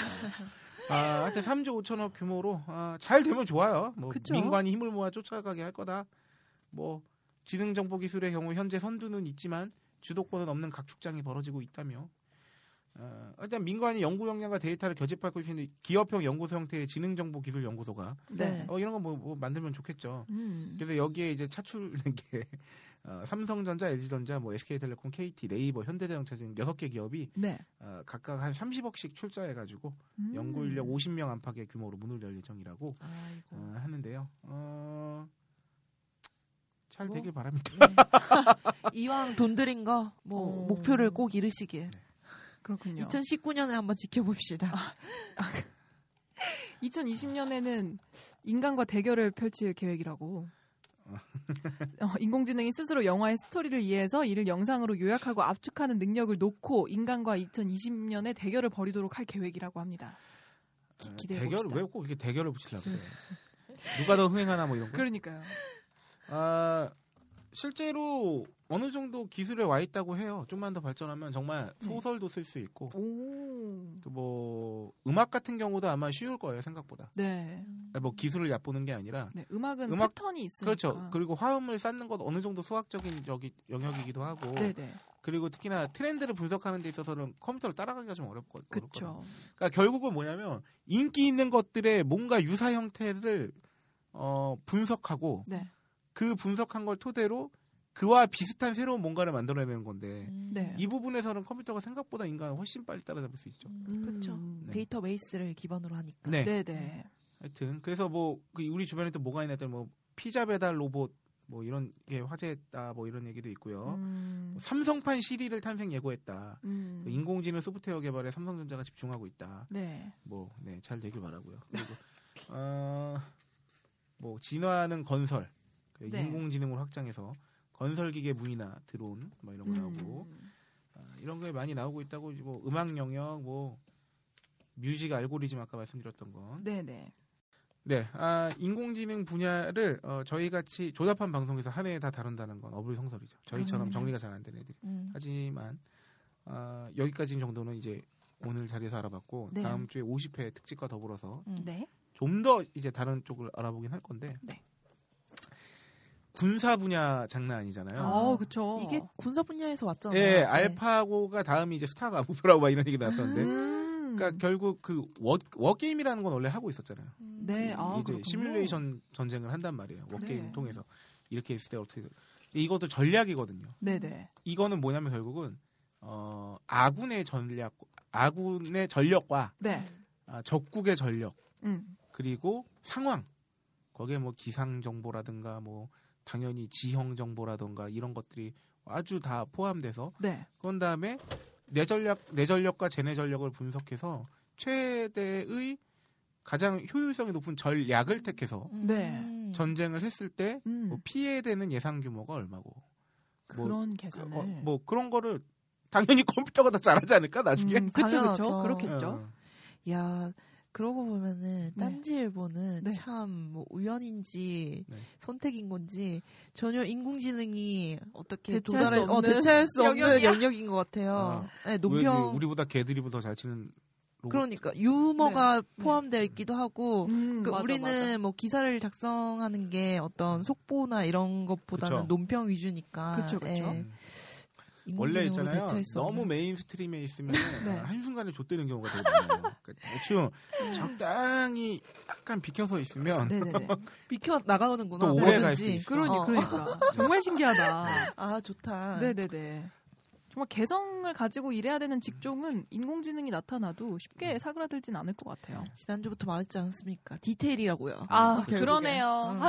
아, 하여튼 3조 5천억 규모로 아, 잘 되면 좋아요. 뭐 그쵸. 민관이 힘을 모아 쫓아가게 할 거다. 뭐 지능 정보 기술의 경우 현재 선두는 있지만 주도권은 없는 각축장이 벌어지고 있다며 어, 일단 민관이 연구 역량과 데이터를 결집할 것인데 기업형 연구소 형태의 지능 정보 기술 연구소가 네. 어, 이런 거뭐 뭐 만들면 좋겠죠. 음. 그래서 여기에 이제 차출된 게 [laughs] 어, 삼성전자, LG전자, 뭐 SK텔레콤, KT, 네이버, 현대자동차 등 여섯 개 기업이 네. 어, 각각 한 30억씩 출자해가지고 음. 연구 인력 50명 안팎의 규모로 문을 열 예정이라고 아이고. 어, 하는데요. 어, 잘 뭐? 되길 바랍니다. 아. 이왕 돈 들인 거, 뭐, 어. 목표를 꼭 이루시길. 그렇군요. 아. 2019년에 한번 지켜봅시다. 2020년에는 인간과 대결을 [laughs] 펼칠 계획이라고. 어, 인공지능이 스스로 영화의 스토리를 이해해서 이를 영상으로 요약하고 압축하는 능력을 놓고 인간과 2020년에 대결을 벌이도록 할 계획이라고 합니다. 기- 어, 기대해 대결 봅시다. 왜꼭 이렇게 대결을 붙이려고 [laughs] 그래? 누가 더 흥행하나 뭐 이런 거. 그러니까요. 아, 실제로 어느 정도 기술에 와 있다고 해요. 좀만 더 발전하면 정말 네. 소설도 쓸 수 있고 오. 그뭐 음악 같은 경우도 아마 쉬울 거예요 생각보다. 네. 아니, 뭐 기술을 얕보는 게 아니라 네. 음악은 음악- 패턴이 있으니까. 그렇죠. 그리고 화음을 쌓는 것 어느 정도 수학적인 여기, 영역이기도 하고 네네. 그리고 특히나 트렌드를 분석하는 데 있어서는 컴퓨터로 따라가기가 좀 어렵, 거든요 그렇죠. 그러니까 결국은 뭐냐면 인기 있는 것들의 뭔가 유사 형태를 어, 분석하고 네. 그 분석한 걸 토대로 그와 비슷한 새로운 뭔가를 만들어내는 건데 네. 이 부분에서는 컴퓨터가 생각보다 인간을 훨씬 빨리 따라잡을 수 있죠. 그렇죠. 음. 네. 데이터베이스를 기반으로 하니까. 네. 네네. 하여튼 그래서 뭐그 우리 주변에 또 뭐가 있냐 했더니 뭐 피자 배달 로봇 뭐 이런 게 화제했다 뭐 이런 얘기도 있고요. 뭐 음. 삼성판 시리를 탄생 예고했다. 뭐 음. 인공지능 소프트웨어 개발에 삼성전자가 집중하고 있다. 네. 뭐 네 잘 되길 바라고요. [laughs] 그리고 어뭐 진화하는 건설 그 네. 인공지능을 확장해서 건설 기계 무기나 드론 뭐 이런 거 나오고 음. 아, 이런 거에 많이 나오고 있다고 이제 뭐 음악 영역 뭐 뮤직 알고리즘 아까 말씀드렸던 건 네네. 네, 아, 인공지능 분야를 어, 저희 같이 조잡한 방송에서 한 해에 다 다룬다는 건 어불성설이죠. 저희처럼 그렇습니다. 정리가 잘 안 되는 애들이. 음. 하지만 아, 여기까지 정도는 이제 오늘 자리에서 알아봤고 네. 다음 주에 50회 특집과 더불어서 음. 네. 좀 더 이제 다른 쪽을 알아보긴 할 건데. 네. 군사 분야 장난 아니잖아요. 어, 그쵸. 이게 군사 분야에서 왔잖아요. 예, 네. 알파고가 다음이 이제 스타가 목표라고 막 이런 얘기 나왔었는데. 음. 그러니까 결국 그 워, 워게임이라는 건 원래 하고 있었잖아요. 음. 네, 아, 이제 그렇군요. 시뮬레이션 전쟁을 한단 말이에요. 워게임 네. 통해서 이렇게 있을 때 어떻게 돼. 이것도 전략이거든요. 네네. 이거는 뭐냐면 결국은 어, 아군의 전략, 아군의 전력과 네. 아, 적국의 전력 음. 그리고 상황 거기에 뭐 기상 정보라든가 뭐 당연히 지형 정보라든가 이런 것들이 아주 다 포함돼서 네. 그런 다음에 내 전략 내 전력과 제네 전력을 분석해서 최대의 가장 효율성이 높은 전략을 택해서 음. 네. 전쟁을 했을 때 음. 뭐 피해되는 예상 규모가 얼마고 뭐- 그런 그, 계산을. 어, 네. 뭐 그런 거를 당연히 [laughs] 컴퓨터가 더 잘하지 않을까 나중에 어. 음, 그쵸, 그쵸. 당연하죠. 그렇겠죠. 야, 그러고 보면은 네. 딴지일보는 네. 참뭐 우연인지 네. 선택인 건지 전혀 인공지능이 어떻게 대체할 수 도달할 어, 없는 대체할 수 없는 영역이야. 영역인 것 같아요. 네, 우리, 논평 우리보다 개들이보다 잘 치는 로봇. 그러니까 유머가 포함되어 있기도 하고 네. 음, 그 맞아, 우리는 맞아. 뭐 기사를 작성하는 게 어떤 속보나 이런 것보다는 음. 그쵸. 논평 위주니까 그쵸, 그쵸. 예, 음. 인공지능으로 원래 네. 있잖아요. 대체할 수 너무 없는. 메인 스트림에 있으면 [laughs] 아, 네. 한순간에 좆되는 경우가 되게 많아요. 그러니까 대충 적당히 약간 비켜서 있으면 [laughs] 네네네. 비켜 나가오는구나. 또 오래 갈수 뭐든지. 있어. 그러니, 어. 그러니까. [laughs] 정말 신기하다. 아 좋다. 네네네. 정말 개성을 가지고 일해야 되는 직종은 인공지능이 나타나도 음. 쉽게 사그라들진 않을 것 같아요. 지난주부터 말했지 않습니까? 디테일이라고요. 음. 아, 결국엔. 그러네요. 응.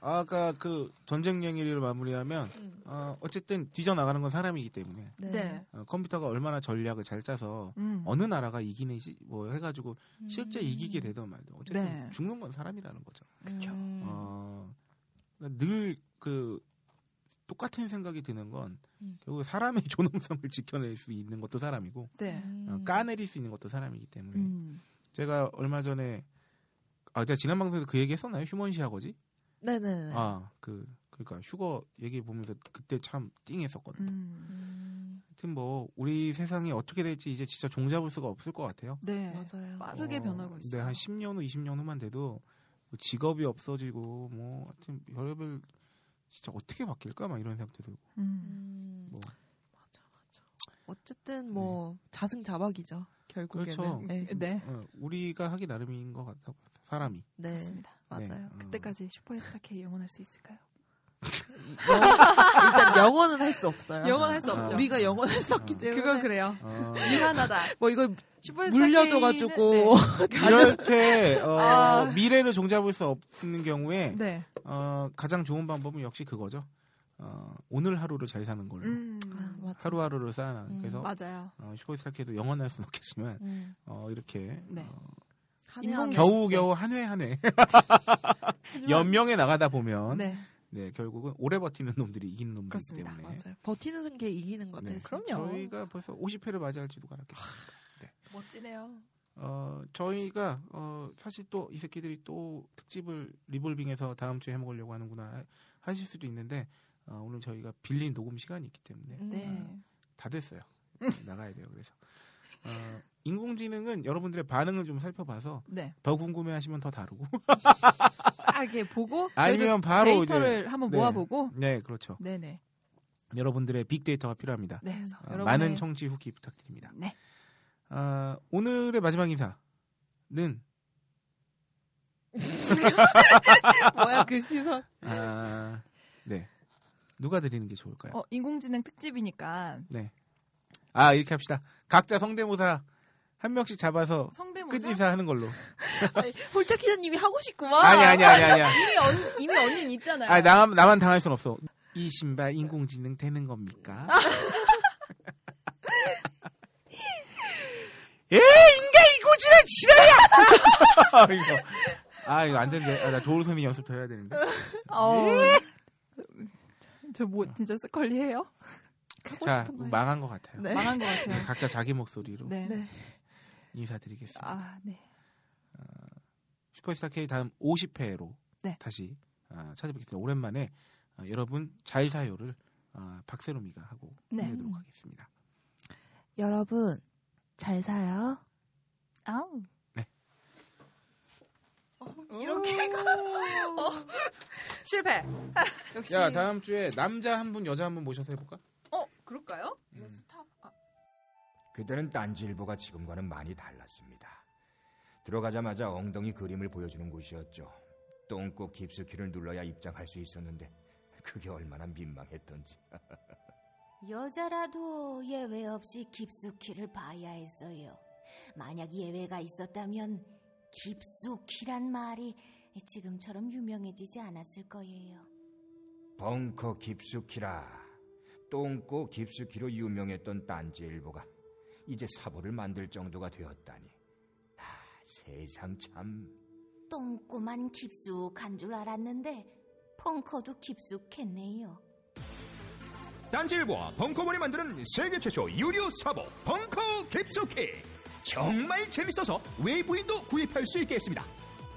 아까 그 전쟁 얘기를 마무리하면 음. 어, 어쨌든 뒤져 나가는 건 사람이기 때문에 네. 어, 컴퓨터가 얼마나 전략을 잘 짜서 음. 어느 나라가 이기는 시, 뭐 해가지고 실제 음. 이기게 되든 말든 어쨌든 네. 죽는 건 사람이라는 거죠. 그쵸. 음. 어, 늘 그 똑같은 생각이 드는 건 음. 결국 사람의 [laughs] 존엄성을 지켜낼 수 있는 것도 사람이고 네. 어, 음. 까내릴 수 있는 것도 사람이기 때문에 음. 제가 얼마 전에 아 제가 지난 방송에서 그 얘기 했었나요? 휴먼시아거지? 네네네. 아 그 그러니까 휴거 얘기 보면서 그때 참 띵했었거든요. 음. 음, 하여튼 뭐 우리 세상이 어떻게 될지 이제 진짜 종잡을 수가 없을 것 같아요. 네. 맞아요. 빠르게 어, 변하고 있어요. 네, 한 10년 후, 20년 후만 돼도 뭐 직업이 없어지고 뭐 하여튼 별의별 진짜 어떻게 바뀔까 막 이런 생각도 들고 음. 음, 뭐. 네. 맞아 맞아. 어쨌든 뭐 자승자박이죠 결국에는. 그렇죠. 네, 네. 어, 우리가 하기 나름인 것 같다고 [laughs] 사람이 네, 맞습니다. 맞아요. 음. 네. 그때까지 슈퍼스타 K 영원할 수 있을까요? 일단 영어는 할 수 없어요. 아. 영원할 아. 수 없죠. 우리가 영어할 수 없기 아. 때문에. 그래요. 그 어, 어, 미안하다. 뭐 이거 슈퍼스타 물려줘가지고 이렇게 어, 아. 미래를 종잡을 수 없는 경우에 K는, 네. 네. 어, 가장 좋은 방법은 역시 그거죠. 어, 오늘 하루를 잘 사는 걸로 음. 아, 맞아. 하루하루를 쌓아나. 음, 그래서 맞아요. 어, 슈퍼스타케도 영원할 수는 없겠지만 음. 어, 이렇게 네. 어, 한 해, 인공 한 해. 겨우 겨우 한 회 한 회 [laughs] 연명에 나가다 보면 네. 네, 결국은 오래 버티는 [laughs] 놈들이 이기는 놈들이기 그렇습니다. 때문에 맞아요. 버티는 게 이기는 거죠. 네. 진짜. 그럼요. 저희가 벌써 50회를 맞이할지도 알았겠어요. 멋지네요. 어, 저희가 어, 사실 또 이 새끼들이 또 특집을 리볼빙해서 다음 주에 해먹으려고 하는구나 하실 수도 있는데 어, 오늘 저희가 빌린 녹음 시간이 있기 때문에 음. 네. 다 됐어요. 네, 나가야 돼요. 그래서 어, 인공지능은 여러분들의 반응을 좀 살펴봐서 네. 더 궁금해하시면 더 [laughs] 다루고 딱 아, 이렇게 보고 저희도 아니면 바로 데이터를 이제 한번 네. 모아보고 네 그렇죠. 네네. 여러분들의 빅데이터가 필요합니다. 네. 그래서 어, 여러분의 많은 청취 후기 부탁드립니다. 네. 아, 오늘의 마지막 인사는 뭐야 그 시선. 아, 네 누가 드리는 게 좋을까요? 네. 어, 인공지능 특집이니까 아 이렇게 합시다. 각자 성대모사 한 명씩 잡아서 끝 성대모사 인사하는 걸로. 아니, 홀짝 기자님이 하고 싶구만. 아니 아니 아니 아니야. 이미 언 이미 언니 있잖아요. 아 나만 나만 당할 순 없어. 이 신발 인공지능 되는 겁니까? 아. [laughs] 예 인가 이고지라 지라야. [laughs] 이거 아 이거 안 되는데 아, 나 도울 선이 연습 더 해야 되는데. 어. 저 뭐 진짜 스컬리 해요? 네. 자 망한 것 같아요. 네. 망한 것 같아요. 각자 자기 목소리로 네. 네. 인사드리겠습니다. 아, 네. 슈퍼스타 K 다음 50회로 네. 다시 아, 찾아뵙겠습니다. 오랜만에 아, 여러분 잘 사요를 아, 박세롬이가 하고 네. 보내도록 하겠습니다. 여러분 잘 사요. 아우. 어, 이렇게 실패. 역시 야 다음 주에 남자 한 분 여자 한 분 모셔서 해볼까? 어, 그럴까요? 음. 그때는 딴지일보가 지금과는 많이 달랐습니다. 들어가자마자 엉덩이 그림을 보여주는 곳이었죠. 똥꼬 깊숙이를 눌러야 입장할 수 있었는데 그게 얼마나 민망했던지. 여자라도 예외 없이 깊숙이를 봐야 했어요. 만약 예외가 있었다면 깊숙이란 말이 지금처럼 유명해지지 않았을 거예요. 벙커 깊숙이라 똥꼬 깊숙이로 유명했던 딴지일보가 이제 사보를 만들 정도가 되었다니. 아, 세상 참. 똥꼬만 깊숙한 줄 알았는데 펑커도 깊숙했네요. 딴지일보와 벙커원이 만드는 세계 최초 유료 사보 벙커 깊숙이 정말 재밌어서 외부인도 구입할 수 있게 했습니다.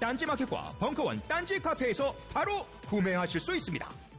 딴지마켓과 벙커원 딴지 카페에서 바로 구매하실 수 있습니다.